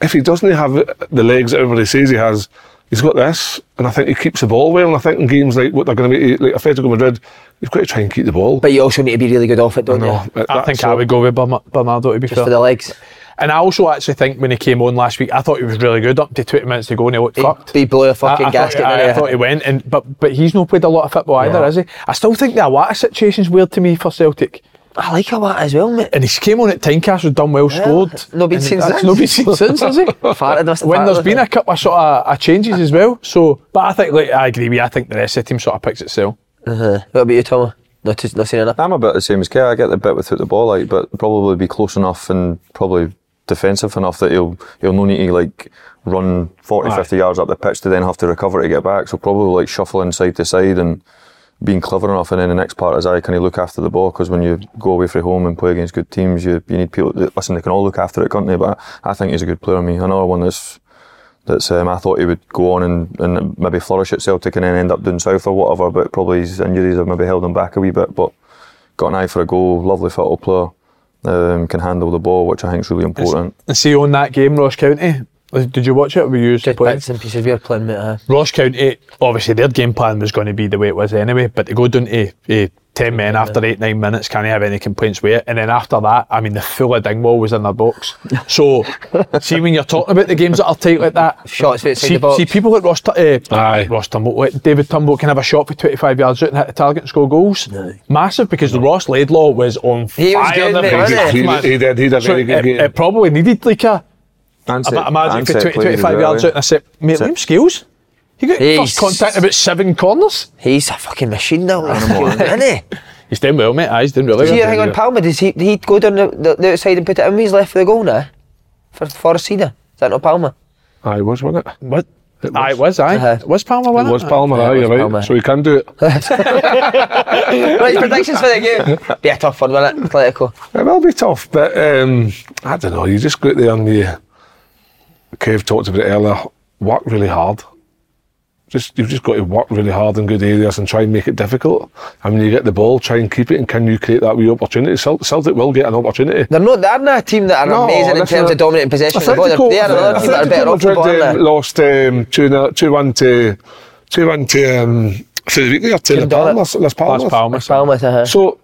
S2: if he doesn't have the legs that everybody says he has, he's got this, and I think he keeps the ball well. And I think in games like what they're going to be like Atletico Madrid, you've got to try and keep the ball.
S1: But you also need to be really good off it, don't you?
S3: I think I would go with Bern- Bernardo to be
S1: Just
S3: fair.
S1: for the legs.
S3: And I also actually think when he came on last week, I thought he was really good up to 20 minutes ago and he looked fucked.
S1: He blew a
S3: I,
S1: fucking
S3: I
S1: gasket.
S3: Thought, I,
S1: didn't
S3: I thought he went, and but but he's not played a lot of football either, has he? I still think the Awata situation's weird to me for Celtic.
S1: I like Awata as well, mate.
S3: And he came on at Tynecastle, done well, scored.
S1: no been
S3: And
S1: seen
S3: that's
S1: since.
S3: No been seen since, has he?
S1: Farted us-
S3: when
S1: farted
S3: there's
S1: us.
S3: been a couple of sort of uh, changes as well. So, but I think like I agree with you. I think the rest of the team sort of picks itself.
S1: Uh-huh. What about you, Tommy? Not, to, not seen enough.
S4: I'm a bit the same as Kay. I get the bit without the ball out, but probably be close enough and probably defensive enough that he'll he'll no need to like run 40,
S2: Aye.
S4: 50 yards up the pitch to then have to recover to get back. So probably like shuffling side to side and being clever enough. And then the next part is I can he look after the ball because when you go away from home and play against good teams, you, you need people. That, listen, they can all look after it, can't they? But I think he's a good player. I mean, another one that's that's um, I thought he would go on and, and maybe flourish at Celtic and then end up down south or whatever, but probably his injuries have maybe held him back a wee bit. But got an eye for a goal, lovely football player, um, can handle the ball, which I think is really important.
S3: And see on that game, Ross County. Did you watch it? Were you just playing?
S1: Bits and pieces we were playing, mate. aye.
S3: Ross County, obviously their game plan was going to be the way it was anyway, but to go down to eh, 10 men after 8, 9 minutes, can not have any complaints with it? And then after that, I mean, the full of Dingwall was in their box. So, see, when you're talking about the games that are tight like that,
S1: Shots outside
S3: see,
S1: the box.
S3: see people like Ross, Tu- eh, Ross Tumble, like David Tumble can have a shot for 25 yards out and hit the target and score goals. Massive, because the Ross Laidlaw was on
S1: He was
S3: fire.
S1: good,
S3: the
S1: mate,
S3: first
S1: wasn't he?
S3: half, man.
S2: He- he did- he did a
S3: So
S2: very good
S3: it-
S2: game.
S3: It probably needed like a,
S4: And
S3: I imagine
S4: and
S3: for
S4: set
S3: 20,
S4: plays as
S3: 25
S4: well,
S3: yards
S4: eh?
S3: out and I said, mate,
S4: Set-
S3: Liam Skills. He got
S1: He's-
S3: first contact about seven corners.
S1: He's a fucking machine now, isn't he?
S3: He's doing well, mate. Aye, he's doing really
S1: Did you hear
S3: well.
S1: hang on Palmer? Does he he go down the, the, the outside and put it in? He's left for the goal now. For Forest Cedar. Is that not Palmer?
S2: I was, wasn't it?
S3: What? It was, aye, it was, aye.
S1: Uh-huh.
S3: It was Palmer, wasn't
S2: It
S3: it?
S2: was Palmer,
S1: Yeah, it
S2: aye,
S1: was
S2: you're right.
S1: Palmer.
S2: So he can do it.
S1: right, predictions for the game. Be a tough one, won't it? Atletico.
S2: It will be tough, but um, I don't know. You just go out there and you. Kev talked about it earlier. Work really hard. Just you've just got to work really hard in good areas and try and make it difficult. I mean, you get the ball, try and keep it, and can you create that wee opportunity? Cel- Celtic will get an opportunity.
S1: They're not they're not a team that are
S2: No,
S1: amazing in
S2: listen,
S1: terms of dominating possession of the ball. They're,
S2: Atletico-
S1: they're another team that are better off the
S2: Atletico
S1: ball,
S2: Madrid,
S1: aren't
S2: um,
S1: they?
S2: lost um, two, na- two one to two one to um, through the week there to Las Palmas. Las Palmas.
S3: Palmer's.
S1: Palmer, uh-huh.
S2: So,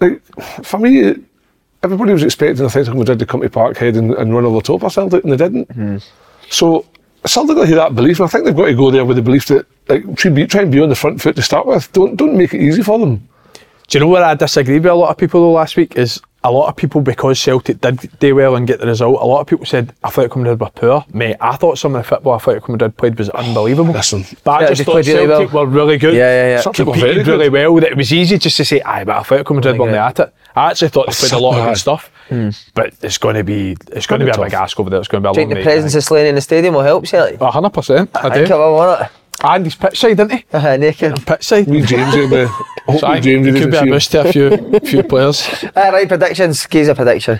S2: like, for me, everybody was expecting Atletico Madrid to come to Parkhead and, and run over the top of Celtic, and they didn't.
S3: Hmm.
S2: So, Celtic got to that belief, and I think they've got to go there with the belief that like, try, and be, try and be on the front foot to start with. Don't don't make it easy for them.
S3: Do you know where I disagreed with a lot of people though last week is a lot of people because Celtic did do well and get the result. A lot of people said Athletic Madrid were poor. Mate, I thought some of the football Athletic Madrid played was unbelievable.
S2: Listen,
S3: but I
S1: Yeah,
S3: just
S1: they
S3: thought
S1: played really
S3: Celtic
S1: well.
S3: were really good.
S1: Yeah, yeah, yeah.
S3: Celtic
S1: Celtic
S3: were
S1: were
S3: competed
S1: very
S3: really well. That it was easy just to say, aye, but Athletic Madrid weren't at it. I actually thought they played a lot of
S1: Aye. Hmm.
S3: good stuff, but it's going to be it's going to be a big ask over there. It's going to
S1: Do
S3: be a
S1: you
S3: long
S1: think the
S3: night.
S1: presence of Slane in the stadium will help, Celtic?
S3: A hundred percent. I,
S1: think
S3: do.
S1: it will, won't it?
S3: And he's pitch side, isn't he?
S1: Uh, naked.
S3: Pitch side.
S2: We James in the.
S3: So I
S2: Hopefully
S3: think
S2: James
S3: it
S2: in
S3: could be a boost to a few few players.
S1: All right, predictions. Give us a prediction.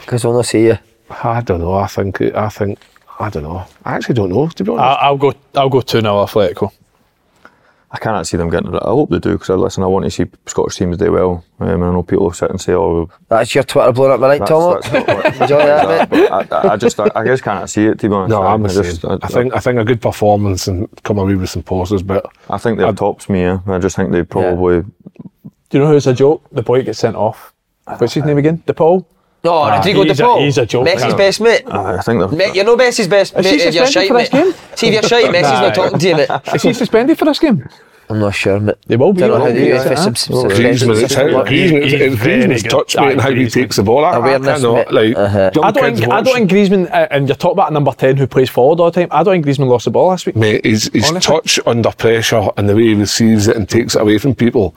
S1: Because we'll not see you.
S2: I don't know. I think. it- I think. I don't know. I actually don't know. To be honest.
S3: I, I'll go. I'll go two 0 Atletico.
S4: I cannot see them getting it. I hope they do because listen, I want to see Scottish teams do well. Um, and I know people sit and say, "Oh,
S1: That's your Twitter blowing up my night,
S4: That's-
S1: Tom.
S4: that's not what-
S1: Enjoy that, mate.
S4: I, I- I just, I, I just can't see it." To be
S3: Oh,
S4: honest,
S2: no,
S4: I,
S2: I'm the
S4: I
S2: same.
S4: just-
S2: I, think. I think a good performance and come away with some pauses, but
S4: I think they're tops me. Yeah, I just think they probably.
S3: Do you know who's a joke? The boy that gets sent off. What's his name again? DePaul.
S1: No,
S3: Ah,
S1: Oh, Rodrigo
S3: he's
S1: De
S3: a-
S1: Paul.
S3: he's a joke,
S1: Messi's
S3: yeah.
S1: best mate.
S2: Ah.
S4: I think they're.
S1: Mate, you know Messi's best
S3: Is
S1: mate
S3: he
S1: if you're shite,
S3: suspended
S1: mate.
S3: for this
S1: See if you're shite, Messi's
S3: Nah.
S1: not talking to you, mate.
S3: Is he suspended for this game?
S1: I'm not sure, mate.
S3: They will be.
S1: Don't know how
S3: won't
S1: to
S3: they?
S1: do this.
S3: Yeah.
S1: for some-
S2: Oh,
S1: some
S2: Griezmann,
S1: suspension
S2: it's how
S1: system.
S2: Griezmann, it's- it's Griezmann's touch, mate, and how he takes the ball. I, I
S1: Awareness,
S2: cannot
S1: mate.
S2: like.
S1: Uh-huh.
S2: young
S3: I don't,
S2: kids
S3: think, I don't
S2: watch-
S3: think Griezmann, uh, and you talk about a number 10 who plays forward all the time. I don't think Griezmann lost the ball last week.
S2: Mate, his, his
S3: Honestly.
S2: touch under pressure and the way he receives it and takes it away from people.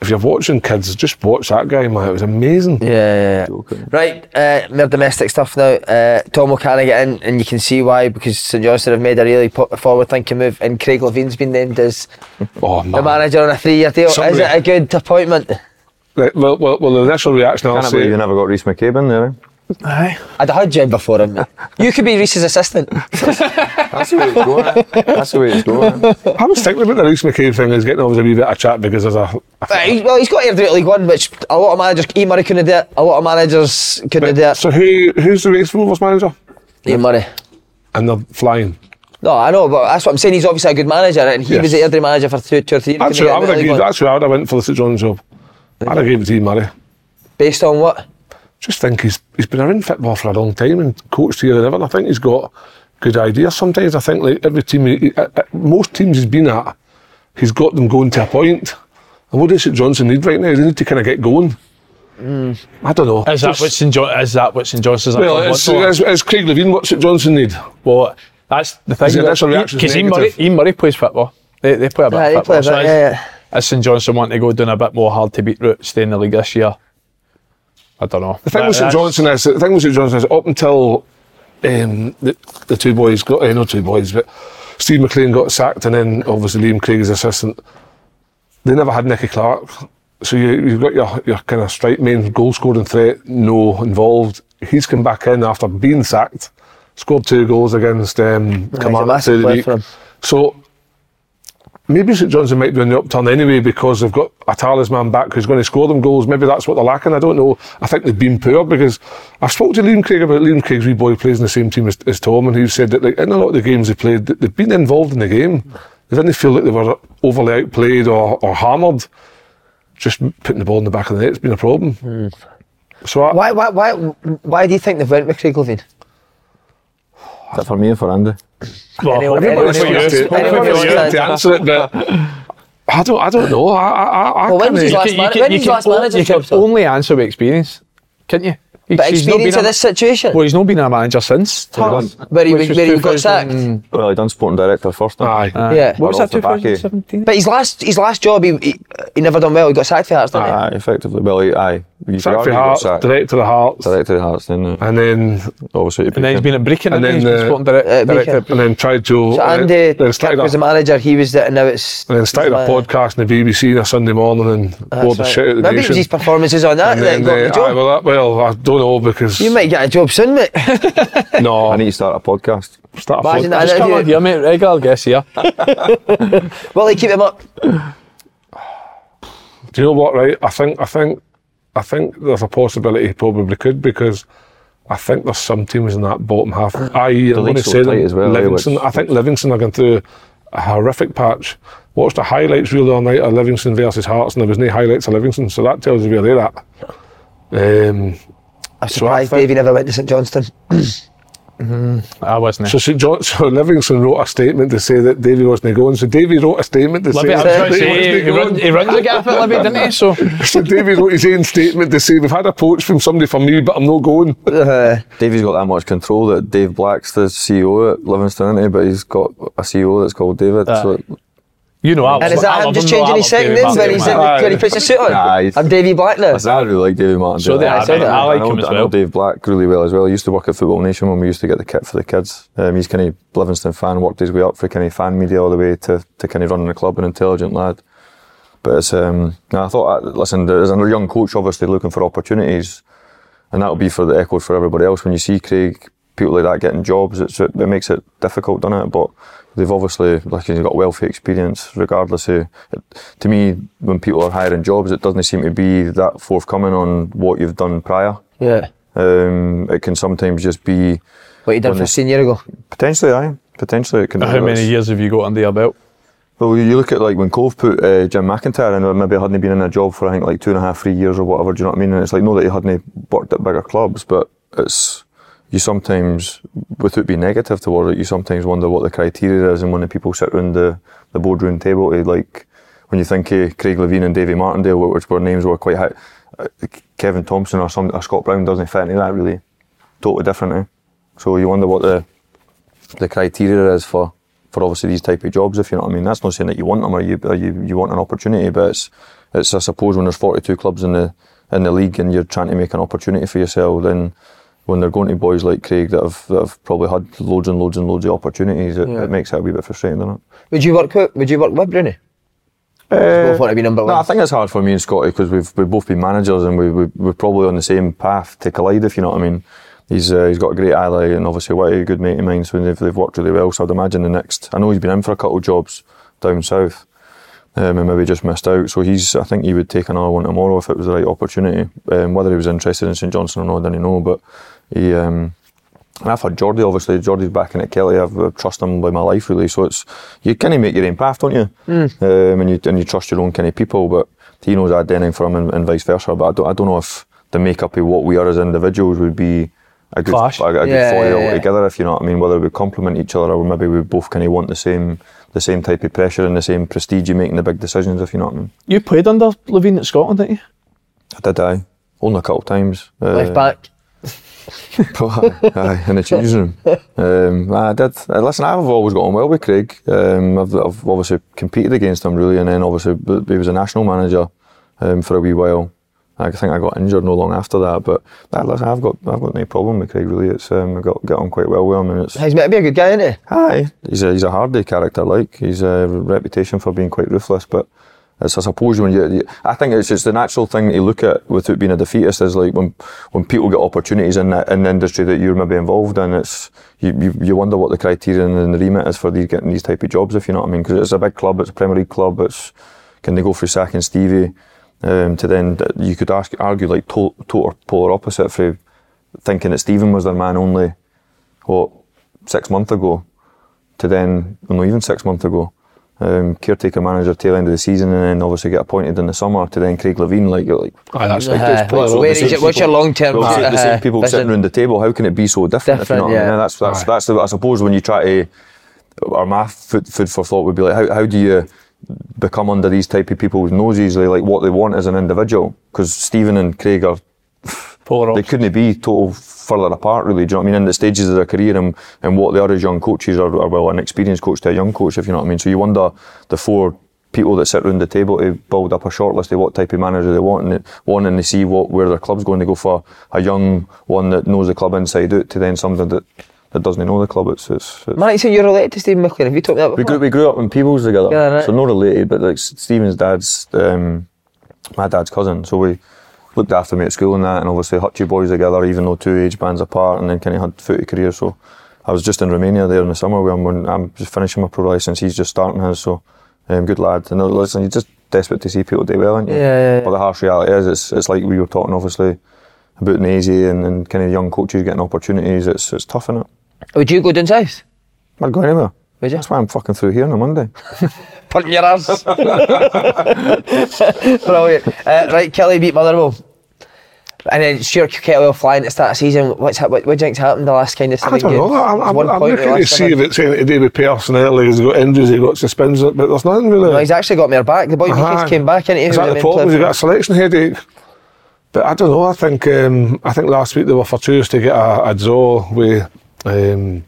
S2: If you're watching kids, just watch that guy, man. It was amazing.
S1: Yeah, yeah, yeah. Right, uh, more domestic stuff now. Uh, Tom O'Connor get in, and you can see why because St Johnstone have made a really po- forward-thinking move, and Craig Levine's been named as
S2: Oh,
S1: the
S2: man.
S1: manager on a three-year deal. Is
S2: Somebody-
S1: it a good appointment?
S2: Right, well, well, well, the initial reaction
S4: I
S2: I'll
S4: can't believe you
S2: say.
S4: never got Reece McCabe in there. eh?
S3: Aye.
S1: I'd have had Jim before him. mate. You could be Reese's assistant.
S4: That's the way it's going. eh? That's the way it's going. eh?
S2: I was thinking about the Reece McCabe thing, is getting on with a wee bit of chat because there's a. a
S1: But he's, well, he's got aired out League One, which a lot of managers, E Murray couldn't do it. A lot of managers couldn't do
S2: But-
S1: it.
S2: so who who's the race Rovers manager?
S1: E Murray.
S2: And they're flying.
S1: No, I know, but that's what I'm saying. He's obviously a good manager, and he
S2: Yes.
S1: was the Airdrie manager for two, two or three years.
S2: That's
S1: Couldn't
S2: who
S1: get
S2: I would
S1: him out
S2: have
S1: of League
S2: given.
S1: One.
S2: That's who I would have went for the St John's job. I'd have given it to Ian Murray.
S1: Based on what?
S2: Just think he's he's been around football for a long time and coached here and ever. And I think he's got good ideas. Sometimes I think like every team, he, he- uh, uh, most teams he's been at, he's got them going to a point. And what does St Johnson need right now? They need to kind of get going.
S1: Hmm.
S2: I don't know.
S3: Is that what St. John, is that what St. Johnson's
S2: well,
S3: actually
S2: is,
S3: wants?
S2: is, is Craig Levine what St Johnson need?
S3: Well, that's the thing.
S2: His initial reaction's
S3: Because Ian Murray,
S2: negative.
S3: Ian Murray plays football. They, they play a bit
S1: Yeah,
S3: of
S1: they
S3: football.
S1: play a
S3: so
S1: bit,
S3: is-
S1: yeah,
S3: Is St Johnson wanting to go down a bit more hard to beat route, stay in the league this year? I don't know.
S2: The thing with St Johnson is, the thing with St Johnson is, up until um, the, the two boys got, eh, not two boys, but Steve McLean got sacked, and then obviously Liam Craig as assistant. They never had Nicky Clark, so you, you've got your your kind of strike main goal scoring threat, no involved. He's come back in after being sacked, scored two goals against um,
S1: a
S2: Kilmarnock
S1: massive
S2: through the
S1: player
S2: week.
S1: for him.
S2: So maybe St Johnson might be on the upturn anyway because they've got a talisman back who's going to score them goals. Maybe that's what they're lacking. I don't know. I think they've been poor because I've spoke to Liam Craig about Liam Craig's wee boy plays in the same team as, as Tom, and he said that like in a lot of the games they played, that they've been involved in the game. They didn't feel like they were overly outplayed or, or hammered. Just putting the ball in the back of the net's been a problem. So I,
S1: Hmm. Why, why, why, why do you think they've went with Craig Levine?
S4: Is that for me or for Andy?
S3: Well,
S1: Anyone-
S2: Well,
S1: anyone
S2: it's
S1: who
S2: not
S1: wants
S2: you.
S1: to-
S2: Hopefully
S1: anyone who
S2: it's
S1: wants
S2: you
S1: to
S2: to answer it, but I don't. I don't know. I. I. I- I
S1: Well, when
S2: kinda-
S1: was his last man- when was his last manager's
S3: you can
S1: job, sir?
S3: only answer with experience, can't you? He-
S1: But
S3: he's not
S1: experience
S3: been
S1: of
S3: a-
S1: this situation?
S3: Well, he's not been a manager since.
S4: Tarrant,
S1: where he
S3: which
S1: was- where he got
S3: 2000
S1: sacked.
S4: Well, he done sporting director first. eh?
S2: Aye.
S1: yeah.
S3: What was
S4: Off
S3: that?
S4: the back, eh?
S3: 2017.
S1: But his last, his last job, he, he, he never done well. He got sacked for Hearts, didn't he?
S4: Aye, effectively. Well, he- aye. You could
S2: Sack
S4: argue
S2: for
S4: he got
S2: Hearts,
S4: sacked.
S2: director of Hearts,
S4: Director of Hearts, then. eh?
S2: and then
S4: Obviously,
S3: And then he's been at Brecon
S2: and
S3: and
S2: then
S3: then he's
S2: uh,
S3: been sporting direct-
S1: uh,
S3: director.
S1: Brecon.
S2: and then tried to
S1: So
S2: uh,
S1: Andy
S2: then
S1: Kirk
S2: started
S1: was
S2: a,
S1: the manager. He was the, and now it's.
S2: and then started a podcast on the BBC on a Sunday morning and bored the
S1: That's
S2: shit out
S1: right.
S2: of the
S1: Maybe it
S2: nation.
S1: was his performances on that
S2: and
S1: that
S2: then,
S1: got
S2: uh,
S1: the job.
S2: aye, well, that, well, I don't know because
S1: you might get a job soon, mate.
S2: no.
S4: I need to start a podcast.
S2: start a
S1: Imagine
S2: podcast.
S1: that.
S3: Just come
S1: interview.
S3: on here, mate. Regular guest here.
S1: Will he keep him up?
S2: Do you know what? Right, I think I think I think there's a possibility he probably could because I think there's some teams in that bottom half. I.e., I'm going to
S4: league's so
S2: say
S4: tight
S2: them,
S4: as well, eh,
S2: Livingston.
S4: which-
S2: I think Livingston are going through a horrific patch. Watched a highlights reel the other night of Livingston versus Hearts, and there was no highlights of Livingston, so that tells you where they're at. Um,
S1: I'm
S2: So I
S1: surprised
S2: think-
S1: Davey never went to St Johnston.
S2: Mm-hmm.
S3: Mm, I wasn't.
S2: So St John, so Livingston wrote a statement to say that Davy wasn't going. So Davy wrote a statement to
S3: Libby,
S2: say
S3: I was
S2: that
S3: gonna
S2: Davy
S3: say,
S2: wasn't
S3: he run-
S2: going.
S3: he runs the gaff at Libby, didn't he? So,
S2: so Davy wrote his own statement to say we've had a poach from somebody from you, but I'm not going.
S1: Uh,
S4: Davey's got that much control that Dave Black's the CEO at Livingston, is But he's got a CEO that's called David. so
S3: you know, I
S1: And is that him just changing his second name when, he's in, when he puts his suit on?
S4: Nah, he's-
S1: I'm Davy Black now.
S4: Listen, I really like Davey Martin.
S3: So do I, I- I like
S4: know,
S3: him as
S4: I know
S3: well.
S4: Dave Black really well as well. He used to work at Football Nation when we used to get the kit for the kids. Um, he's kind of Livingston fan, worked his way up for kind of fan media all the way to, to kind of running the club, an intelligent lad. But it's, um, no, I thought, I, listen, there's a young coach obviously looking for opportunities, and that'll be for the echo for everybody else. When you see Craig, people like that getting jobs, it's, it makes it difficult, doesn't it? But they've obviously, like, you've got wealthy experience, regardless of. To me, when people are hiring jobs, it doesn't seem to be that forthcoming on what you've done prior.
S1: Yeah.
S4: Um, it can sometimes just be.
S1: What you done
S4: when
S1: for
S4: they-
S1: 15 year ago.
S4: Potentially, aye. Potentially, it can.
S3: How many years have you got under your belt?
S4: Well, you look at like when Cove put uh, Jim McIntyre in, maybe hadn't been in a job for I think like two and a half, three years or whatever. Do you know what I mean? And it's like no that he hadn't worked at bigger clubs, but it's you sometimes, with it being negative towards it, you sometimes wonder what the criteria is and when the people sit around the the boardroom table to like when you think of Craig Levine and Davy Martindale, which were names were quite high. uh, Kevin Thompson or some or Scott Brown doesn't fit into that really, totally different. Eh? So you wonder what the the criteria is for for obviously these type of jobs, if you know what I mean. That's not saying that you want them or you or you, you want an opportunity, but it's it's I suppose when there's 42 clubs in the in the league and you're trying to make an opportunity for yourself, then when they're going to boys like Craig that have that have probably had loads and loads and loads of opportunities, it,
S1: Yeah.
S4: it makes it a wee bit frustrating, doesn't it?
S1: Would you work with, would you work with Bruni? both want to be number
S4: Uh, No, I
S1: one.
S4: think it's hard for me and Scotty because we've we've both been managers and we, we we're probably on the same path to collide. If you know what I mean. He's uh, he's got a great ally and obviously Whitey, a good mate of mine. So they've, they've worked really well. So I'd imagine the next. I know he's been in for a couple of jobs down south, um, and maybe just missed out. So he's I think he would take another one tomorrow if it was the right opportunity. Um, whether he was interested in St Johnson or not, I don't know. But he. Um, and I've had Jordy, obviously. Jordy's back in at Kelly. I've, I trust him by my life, really. So it's you kind of make your own path, don't you?
S3: Hmm.
S4: Um, and you and you trust your own kind of people. But he knows I'd anything for him, and, and vice versa. But I don't, I don't know if the makeup of what we are as individuals would be a good
S3: Clash.
S4: a, a
S3: Yeah,
S4: good foil
S3: yeah, yeah.
S4: together. If you know what I mean, whether we complement each other or maybe we both kind of want the same the same type of pressure and the same prestige of making the big decisions. If you know what I mean.
S3: You played under Levine at Scotland, didn't you?
S4: I did I only a couple of times. uh,
S3: Left
S1: back.
S4: aye, in the changing room. Um, I did. uh, Listen, I've always got on well with Craig. Um, I've, I've obviously competed against him really, and then obviously b- he was a national manager um, for a wee while. I think I got injured no long after that, but uh, listen, I've got I've got no problem with Craig really. It's um, I got get on quite well with him, and it's
S1: He's meant to be a good guy, isn't he?
S2: Ah.
S4: Aye. he's a, he's a hardy character. Like he's a reputation for being quite ruthless, but it's I suppose when you, you I think it's just the natural thing to look at with it being a defeatist is like when when people get opportunities in that in the industry that you're maybe involved in, it's you, you, you wonder what the criteria and the remit is for these getting these type of jobs if you know what I mean because it's a big club, it's a Premier League club, it's can they go through Sack and Stevie um, to then you could ask argue like to, total polar opposite for thinking that Stephen was their man only what six months ago to then, well, no, even six months ago, um, caretaker manager tail end of the season, and then obviously get appointed in the summer to then Craig Levine. Like, you're like,
S2: Aye, that's
S1: like- Uh-huh. Like, where is it- what's your long-term
S4: Well,
S1: plan?
S4: the same
S1: Uh-huh.
S4: people
S1: Vision.
S4: sitting around the table. How can it be so different? if you know
S1: Different,
S4: what I mean?
S1: yeah.
S4: And that's that's that's the, I suppose when you try to, or my food, food for thought would be like, how how do you become under these type of people's noses? Like, like what they want as an individual? Because Stephen and Craig are
S3: Polar
S4: they couldn't be total further apart, really. Do you know what I mean? In the stages of their career and, and what they are as young coaches are, are, well, an experienced coach to a young coach, if you know what I mean. So you wonder the four people that sit around the table to build up a shortlist of what type of manager they want and, want and they see what where their club's going to go for a young one that knows the club inside out to then something that, that doesn't know the club. It's, it's, it's
S1: Man, you say you're related to Stephen McLean. Have you talked about
S4: we
S1: that
S4: grew,
S1: before?
S4: we grew up in Peebles together,
S1: Yeah, right.
S4: so not related, but like Stephen's dad's, um, my dad's cousin. So we looked after me at school and that, and obviously Hutchie boys together, even though two age bands apart, and then kind of had footy career. So I was just in Romania there in the summer where I'm, when I'm just finishing my pro license. He's just starting his, so um, good lad. And uh, listen, you're just desperate to see people do well, aren't you?
S1: Yeah, yeah, yeah.
S4: But the harsh reality is, it's it's like we were talking, obviously. About Nazi and, and kind of young coaches getting opportunities, it's it's tough, innit?
S1: Would you go down south?
S4: I'd go anywhere. That's why I'm fucking through here on a Monday.
S1: Put in your arse. Brilliant. Uh, right, Kelly beat Motherwell. And then sure, Kettle flying to start the season. What's hap- what, what do you think's happened the last kind of
S2: I
S1: seven
S2: don't know.
S1: games?
S2: I'm, I'm,
S1: One
S2: I'm
S1: point in
S2: looking
S1: the
S2: to
S1: last
S2: see
S1: seven.
S2: if it's anything to do with personality. He's got injuries, he's got suspensions, but there's nothing really.
S1: No, he's actually got mere back. The boy
S2: Aye.
S1: Mikes came back into
S2: Is that the problem? He's got a selection headache. But I don't know. I think um, I think last week they were fortuitous to get a, a draw with um,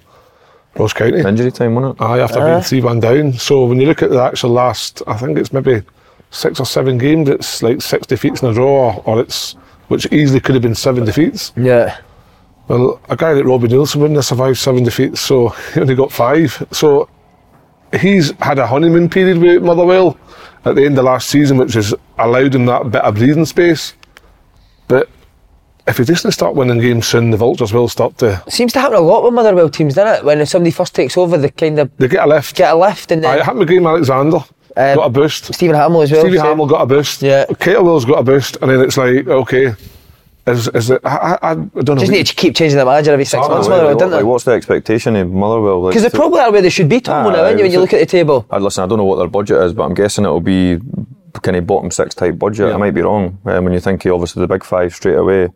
S2: Ross County.
S4: Injury time, wasn't it?
S2: Aye, after
S4: Aye.
S2: being three one down. So when you look at the actual last, I think it's maybe six or seven games. It's like six defeats in a row, or it's which easily could have been seven defeats.
S1: Yeah.
S2: Well, a guy like Robbie Nielsen wouldn't have survived seven defeats, so he only got five. So he's had a honeymoon period with Motherwell at the end of last season, which has allowed him that bit of breathing space. But if he doesn't start winning games soon, the Vultures will start to.
S1: Seems to happen a lot with Motherwell teams, doesn't it? When somebody first takes over, they kind of
S2: they get a lift,
S1: get a lift, and then Um,
S2: I happened with Graham Alexander. got a boost.
S1: Stephen Hamill as well.
S2: Stevie
S1: same.
S2: Hamill got a boost. Yeah. Caterwell's got a boost, and then it's like, okay, is is it? I, I, I don't know.
S1: Just need to keep changing the manager every six months, Motherwell,
S4: Like,
S1: don't they?
S4: like, what's the expectation of Motherwell? Like,
S1: Because they
S4: to-
S1: probably are where they should be, Tom, now,
S4: Aye,
S1: aren't you, when you
S4: so-
S1: look at the table?
S4: I, listen, I don't know what their budget is, but I'm guessing it'll be kind of bottom six type budget. I might be wrong. Um, when you think of obviously the big five straight away,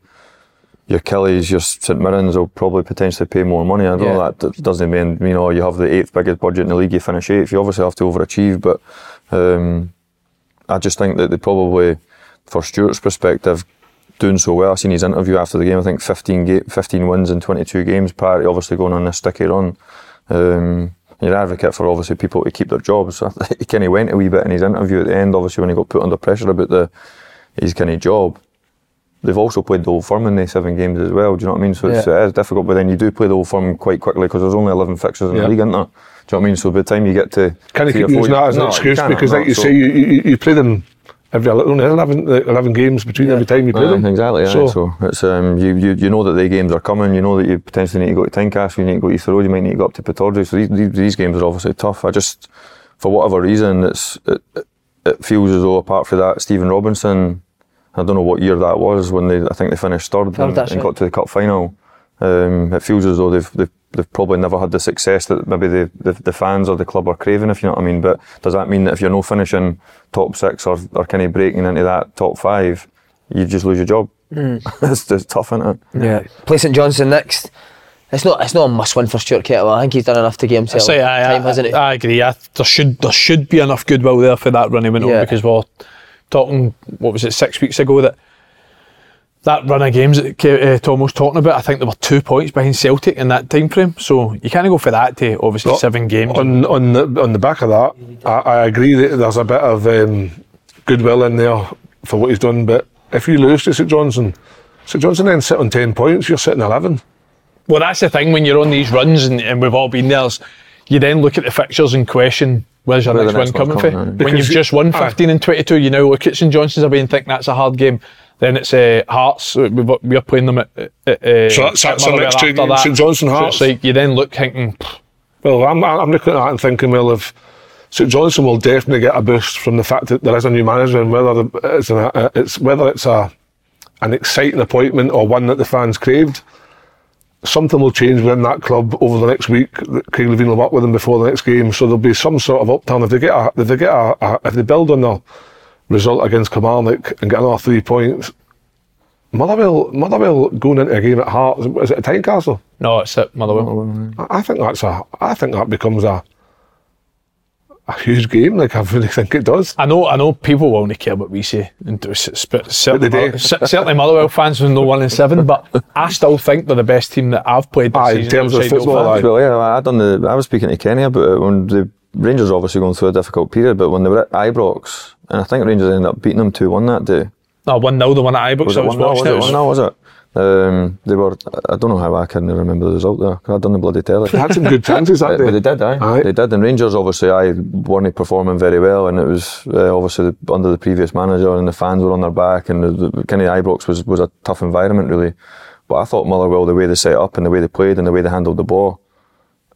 S4: your Kellys, your St Mirrens will probably potentially pay more money. I don't know that d- doesn't mean you know you have the eighth biggest budget in the league. You finish eighth, you obviously have to overachieve. But um, I just think that they probably, for Stuart's perspective, doing so well. I seen his interview after the game. I think 15 ga- 15 wins in 22 games prior to obviously going on this sticky run. Um, you're an advocate for obviously people to keep their jobs. he kind of went a wee bit in his interview at the end, obviously when he got put under pressure about the his kind of job. They've also played the Old Firm in the seven games as well. Do you know what I mean? So it's,
S3: Yeah.
S4: it is difficult, but then you do play the Old Firm quite quickly because there's only 11 fixtures in
S2: Yeah.
S4: the league, isn't there? Do you know what I mean? So by the time you get to
S2: Can you
S4: three or
S2: keep
S4: four
S2: using that as an
S4: No, you
S2: excuse?
S4: cannot,
S2: Because,
S4: no.
S2: like you
S4: So-
S2: say, you, you, you play them every only 11, like, 11 games between every time you play
S4: Aye,
S2: them.
S4: Uh, Exactly. aye. So, it's um, you, you you know that the games are coming. You know that you potentially need to go to Tynecastle. You need to go to East Road. You might need to go up to Pittodrie. So these, these these games are obviously tough. I just for whatever reason it's it, it- it feels as though apart from that Stephen Robinson, I don't know what year that was when they I think they finished third,
S1: Third,
S4: and,
S1: that's
S4: and
S1: right.
S4: got to the cup final. Um, it feels as though they've, they've they've probably never had the success that maybe the, the the fans or the club are craving, if you know what I mean. But does that mean that if you're no finishing top six or, or kind of breaking into that top five, you just lose your job?
S2: Hmm.
S4: it's just tough, isn't it?
S1: Yeah. Play St Johnson next. It's not. It's not a must-win for Stuart Kettle. I think he's done enough to get
S3: I
S1: himself
S3: say, uh, I,
S1: time,
S3: I,
S1: hasn't he?
S3: I agree. I, there should there should be enough goodwill there for that run he went
S1: Yeah.
S3: on because we're talking what was it six weeks ago that that run of games that Ke- uh, Tom was talking about. I think there were two points behind Celtic in that time frame, so you can't go for that to obviously
S2: Well,
S3: seven games.
S2: On, on, the, on the back of that, I, I agree that there's a bit of um, goodwill in there for what he's done. But if you lose to St Johnson, St Johnson then sit on 10 points, you're sitting 11.
S3: Well, that's the thing when you're on these runs, and, and we've all been there. is You then look at the fixtures and question where's your
S4: Where
S3: next,
S4: the next
S3: win coming
S4: one's
S3: for.
S4: coming, aye.
S3: When
S4: Because
S3: you've
S4: you-
S3: just won
S4: aye.
S3: 15 and 22, you now look at St Johnson's away and think that's a hard game. Then it's uh, Hearts. uh, We've, got- we're playing them at. at uh,
S2: So that's-
S3: at
S2: that's our
S3: Motherwell
S2: next two
S3: after
S2: games,
S3: that.
S2: St Johnson,
S3: So
S2: Hearts.
S3: it's like you then look thinking,
S2: Well, I'm, I'm looking at that and thinking, well, if St Johnson will definitely get a boost from the fact that there is a new manager, and whether the- it's, an, uh, it's whether it's a an exciting appointment or one that the fans craved, something will change within that club over the next week. that Craig Levine will work with them before the next game, so there'll be some sort of upturn if they get a, if they get a, a if they build on the result against Kilmarnock and get another three points. Motherwell, Motherwell going into a game at Heart, is it a Tynecastle?
S3: no, it's at Motherwell.
S2: I I think that's a. I think that becomes a a huge game. Like I really think it does.
S3: I know, I know. People will only care what we say, and do- s- sp- certainly,
S2: they
S3: Mother-
S2: do.
S3: cer- certainly Motherwell fans with no one in seven. But I still think they're the best team that I've played. This
S2: Aye, in
S3: season
S2: terms of
S3: outside Old
S2: football,
S3: Firm.
S2: aye.
S4: Well, yeah, I I done the. I was speaking to Kenny about it when the Rangers are obviously going through a difficult period, but when they were at Ibrox, and I think Rangers ended up beating them two one that day.
S3: No, one now, the one at Ibrox.
S4: Was
S3: I
S4: it
S3: was
S4: one now? Was
S3: watching.
S4: it one now? Was it? Um, they were. I don't know how I can remember the result there. 'cause I'd done the bloody telly.
S2: They had some good chances that
S4: Uh,
S2: day.
S4: But they did, aye.
S2: Aye.
S4: They did. And Rangers, obviously, I weren't performing very well, and it was uh, obviously the- under the previous manager, and the fans were on their back, and the, the kind of Ibrox was, was a tough environment, really. But I thought Motherwell, the way they set up, and the way they played, and the way they handled the ball,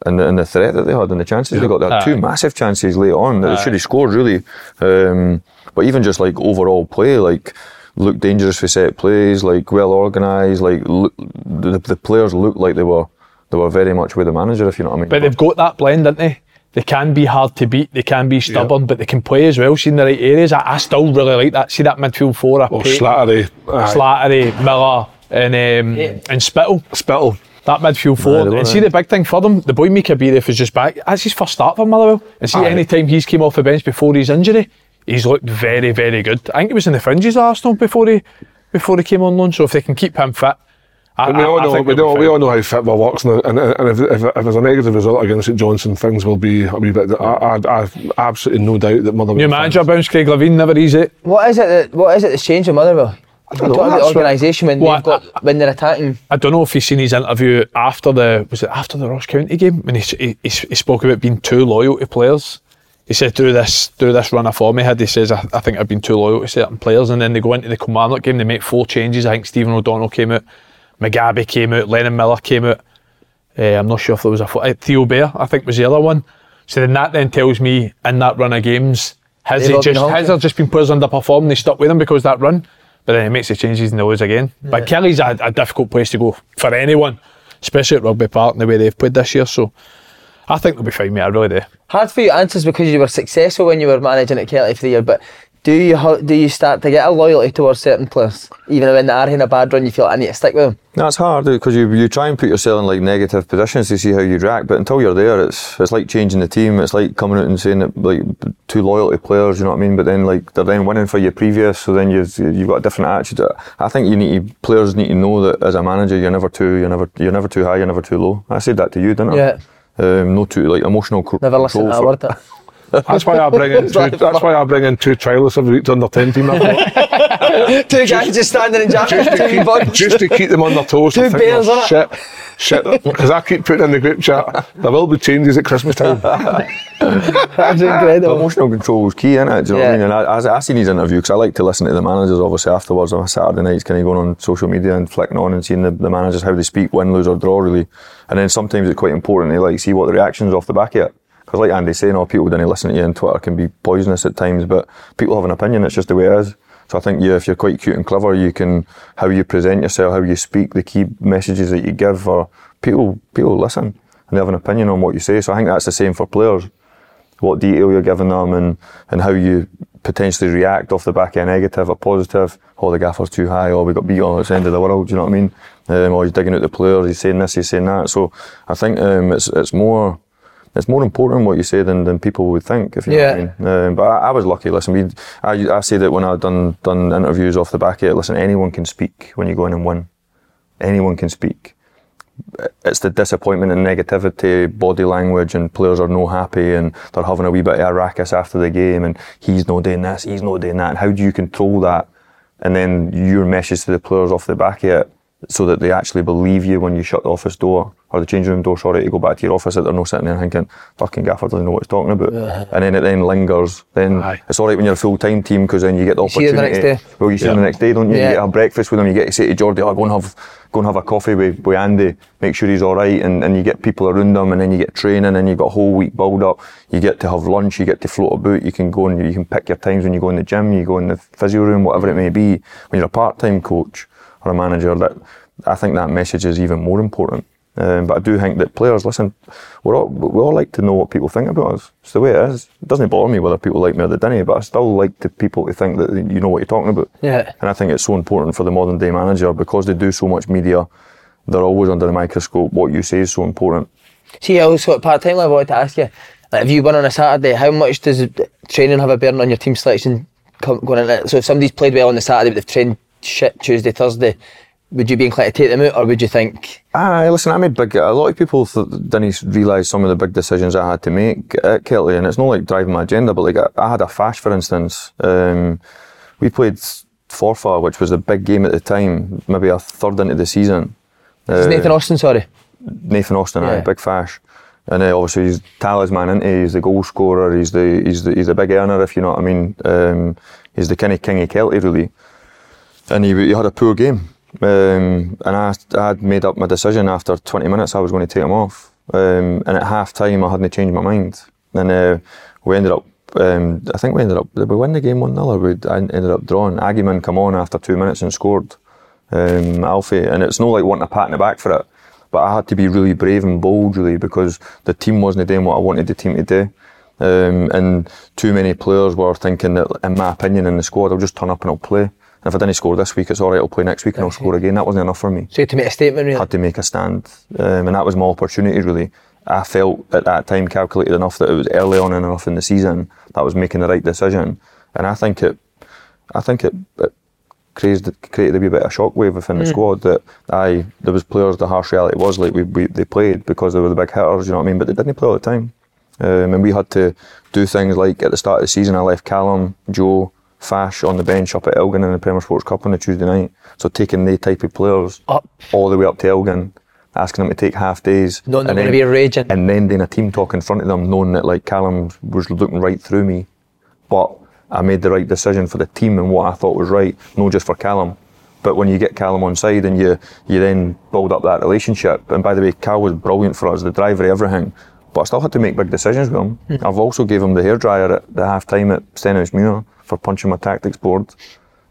S4: and the, and the threat that they had, and the chances they got, they had
S3: Aye.
S4: two massive chances late on that
S3: Aye.
S4: they should have scored, really. Um, but even just like overall play, like looked dangerous for set plays, like well organised, like look, the, the players looked like they were they were very much with the manager, if you know what I mean.
S3: But they've got that blend, haven't they? They can be hard to beat. They can be stubborn, but they can play as well. See in the right areas. I, I still really like that. See that midfield four. I
S2: Well,
S3: Payton,
S2: Oh, Slattery, aye.
S3: Slattery, Miller, and um, and Spittle.
S2: Spittle.
S3: That midfield four.
S2: they were,
S3: and see
S2: aye.
S3: the big thing for them. The boy Mika Berif is just back. That's his first start for Motherwell. And see,
S2: Aye.
S3: any time he's came off the bench before his injury, he's looked very, very good. I think he was in the fringes of Arsenal before he before he came on loan. So if they can keep him fit, I,
S2: And we
S3: I-
S2: all
S3: I
S2: know,
S3: think
S2: we,
S3: they'll
S2: know
S3: be
S2: we
S3: fine.
S2: all know how football works, and, and, and if, if, if there's a negative result against St Johnson, things will be a wee bit. I, I, I've absolutely no doubt that Motherwell.
S3: New manager bounce Craig Levine never easy.
S1: What is it? That, what is it that's changed in Motherwell? I
S3: don't know,
S1: Talking about
S3: that's what-
S1: organisation when
S3: Well,
S1: they've got when they're attacking.
S3: I don't know if you've seen his interview after the was it after the Ross County game when he he, he he spoke about being too loyal to players. He said through this through this run of form he had, he says I, I think I've been too loyal to certain players, and then they go into the Kilmarnock game, they make four changes. I think Stephen O'Donnell came out, Mugabe came out, Lennon Miller came out. Eh, I'm not sure if there was a fo- eh, Theo Bear, I think was the other one. So then that then tells me in that run of games, has
S1: They've
S3: he
S1: all been
S3: just has
S1: honking.
S3: there just been players underperforming? They stuck with him because of that run, but then he makes the changes and they lose again. But Kelly's a, a difficult place to go for anyone, especially at Rugby Park and the way they've played this year. So I think they'll be fine, mate. I really do.
S1: Hard for you to answer is because you were successful when you were managing at Kelly for the year, but do you ho- do you start to get a loyalty towards certain players, even when they are in a bad run? You feel I need to stick with them.
S4: No, it's hard because you you try and put yourself in like negative positions to see how you react, but until you're there, it's it's like changing the team. It's like coming out and saying that like too loyal to players, you know what I mean? But then like they're then winning for you previous, so then you've you've got a different attitude. I think you need to, players need to know that as a manager, you're never too you're never you're never too high, you're never too low. I said that to you, didn't I?
S1: Yeah.
S4: Um, no too like emotional. Co-
S1: Never listen to a
S4: control
S1: word.
S4: for-
S1: that-
S2: That's why I bring in two. that's why I bring in two trialists every week to under ten team.
S1: Two guys just standing in jackets,
S2: just, to
S1: two
S2: keep,
S1: bugs.
S2: just to keep them on their toes.
S1: Two
S2: and think,
S1: bears
S2: "Oh,
S1: on it."
S2: shit, shit, because I keep putting in the group chat. There will be changes at Christmas time.
S1: That's incredible.
S4: Emotional control is key, isn't it? Do you know what I
S1: Yeah.
S4: mean? And I, I, I seen his interview because I like to listen to the managers obviously afterwards on a Saturday nights, kind of going on social media and flicking on and seeing the, the managers how they speak, win, lose or draw, really. And then sometimes it's quite important to like see what the reactions off the back of it. Because like Andy's saying, all people didn't listen to you on Twitter can be poisonous at times, but people have an opinion. It's just the way it is. So I think yeah, if you're quite cute and clever, you can how you present yourself, how you speak, the key messages that you give, or people people listen and they have an opinion on what you say. So I think that's the same for players what detail you're giving them and, and how you potentially react off the back of a negative or positive. Oh, the gaffer's too high. Oh, we got beat on. It's the end of the world. Do you know what I mean? Um, oh, he's digging at the players. He's saying this. He's saying that. So I think um, it's it's more it's more important what you say than, than people would think. If you know
S1: Yeah.
S4: what I mean. Um, but I, I was lucky. Listen, we I I say that when I've done done interviews off the back of it. Listen, anyone can speak when you go in and win. Anyone can speak it's the disappointment and negativity, body language, and players are no happy and they're having a wee bit of a ruckus after the game, and he's not doing this, he's not doing that. And how do you control that? And then your message to the players off the back of it, so that they actually believe you when you shut the office door or the changing room door, sorry, to go back to your office, that they're not sitting there thinking, fucking Gaffer doesn't know what he's talking about. And then it then lingers. Then it's all right when you're a full time team because then you get the
S1: You see
S4: opportunity.
S1: them the next day.
S4: Well, you see them the next day, don't you?
S1: Yeah.
S4: You get a breakfast with them. You get to say to Jordy, oh, go and have go and have a coffee with, with Andy. Make sure he's all right." And, and you get people around them, and then you get training, and you got a whole week build up. You get to have lunch. You get to float about. You can go and you can pick your times when you go in the gym. You go in the physio room, whatever it may be. When you're a part time coach or a manager, that I think that message is even more important. Um, but I do think that players listen. We're all, we all like to know what people think about us. It's the way it is. It doesn't bother me whether people like me or they don't, but I still like the people to think that you know what you're talking about.
S1: Yeah.
S4: And I think it's so important for the modern day manager because they do so much media, they're always under the microscope. What you say is so important.
S1: See, I also at part time level, I wanted to ask you, like, if you win on a Saturday, how much does the training have a bearing on your team selection come, going into it? So if somebody's played well on the Saturday, but they've trained shit Tuesday, Thursday, would you be inclined to take them out, or would you think?
S4: Aye, listen, I made big. A lot of people th- didn't realise some of the big decisions I had to make at Kelly, and it's not like driving my agenda, but like I, I had a fash, for instance. Um, we played Forfar, which was a big game at the time, maybe a third into the season.
S1: Is
S4: Uh,
S1: Nathan Austin sorry?
S4: Nathan Austin, aye,
S1: Yeah.
S4: big fash. And uh, obviously he's talisman, isn't he? He's the goal scorer. He's the he's the he's the big earner, if you know what I mean. Um, he's the kind of king of Kelty, really. And he, he had a poor game. Um, and I, I had made up my decision after 20 minutes. I was going to take him off. Um, and at half time, I hadn't changed my mind. And uh, we ended up. Um, I think we ended up. Did we win the game one 0 or we I ended up drawing? Aguiman come on after two minutes and scored um, Alfie, and it's no like wanting a pat in the back for it. but I had to be really brave and bold, really, because the team wasn't doing what I wanted the team to do. Um, and too many players were thinking that, in my opinion, in the squad, I'll just turn up and I'll play. And if I didn't score this week, it's all right, I'll play next week and I'll score again. That wasn't enough for me.
S1: So you had to make a statement, really?
S4: had to make a stand. Um, and that was my opportunity, really. I felt at that time calculated enough that it was early on enough in the season that I was making the right decision. And I think it, I think it, it created, created a wee bit of shockwave within the
S9: Mm.
S4: squad that I there was players. The harsh reality was like we, we they played because they were the big hitters. You know what I mean? But they didn't play all the time, um, and we had to do things like at the start of the season. I left Callum, Joe, Fash on the bench up at Elgin in the Premier Sports Cup on a Tuesday night. So taking the type of players up all the way up to Elgin. Asking them to take half days,
S1: Knowing they're
S4: and
S1: gonna
S4: then-
S1: be raging,
S4: and then doing a team talk in front of them, knowing that like Callum was looking right through me, but I made the right decision for the team and what I thought was right, not just for Callum. But when you get Callum on side and you you then build up that relationship, and by the way, Cal was brilliant for us, the driver, everything. But I still had to make big decisions with
S1: Hmm.
S4: him.
S9: Mm.
S4: I've also gave him the hairdryer at the half time at Stenhousemuir for punching my tactics board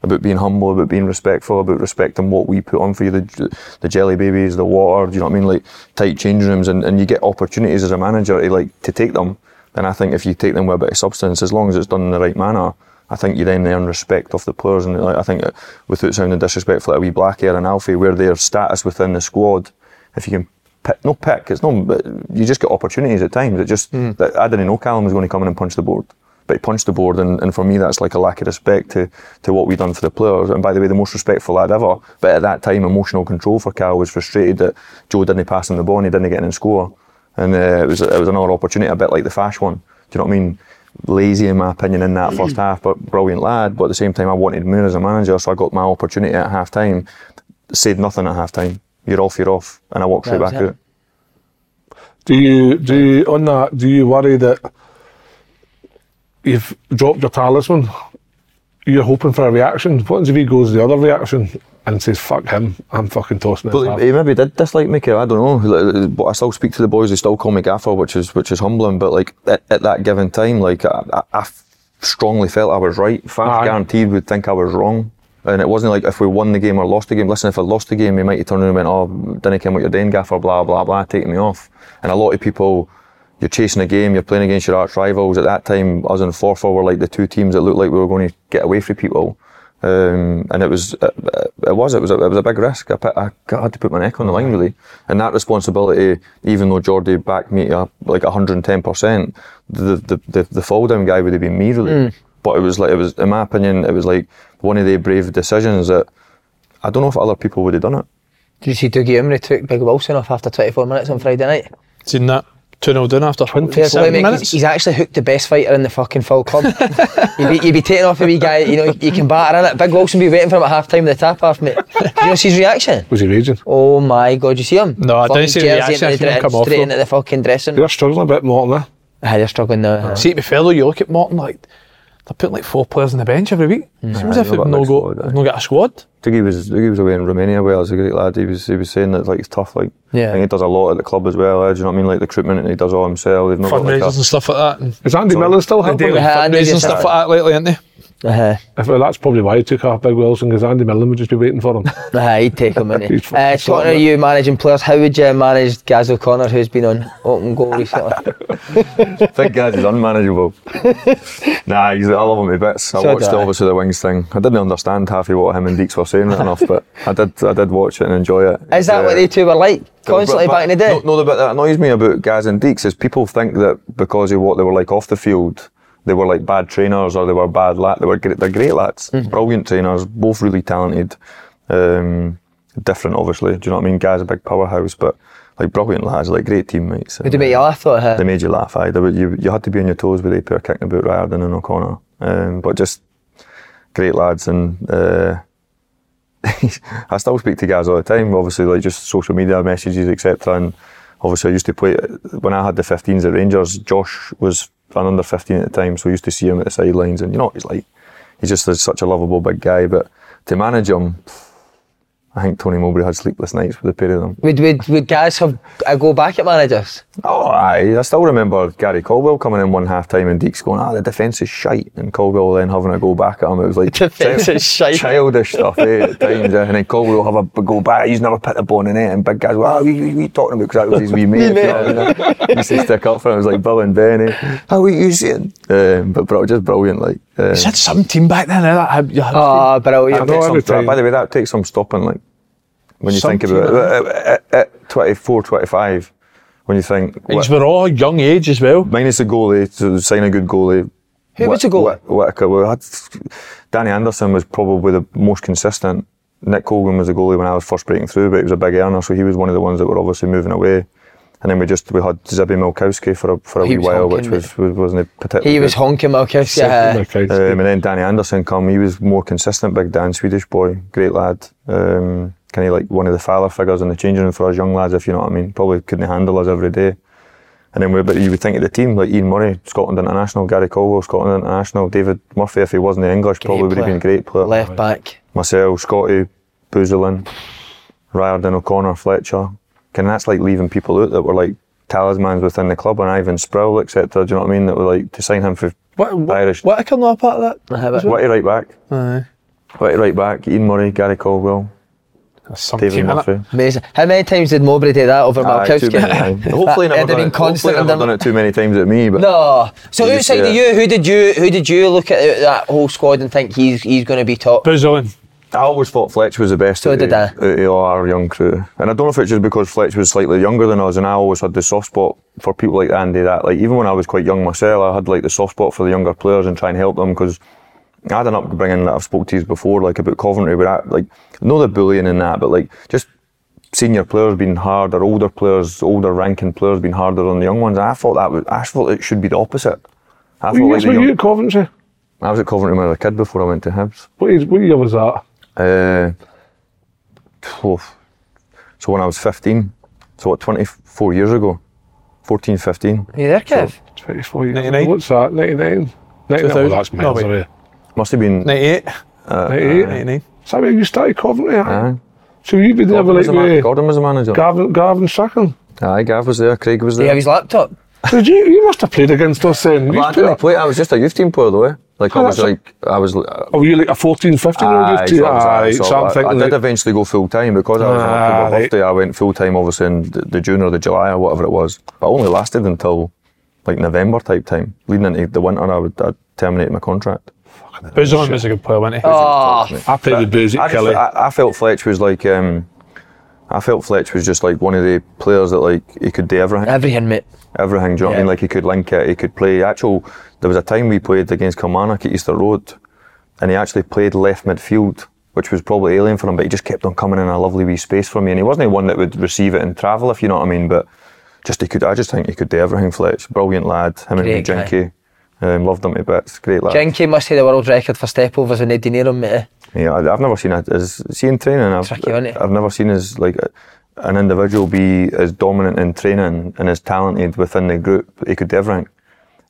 S4: about being humble, about being respectful, about respecting what we put on for you, the, the jelly babies, the water, do you know what I mean? Like tight change rooms and, and you get opportunities as a manager to like to take them. And I think if you take them with a bit of substance, as long as it's done in the right manner, I think you then earn respect off the players. And like, I think that without sounding disrespectful, like a wee black air and Alfie, where their status within the squad, if you can pick, no pick, it's no, but you just get opportunities at times. It just, that I didn't know Callum was going to come in and punch the board but he punched the board and, and for me that's like a lack of respect to, to what we've done for the players and by the way the most respectful lad ever but at that time emotional control for Cal was frustrated that Joe didn't pass him the ball and he didn't get in and score and uh, it was it was another opportunity a bit like the Fash one do you know what I mean lazy in my opinion in that first half but brilliant lad but at the same time I wanted more as a manager so I got my opportunity at half time said nothing at half time you're off you're off and I walked
S2: That
S4: straight
S2: was
S4: back
S2: it.
S4: out
S2: Do you do you, on that? Do you worry that you've dropped your talisman? You're hoping for a reaction. What happens if he goes the other reaction and says "fuck him"? I'm fucking tossing it.
S4: But he maybe did dislike me, Kev, I don't know. Like, But I still speak to the boys. They still call me Gaffer, which is which is humbling. But like at, at that given time, like I, I, I strongly felt I was right. Fast guaranteed would think I was wrong. And it wasn't like if we won the game or lost the game. Listen, if I lost the game, we might have turned around and went, "Oh, didn't care what you're doing, Gaffer." Blah blah blah, taking me off. And a lot of people you're chasing a game, you're playing against your arch rivals. At that time, us and Forfar were like the two teams that looked like we were going to get away from people. Um, and it was, it, it was, it was, a, it was a big risk. I, put, I had to put my neck on the line really, and that responsibility. Even though Jordy backed me up like 110 percent, the the, the the fall down guy would have been me really.
S9: Mm.
S4: But it was like it was, in my opinion, it was like one of the brave decisions that I don't know if other people would have done it.
S1: Did you see Dougie Emery took Big Wilson off after 24 minutes on Friday night?
S3: Seen that. 2 0 down after 27
S1: Playmaker,
S3: minutes.
S1: He's, he's actually hooked the best fighter in the fucking full club. you'd, be, you'd be taking off a wee guy, you know, you can batter in it. Big Wilson be waiting for him at half time with the tap off, mate. Did you know see his reaction?
S2: Was he raging?
S1: Oh my god, you see him?
S3: No, I
S1: Fucking
S3: didn't see the
S1: jersey
S3: reaction. I
S1: into the
S3: seen him
S1: dre-
S3: come off.
S1: Straight into the fucking dressing
S2: They're struggling a bit more now.
S1: Aye, they're struggling now.
S3: See, to be fair though, you look at Morton, like, they're putting like four players on the bench every week.
S2: Mm.
S3: Seems if
S4: Aye, they've
S3: they've
S4: got a
S3: no,
S4: big
S3: go, they've no got a squad.
S4: Diggy was Diggy was away in Romania. Well, he's a great lad. He was he was saying that like it's tough. Like
S3: Yeah.
S4: I think he does a lot at the club as well. eh, Do you know what I mean? Like the recruitment and he does all himself. They've not got like a,
S3: Fundraisers and stuff like that.
S2: Is Andy Miller still
S3: They're
S2: helping?
S3: doing fundraisers and stuff like that lately, isn't he?
S1: Uh-huh.
S2: that's probably why he took off Big Wilson because Andy Millen would just be waiting for him.
S1: Aye, he'd take him, wouldn't Uh-huh, he?
S2: He's
S1: Uh, talking to
S2: sorting
S1: you managing players, how would you manage Gaz O'Connor, who's been on open goal recently?
S4: I think guys is unmanageable. nah, he's, I love him to bits. I
S1: So
S4: watched
S1: do I.
S4: obviously the wings thing. I didn't understand half of what him and Deeks were saying right enough, but I did I did watch it and enjoy it.
S1: Is that what
S4: Yeah.
S1: they two were like? Constantly back in the day?
S4: No, no, the bit that annoys me about Gaz and Deeks is people think that because of what they were like off the field, they were like bad trainers or they were bad lads. They were great, they're great lads, brilliant trainers, both really talented. Um, different, obviously. Do you know what I mean? Gaz a big powerhouse, but like brilliant lads, like great teammates.
S1: Would it make you laugh at her?
S4: They made you laugh. Aye, They were- you, you had to be on your toes with the pair kicking about Riordan and O'Connor. Um, but just great lads, and uh, I still speak to guys all the time. Obviously, like just social media messages, etc. And obviously, I used to play when I had the 15s at Rangers. Josh was an under 15 at the time, so I used to see him at the sidelines, and you know what he's like. He's just a- such a lovable big guy, but to manage him, I think Tony Mowbray had sleepless nights with the pair of them.
S1: Would, would, would Gaz have a go back at managers?
S4: Oh, aye. I still remember Gary Caldwell coming in one half time and Deeks going, ah, the defence is shite. And Caldwell then having a go back at him. It was like,
S1: defence is shite.
S4: Childish stuff, eh, at times. eh. And then Caldwell have a b- go back. He's never put the ball in the net. And Big Guy's, "Ah, well, what are you talking about? Because that was his wee mate.
S1: Wee mate.
S4: he used to stick up for him. It was like Bill and Benny. How are you saying? Um, but bro, just brilliant. Like, um,
S3: Is that some team back then? eh, That had, you had
S1: Ah,
S4: that
S1: brilliant.
S4: takes some- by the way, that takes some stopping, like, when you think
S3: Some
S4: about
S3: team,
S4: it. At, at, at 24, 25, when you think, what-
S3: These were all young age as well.
S4: minus a goalie to sign a good goalie.
S1: Who was the goalie?
S4: Whit- Whitaker. We had Danny Anderson was probably the most consistent. Nick Colgan was the goalie when I was first breaking through, but he was a big earner, so he was one of the ones that were obviously moving away. And then we just we had Zibby Milkowski for a for a
S1: He
S4: wee
S1: was
S4: while, which
S1: honking,
S4: was, was wasn't particularly.
S1: He was
S4: good.
S1: honking Milkowski. Uh,
S4: Um, and then Danny Anderson come. He was more consistent. Big Dan, Swedish boy, great lad. Um, kind of like one of the father figures in the changing room for us young lads, if you know what I mean. Probably couldn't handle us every day. And then, we, but you would think of the team like Ian Murray, Scotland international, Gary Colwell, Scotland international, David Murphy. If he wasn't the English, probably would have
S1: player.
S4: been a great player.
S1: left back.
S4: Myself, Scotty, Boozelin, Riordan, O'Connor, Fletcher. And that's like leaving people out that were like talismans within the club, and Ivan Sproul, etc. Do you know what I mean? That were like to sign him for
S3: What, what,
S4: Irish.
S3: Whitaker not a part of that?
S1: I have it.
S4: Whitey right back.
S3: Aye.
S4: Whitey right back. Ian Murray, Gary Caldwell,
S3: That's some
S4: David
S3: team, innit?
S4: Murphy.
S1: Amazing. How many times did Mowbray do that over
S4: Aye, too
S1: Malkowski?
S4: many times. Hopefully,
S1: It'd
S4: never done
S1: have been
S4: it. Hopefully
S1: constant
S4: never
S1: under-
S4: done it too many times at me. But
S1: No. So
S4: You just
S1: outside
S4: say
S1: of
S4: it.
S1: you, who did you who did you look at that whole squad and think he's he's going to be top?
S3: Boozelin.
S4: I always thought Fletch was the best.
S1: So
S4: out of-
S1: did I.
S4: out of all our young crew, and I don't know if it's just because Fletch was slightly younger than us, and I always had the soft spot for people like Andy. That like even when I was quite young myself, I had like the soft spot for the younger players and try and help them because. I had an upbringing that I've spoke to you before, like about Coventry, but I, like no the bullying and that, but like just senior players being hard or older players, older ranking players being harder on the young ones. And I thought that was, I thought it should be the opposite. I thought
S2: What
S4: like
S2: years
S4: the
S2: were
S4: young-
S2: you at Coventry?
S4: I was at Coventry when I was a kid before I went to Hibs.
S2: What year, what year was that?
S4: Uh, oh, so when I was 15, so what, 24 years ago? 14, 15.
S1: Are you there, Kev?
S2: 24 years
S3: 99?
S2: ago. What's that? 99? 99? Oh,
S3: 2000?
S2: that's
S3: No, wait.
S2: misery.
S4: Must have been.
S3: 98.
S2: 98?
S3: 99.
S2: Is that where you started Coventry? aye?
S4: Aye.
S2: So you've been there
S4: Gordon, was
S2: with
S4: a man-
S2: like with
S4: Gordon was the manager.
S2: Gavin, Gavin Sackham.
S4: Aye, Gav was there, Craig was
S1: Do you have
S4: there.
S1: his laptop?
S2: Did you? You must have played against eh, us then.
S4: But
S2: You
S4: I
S2: put
S4: didn't
S2: up-
S4: play, I was just a youth team player though. Eh? Like, I
S2: Oh,
S4: was
S2: that's a-
S4: like, I was. Uh,
S2: Oh, were you like a 14, 15 year old?
S4: Aye, so I was-
S2: Aye,
S4: Ah, so
S2: so
S4: I-
S2: I'm thinking.
S4: I did
S2: like-
S4: eventually go full time because I was on
S2: Ah,
S4: October
S2: right.
S4: birthday. I went full time, obviously, in the, the June or the July or whatever it was. But I only lasted until like November type time. Leading into the winter, I would I'd terminate my contract.
S3: Boozelin was a good player, wasn't he?
S1: Oh,
S2: I played with Boozy
S4: I, just-
S2: Kelly.
S4: I, I felt Fletch was like, um, I felt Fletch was just like one of the players that like he could do everything.
S1: everything, mate.
S4: everything. Do you know what I mean? Like he could link it, he could play. Actual, there was a time we played against Kilmarnock at Easter Road, and he actually played left midfield, which was probably alien for him. But he just kept on coming in a lovely wee space for me, and he wasn't one that would receive it and travel, if you know what I mean. But just he could, I just think he could do everything. Fletch, brilliant lad. Him
S1: Great
S4: and
S1: guy.
S4: Jinky, um, loved him to bits. Great lad.
S1: Jinky must have the world record for stepovers when they did near him, mate.
S4: Yeah, I- I've never seen it as seeing training. I've,
S1: Tricky, isn't it?
S4: I've never seen as like a- an individual be as dominant in training and as talented within the group. He could do everything.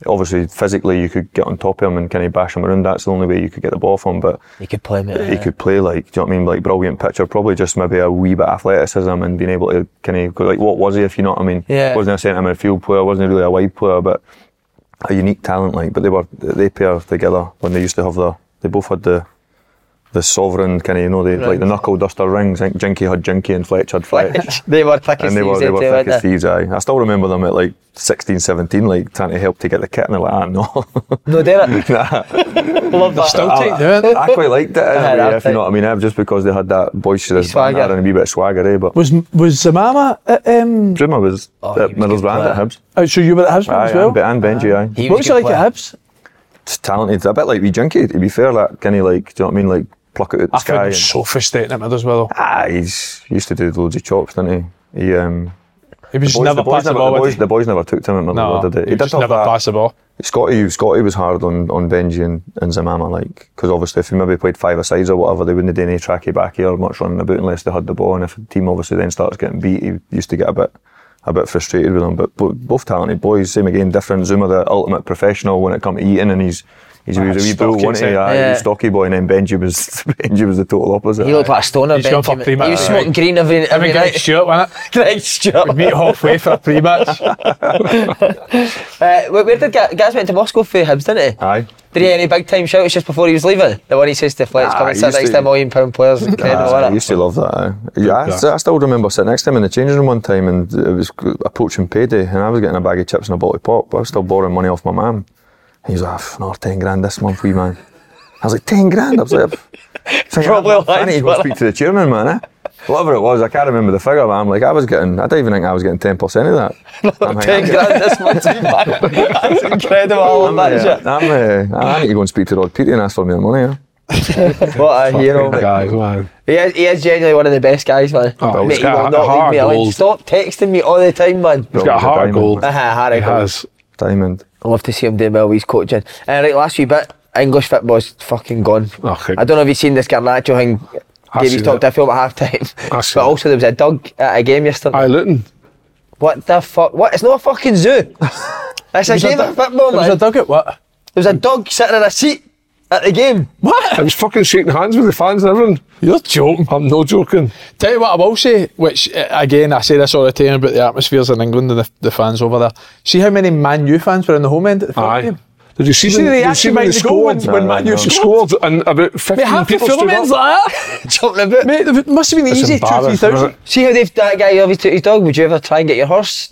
S4: Obviously, physically, you could get on top of him and kind of bash him around. That's the only way you could get the ball from. But
S1: He could play, mate.
S4: he could play like, do you know what I mean? Like brilliant pitcher, probably just maybe a wee bit of athleticism and being able to kind of go like, what was he? If you know what I mean?
S1: Yeah.
S4: Wasn't a centre midfield player. Wasn't really a wide player, but a unique talent. Like, but they were they pair together when they used to have the they both had the the sovereign kind of you know they like the knuckle duster rings. I think Jinky had Jinky and Fletch had Fletch.
S1: they were thick as
S4: And they were,
S1: thieves,
S4: they were
S1: too,
S4: thick as
S1: weren't they?
S4: thieves, aye. I still remember them at like 16, 17, like trying to help to get the kit, and they're like, ah, no.
S1: No, Derek. Love that.
S3: Still take that.
S4: Ah, I quite liked it, in
S1: Aye,
S4: a way,
S1: that's
S4: if you know what I mean, eh, just because they had that boisterous
S1: Swagger.
S4: swagger and a wee bit of swagger, eh? But
S3: Was, was Zamama at, um,
S4: Zuma was
S1: Oh,
S4: at
S1: he was a good
S4: Middlesbrough and at
S1: player.
S4: Hibs.
S3: oh, so you were at Hibs
S4: Aye,
S3: as well?
S4: and, Be- and Benji, aye.
S1: He
S3: what
S1: was
S3: was
S1: a
S3: you
S1: good
S3: like
S1: player.
S3: at Hibs?
S4: It's talented, a bit like wee Junkie, to be fair, that kind of like, do you know what I mean, like pluck it out the
S3: I
S4: sky.
S3: found him
S4: and-
S3: so frustrating at Middlesbrough. though.
S4: Ah, he's he used to do loads of chops, didn't he? He um,
S3: He was just
S4: boys-
S3: never
S4: boys
S3: passed the
S4: never-
S3: ball.
S4: the,
S3: would
S4: boys,
S3: he?
S4: the boys never took to him at Motherwell,
S3: No,
S4: did they?
S3: he just never passed the ball.
S4: Scotty, Scotty was hard on, on Benji and, and Zamama, like, because obviously if he maybe played five a sides or whatever, they wouldn't do any tracky backy or much running about unless they had the ball. And if the team obviously then starts getting beat, he used to get a bit a bit frustrated with them. But bo- both talented boys, same again, different. Zuma, the ultimate professional when it comes to eating, and he's He was a wee bull,
S1: stocky,
S4: wasn't he? Aye, he
S1: yeah.
S4: was stocky boy, and then Benji was Benji was the total opposite.
S1: He looked like a stoner.
S4: He's gone for
S1: Benjamin.
S4: pre-match,
S1: He was
S4: right?
S1: smoking green every every
S3: Greg
S1: night.
S3: Stewart, wasn't it?
S1: Greg Stewart.
S3: We'd meet halfway for a pre-match.
S1: Uh, where where did Ga- Gaz went to Moscow for Hibs, didn't he?
S4: Aye.
S1: Did he have any big time shouts just before he was leaving? The one he says to Fletch,
S4: Nah,
S1: come
S4: Ah,
S1: and
S4: he
S1: sit
S4: used
S1: next
S4: to-
S1: to a million pound players. Incredible,
S4: Ah, I
S1: wasn't it?
S4: used to love that. aye. Yeah, I, I still remember sitting next to him in the changing room one time, and it was approaching payday, and I was getting a bag of chips and a bottle of pop. I was still borrowing money off my mum. And He was like, "Pff, "Another ten grand this month, wee man." I was like, 10 grand? I was like, "Pff,
S1: Probably
S4: I need to go
S1: lies,
S4: speak to the chairman, man." Eh? Whatever it was, I can't remember the figure, but I'm like, I was getting, I don't even think I was getting 10% of that. I'm like,
S1: 10 grand this month. That's incredible. I love
S4: I'm,
S1: that shit.
S4: uh, I'm, uh, I need to go and speak to Rod Petty and ask for my money. Eh?
S1: What a hero. mate.
S2: guys, man.
S1: He is, he is genuinely one of the best guys, man.
S2: Oh,
S1: Mate,
S2: he's
S1: he
S2: got
S1: will
S2: a
S1: not leave
S2: hard
S1: me alone.
S2: gold.
S1: Stop texting me all the time, man.
S2: He's got a heart of gold.
S1: Uh-huh, Harry
S2: He
S1: Gold.
S2: has.
S4: Diamond.
S1: I love to see him doing well with his coaching. Uh, right, last wee bit, English football's fucking gone.
S2: Oh, Okay.
S1: I don't know if you've seen this Garnacho thing.
S2: I
S1: Davey's
S2: seen
S1: talked
S2: it.
S1: to a film at half time.
S2: I
S1: But
S2: seen it.
S1: also, there was a dog at a game yesterday.
S2: Aye, Luton.
S1: What the fuck? What? It's not a fucking zoo. It's a game of football,
S3: There was a
S1: man. There
S3: dug at what?
S1: was a dog sitting in a seat at the game.
S2: I was fucking shaking hands with the fans and everything.
S3: You're joking.
S2: I'm no joking.
S3: Tell you what I will say, which uh, again I say this all the time about the atmospheres in England and the, the fans over there. See how many Man U fans were in the home end at the first
S2: Aye.
S3: game.
S2: Did you see,
S3: See,
S2: the,
S3: they
S2: did you
S3: actually
S2: see when
S3: made
S2: they
S3: the goal
S2: scored?
S3: when- when Man U
S2: They
S3: scored.
S2: scored and about 15
S3: Mate, half the
S2: people stood
S3: fullmen's
S2: up.
S3: like that.
S1: Jumping about.
S3: Mate, it must have been
S2: It's
S3: easy, two three
S2: embarrassing, isn't
S3: thousand.
S2: it?
S1: See how they've that guy always took his dog. Would you ever try and get your horse?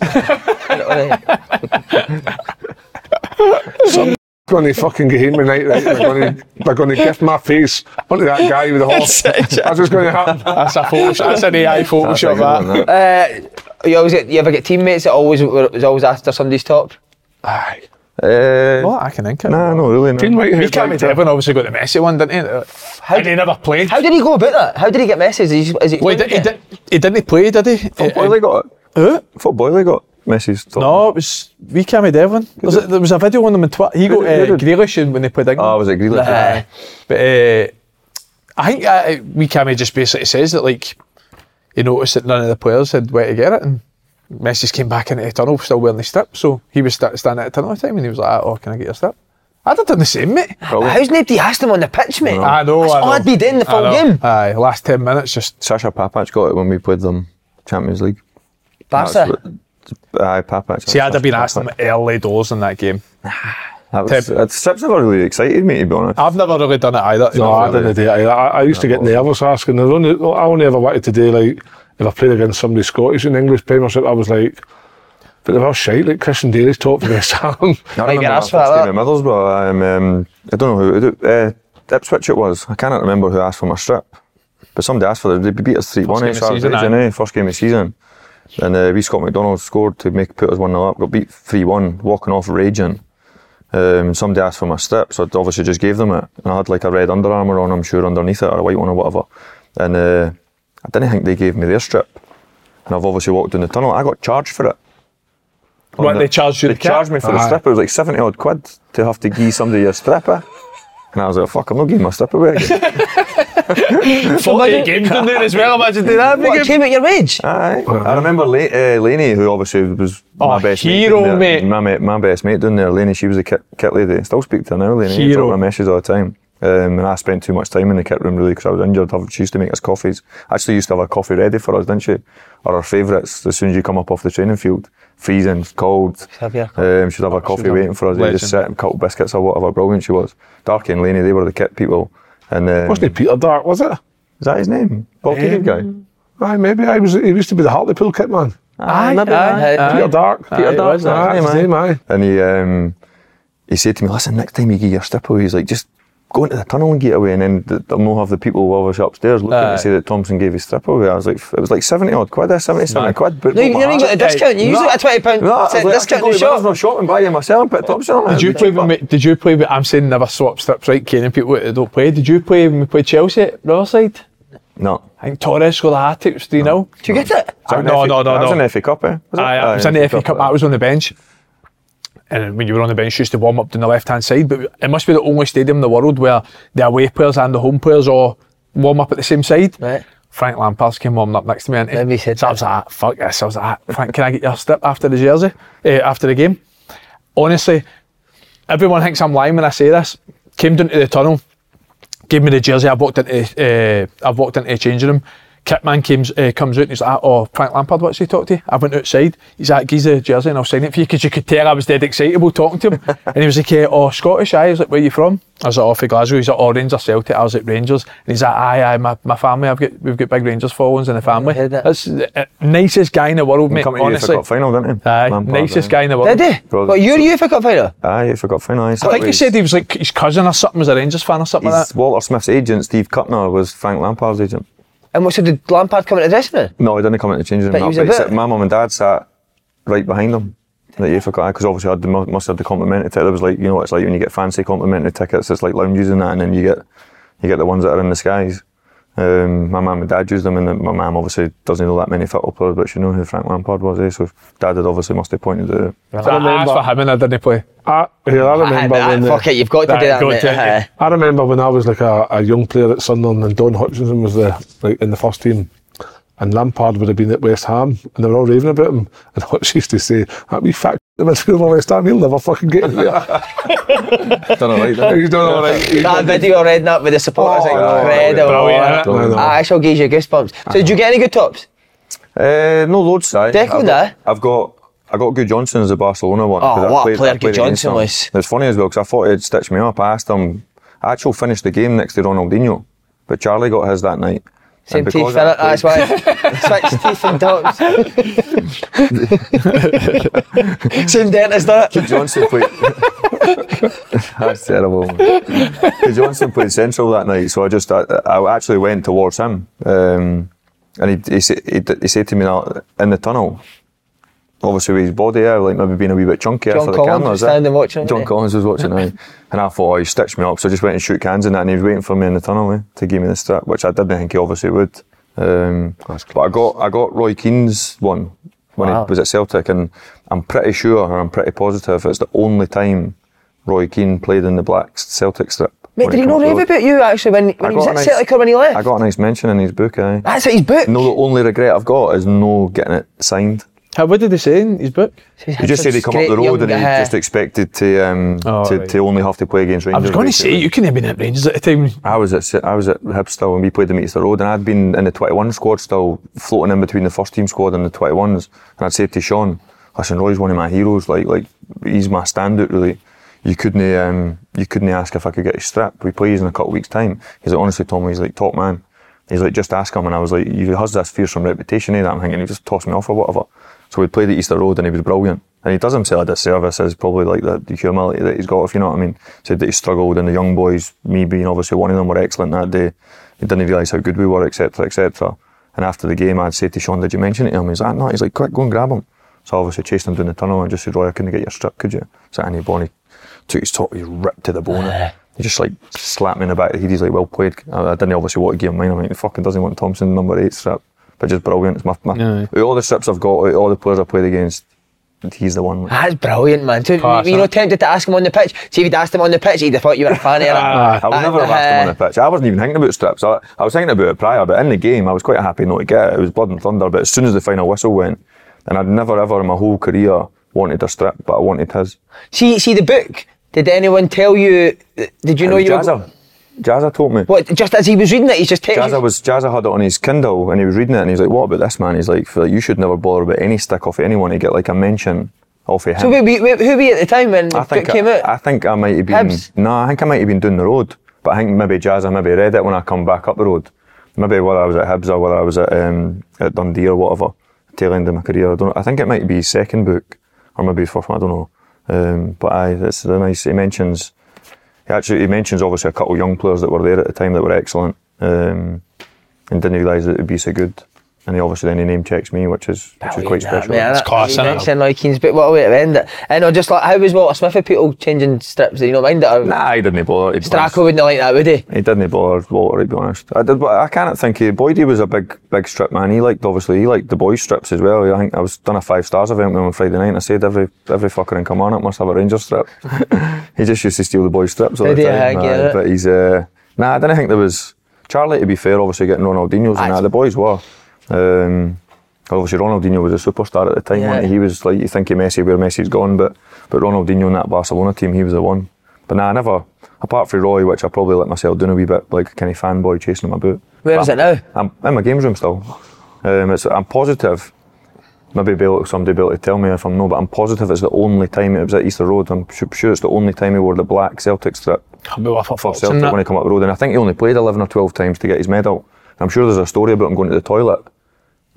S2: going to fucking get him tonight, right? They're going to, they're going to gift my face onto that guy with the horse. That's what's going to happen.
S3: That's a photo, that's an AI
S4: That's a
S3: Photoshop.
S4: good one,
S3: That.
S4: that.
S1: uh, you always get, you ever get teammates that always was always after somebody's top?
S3: Aye.
S4: Uh,
S3: Well, I can think of.
S4: Nah, no, really.
S2: Dean
S4: No.
S2: Whitehead.
S3: He came
S2: like
S3: to
S2: that.
S3: Everyone obviously got the messy one, didn't he? How and he never played.
S1: How did he go about that? How did he get messages? Is he, is he
S3: well, he, did, he, did, he didn't play, did he?
S4: Foot
S3: Uh, uh,
S4: Boyle got it.
S3: who?
S4: Foot Boyle got Messages.
S3: No, it was we came with Devon. Was it, there was a video on them in Twitter. He got
S4: Who
S3: uh,
S4: did-
S3: Grealish in when they played England.
S4: Oh, was it Grealish?
S3: Aye. But uh, I think uh, we came here just basically says that like he noticed that none of the players had where to get it, and Messi's came back into the tunnel still wearing the strip. So he was sta- standing at the tunnel at the time, and he was like, ah, "Oh, can I get your strip?" I'd have done the same, mate.
S1: How's nobody asked him on the pitch, mate?
S3: I know.
S1: That's
S3: I know.
S1: all I'd be doing the
S3: I
S1: full
S3: know.
S1: game.
S3: Aye, last ten minutes just
S4: Sasha Papac got it when we played them Champions League.
S1: Barca.
S4: what- Aye, Papac.
S3: See, I'd have been
S4: Papac.
S3: asked them early doors in that game.
S4: That was,
S3: Temp-
S4: uh, Strips never really excited me, to be honest.
S3: I've never really done it either. to be
S2: No, I
S3: fair.
S2: didn't do it. I, I used to get nervous asking. There's only, I only ever wanted to do, like, if I played against somebody Scottish in the English Premiership, I was like, but they were shite. Like, Christian Daly's top for this arm.
S4: I
S1: Might get
S4: remember our
S1: asked
S4: first
S1: for
S4: game
S1: that.
S4: at Middlesbrough. Um, um, I don't know who. who- Uh, Ipswich it was. I cannot remember who asked for my strip. But somebody asked for it. They beat us 3
S3: First
S4: 1
S3: game of season, aye.
S4: First game of season. And uh, we Scott McDonald scored to make put us 1 0 up. Got beat 3 1, walking off raging. Um, somebody asked for my strip, so I obviously just gave them it. And I had like a red Under Armour on, I'm sure, underneath it, or a white one or whatever. And uh, I didn't think they gave me their strip. And I've obviously walked down the tunnel. I got charged for it. On
S3: What,
S4: the-
S3: they charged you
S4: They
S3: the cap?
S4: charged me for the
S2: Aye.
S4: strip. It was like 70 odd quid to have to give somebody a stripper. And I was like, fuck, I'm not giving my strip away again.
S3: Forty games in there as well. Imagine doing that.
S1: What, came at your age?
S4: Aye. I remember La- uh, Laney, who obviously was
S3: Oh,
S4: my best mate,
S3: hero,
S4: down there.
S3: mate.
S4: My, mate. my best mate down there, Laney, she was a kit, kit lady. Still speak to her now, Laney.
S3: Hero.
S4: I drop my messages all the time. Um, and I spent too much time in the kit room really because I was injured. I've- She used to make us coffees. Actually used to have a coffee ready for us, didn't she? Or our favourites as soon as you come up off the training field. Freezing, cold.
S1: have your-
S4: Um, she'd have a coffee
S3: a
S4: waiting for us. They
S3: legend.
S4: just sit and cut biscuits or whatever. Brilliant she was. Darky and Laney, they were the kit people. And um,
S2: Wasn't it Peter Dark, was it?
S4: is that his name?
S3: Eh,
S4: Bob Keegan guy.
S2: Aye, maybe. I was, he used to be the Hartlepool kit man.
S4: Aye, maybe,
S1: aye, aye.
S2: Peter Dark.
S4: Peter Aye, it Dark. was that.
S2: Aye, that's his
S4: Aye,
S2: name, aye.
S4: And he um, he said to me, listen, next time you get your strip away, he's like, er just go into the tunnel and get away. And then th- they'll not have the people obviously upstairs looking
S3: Aye.
S4: to say that Thompson gave his strip away. er I was like, f- it was like 70 odd quid, eh, 70, 70 quid. But
S1: No, you
S4: but
S1: never
S4: my
S1: even got a
S4: heart-
S1: discount. You usually
S4: No.
S1: got a twenty pound
S4: No, I was like, I could
S1: discount
S4: go
S1: in
S4: to
S1: the shop.
S4: Middlesbrough shop and buy him myself and put Thompson on it.
S3: Did you
S4: It'd be
S3: play
S4: cheaper.
S3: when we, Did you play? with- I'm saying never swap strips, right? Caning people that don't play. Did you play when we played Chelsea at Riverside?
S4: No.
S3: I think Torres scored a hat trick. Do you know?
S1: Do you get it?
S4: Was that an
S3: no,
S4: FA
S3: no, no,
S4: That was
S3: no.
S4: an FA Cup, eh? Was it?
S3: Aye, I was in
S4: Aye,
S3: the FA Cup.
S4: eh.
S3: I was on the bench. And when you were on the bench, you used to warm up down the left hand side. But it must be the only stadium in the world where the away players and the home players all warm up at the same side.
S1: Right.
S3: Frank Lampard came warming up next to me. And
S1: Then we said
S3: so I was like, "Ah, fuck this. I was like, "Ah, Frank, can I get your strip after the jersey, eh, after the game? Honestly, everyone thinks I'm lying when I say this. came down to the tunnel, gave me the jersey. I walked into uh, I walked into the changing room. Kitman comes uh, comes out and he's like, "Oh, Frank Lampard wants to talk to you." I went outside. He's like, "He's the jersey, and I'll sign it for you." Because you could tell I was dead excitable talking to him. and he was like, eh, "Oh, Scottish." Aye. I was like, "Where are you from?" I was like, "Off of Glasgow." He's like, "Oh, Rangers, Celtic." I was at Rangers, and he's like, "Aye, aye, my, my family. I've got we've got big Rangers followings in the family." That's the uh, nicest guy in the world, mate.
S4: Come to
S3: honestly,
S4: UEFA Cup final, didn't he?
S3: Aye,
S4: Lampard,
S3: nicest
S4: aye.
S3: guy in the world.
S4: Brothers.
S3: UEFA Cup final?
S4: Aye, UEFA Cup final. eh? aye.
S3: I think he
S4: He's-
S3: said he was like his cousin or something was a Rangers fan or something like
S4: he's Walter Smith's agent, Steve Cutner, was Frank Lampard's agent.
S1: And what, so did Lampard come into the dressing room?
S4: No, he didn't come into the changing
S1: But
S4: room. no,
S1: he was
S4: But
S1: a
S4: he
S1: bit-
S4: said my mum and dad sat right behind him. That you forgot because obviously I had the, mu- must have had the complimentary ticket. There was like you know what it's like when you get fancy complimentary tickets. It's like lounges and that, and then you get you get the ones that are in the skies. Um, my mum and dad used them, and then my mum obviously doesn't know that many football players, but she knew who Frank Lampard was. Eh? So dad had obviously must have pointed out.
S3: that. I asked for him and I didn't play.
S4: Ah,
S2: I, yeah, I remember
S1: but,
S4: uh,
S2: when
S1: ah,
S2: the-
S1: fuck it, you've got to do that,
S2: go
S1: mate,
S2: to it.
S1: aye.
S2: I remember when I was like a, a young player at Sunderland and Don Hutchinson was the like in the first team. And Lampard would have been at West Ham, and they were all raving about him. And Hutch used to say, "That wee fat the midfielder of West Ham, he'll never fucking get in there."
S4: done all right.
S2: He's done all right. He's
S1: That
S2: done-
S1: video I read up with the supporters,
S4: Oh,
S1: like, incredible.
S2: Brilliant, isn't it?
S1: Ah,
S2: No, no.
S1: I shall give you goosebumps. So, did you get any good tops?
S4: Uh, no loads, aye.
S1: Declan,
S4: I've
S1: eh?
S4: got, I've got I got Good Johnson as a Barcelona one.
S1: Oh,
S4: 'cause I
S1: what a player
S4: I
S1: Good
S4: against
S1: Johnson
S4: him.
S1: was.
S4: It was funny as well because I thought he'd stitch me up. I asked him. I actually finished the game next to Ronaldinho, but Charlie got his that night.
S1: Same
S4: And
S1: teeth,
S4: because
S1: innit?
S4: I
S1: That's why. Switch teeth and tops. Same dentist, that.
S4: Good Johnson played. That's terrible. Good Johnson played central that night, so I just I, I actually went towards him, um, and he he, sa- he d- he said to me now in the tunnel. Obviously, with his body, I like maybe being a wee bit chunkier
S1: John
S4: for the
S1: Collins
S4: cameras.
S1: was
S4: eh?
S1: standing watching it,
S4: John
S1: wasn't he?
S4: Collins was watching it, and I thought, oh, he stitched me up, so I just went and shook hands and that, and he was waiting for me in the tunnel eh, to give me the strap, which I didn't think he obviously would. Um, but I got I got Roy Keane's one when
S1: Wow.
S4: he was at Celtic, and I'm pretty sure, or I'm pretty positive, it's the only time Roy Keane played in the black Celtic strip.
S1: Mate,
S4: when
S1: did
S4: he
S1: he
S4: come
S1: not
S4: up
S1: rave
S4: with-
S1: about you actually when, when
S4: I
S1: he was
S4: got
S1: at
S4: a nice-
S1: Celtic or when he left?
S4: I got a nice mention in his book, aye.
S1: That's at his book.
S4: No, the only regret I've got is no getting it signed.
S3: How, what did he say in his book?
S4: He just said he come up the road and he just expected to um,
S3: Oh,
S4: to,
S3: right.
S4: to only have to play against
S3: I
S4: Rangers.
S3: was going to
S4: basically.
S3: say, you couldn't have been at Rangers at the time.
S4: I was at Si- I was at Hibstow and we played the meets the road and I'd been in the 21 squad still floating in between the first team squad and the 21s and I'd said to Sean listen Roy's one of my heroes like like he's my standout really you couldn't um, you couldn't ask if I could get his strap we play in a couple of weeks time he's like honestly Tom he's like top man he's like just ask him and I was like you has this fearsome reputation eh that I'm thinking he just tossed me off or whatever so we played at Easter Road and he was brilliant. And he does himself a disservice as probably like the, the humility that he's got, if you know what I mean. Said that he struggled and the young boys, me being obviously one of them, were excellent that day. He didn't realise how good we were, etc., etc. And after the game, I'd say to Sean, did you mention it to him? He's like, no. He's like, quick, go and grab him. So I obviously chased him down the tunnel and just said, Roy, I couldn't get your strip, could you? So Andy Bonnie took his top, he ripped to the
S1: Uh-huh.
S4: bone. He just like slapped me in the back of the head. He's like, well played. I, I didn't obviously want to give him mine. I'm like, he fucking doesn't want Thompson number eight strip. But just brilliant. It's my, my,
S3: Aye.
S4: out of all the strips I've got, out of all the players I played against, he's the one.
S1: That's brilliant, man. So,
S3: Class,
S1: were you know,
S3: innit?
S1: tempted to ask him on the pitch. See, if you'd asked him on the pitch, he'd have thought you were a fan of him.
S4: Ah,
S1: uh,
S4: I would never have asked him on
S1: Uh-huh.
S4: the pitch. I wasn't even thinking about strips. I, I was thinking about it prior, but in the game, I was quite happy not to get it. It was blood and thunder. But as soon as the final whistle went, and I'd never ever in my whole career wanted a strip, but I wanted his.
S1: See, see the book. Did anyone tell you? uh, Did you know
S4: It
S1: you
S4: was
S1: were?
S4: Jazza. Jazza told me.
S1: What? Just as he was reading it, he's just texting.
S4: Jazza was Jazza had it on his Kindle and he was reading it and he's like, "What about this man?" He's like, "Feel like "You should never bother about any stick off of anyone to get like a mention off of him."
S1: So wait, wait, wait, who were you at the time when the
S4: I think uh,
S1: book came
S4: I,
S1: out?
S4: I think I might have been.
S1: Hibs?
S4: No, I think I might have been doing the road, but I think maybe Jazz, I maybe read it when I come back up the road. Maybe whether I was at Hibs or whether I was at um, at Dundee or whatever, tail end of my career. I don't. know. I think it might be his second book, or maybe his first one. I don't know. Um, but I, it's a nice. He mentions. He actually he mentions obviously a couple of young players that were there at the time that were excellent, um, and didn't realise that it'd be so good. And he obviously then he name checks me, which is which is quite special.
S1: Ah, Man,
S3: It's class, innit?
S1: It's in like Keane's book. What a way to end it. And I just like, how was Walter Smith with people changing strips? Did you not mind it? Or
S4: nah, he didn't bother. to be honest.
S1: Stracco wouldn't like that, would he?
S4: He didn't bother Walter, to be honest. I did, but I can't think he. Boydie was a big, big strip man. He liked, obviously, he liked the boys' strips as well. I think I was done a five stars event with him on Friday night, and I said every every fucker in Kilmarnock must have a Ranger strip. he just used to steal the boys' strips all the
S1: Did he?
S4: time.
S1: I
S4: aye,
S1: get it.
S4: but he's, uh, nah, I didn't think there was Charlie. To be fair, obviously getting Ronaldinho's and that. The boys were. Um, obviously, Ronaldinho was a superstar at the time. wasn't
S1: Yeah.
S4: he? He was like you think of Messi, where Messi's gone, but but Ronaldinho and that Barcelona team, he was the one. But nah, I never. apart from Roy, which I probably let myself down a wee bit, like a kind of fanboy chasing my boot.
S1: Where is it now?
S4: I'm in my games room still. Um, it's, I'm positive. Maybe be able, somebody be able to tell me if I'm no, but I'm positive it's the only time it was at Easter Road. I'm su- sure it's the only time he wore the black Celtic strip for
S3: in
S4: Celtic
S3: that.
S4: when he come up the road. And I think he only played 11 or 12 times to get his medal. And I'm sure there's a story about him going to the toilet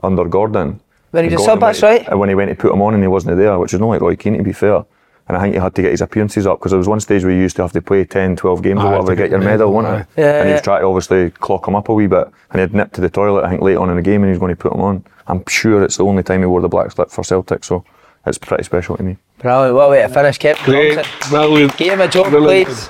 S4: under Gordon.
S1: When he
S4: And Gordon
S1: was sub, that's
S4: went-
S1: right.
S4: and when he went to put him on and he wasn't there, which is not like Roy Keane to be fair. And I think he had to get his appearances up because there was one stage where you used to have to play 10, 12 games
S2: Aye,
S4: or whatever
S2: to
S4: to get
S2: get
S4: your
S2: the
S4: medal,
S2: medal,
S4: wasn't
S2: aye.
S4: it?
S2: Yeah,
S4: and he
S2: yeah.
S4: was trying to obviously clock him up a wee bit. And he'd nipped to the toilet, I think, late on in the game and he was going to put him on. I'm sure it's the only time he wore the black slip for Celtic, so it's pretty special to me.
S1: Brilliant. What a way to finish, Kevin
S4: Great.
S1: Thompson.
S2: Brilliant.
S1: Give him a job,
S4: Brilliant.
S1: please.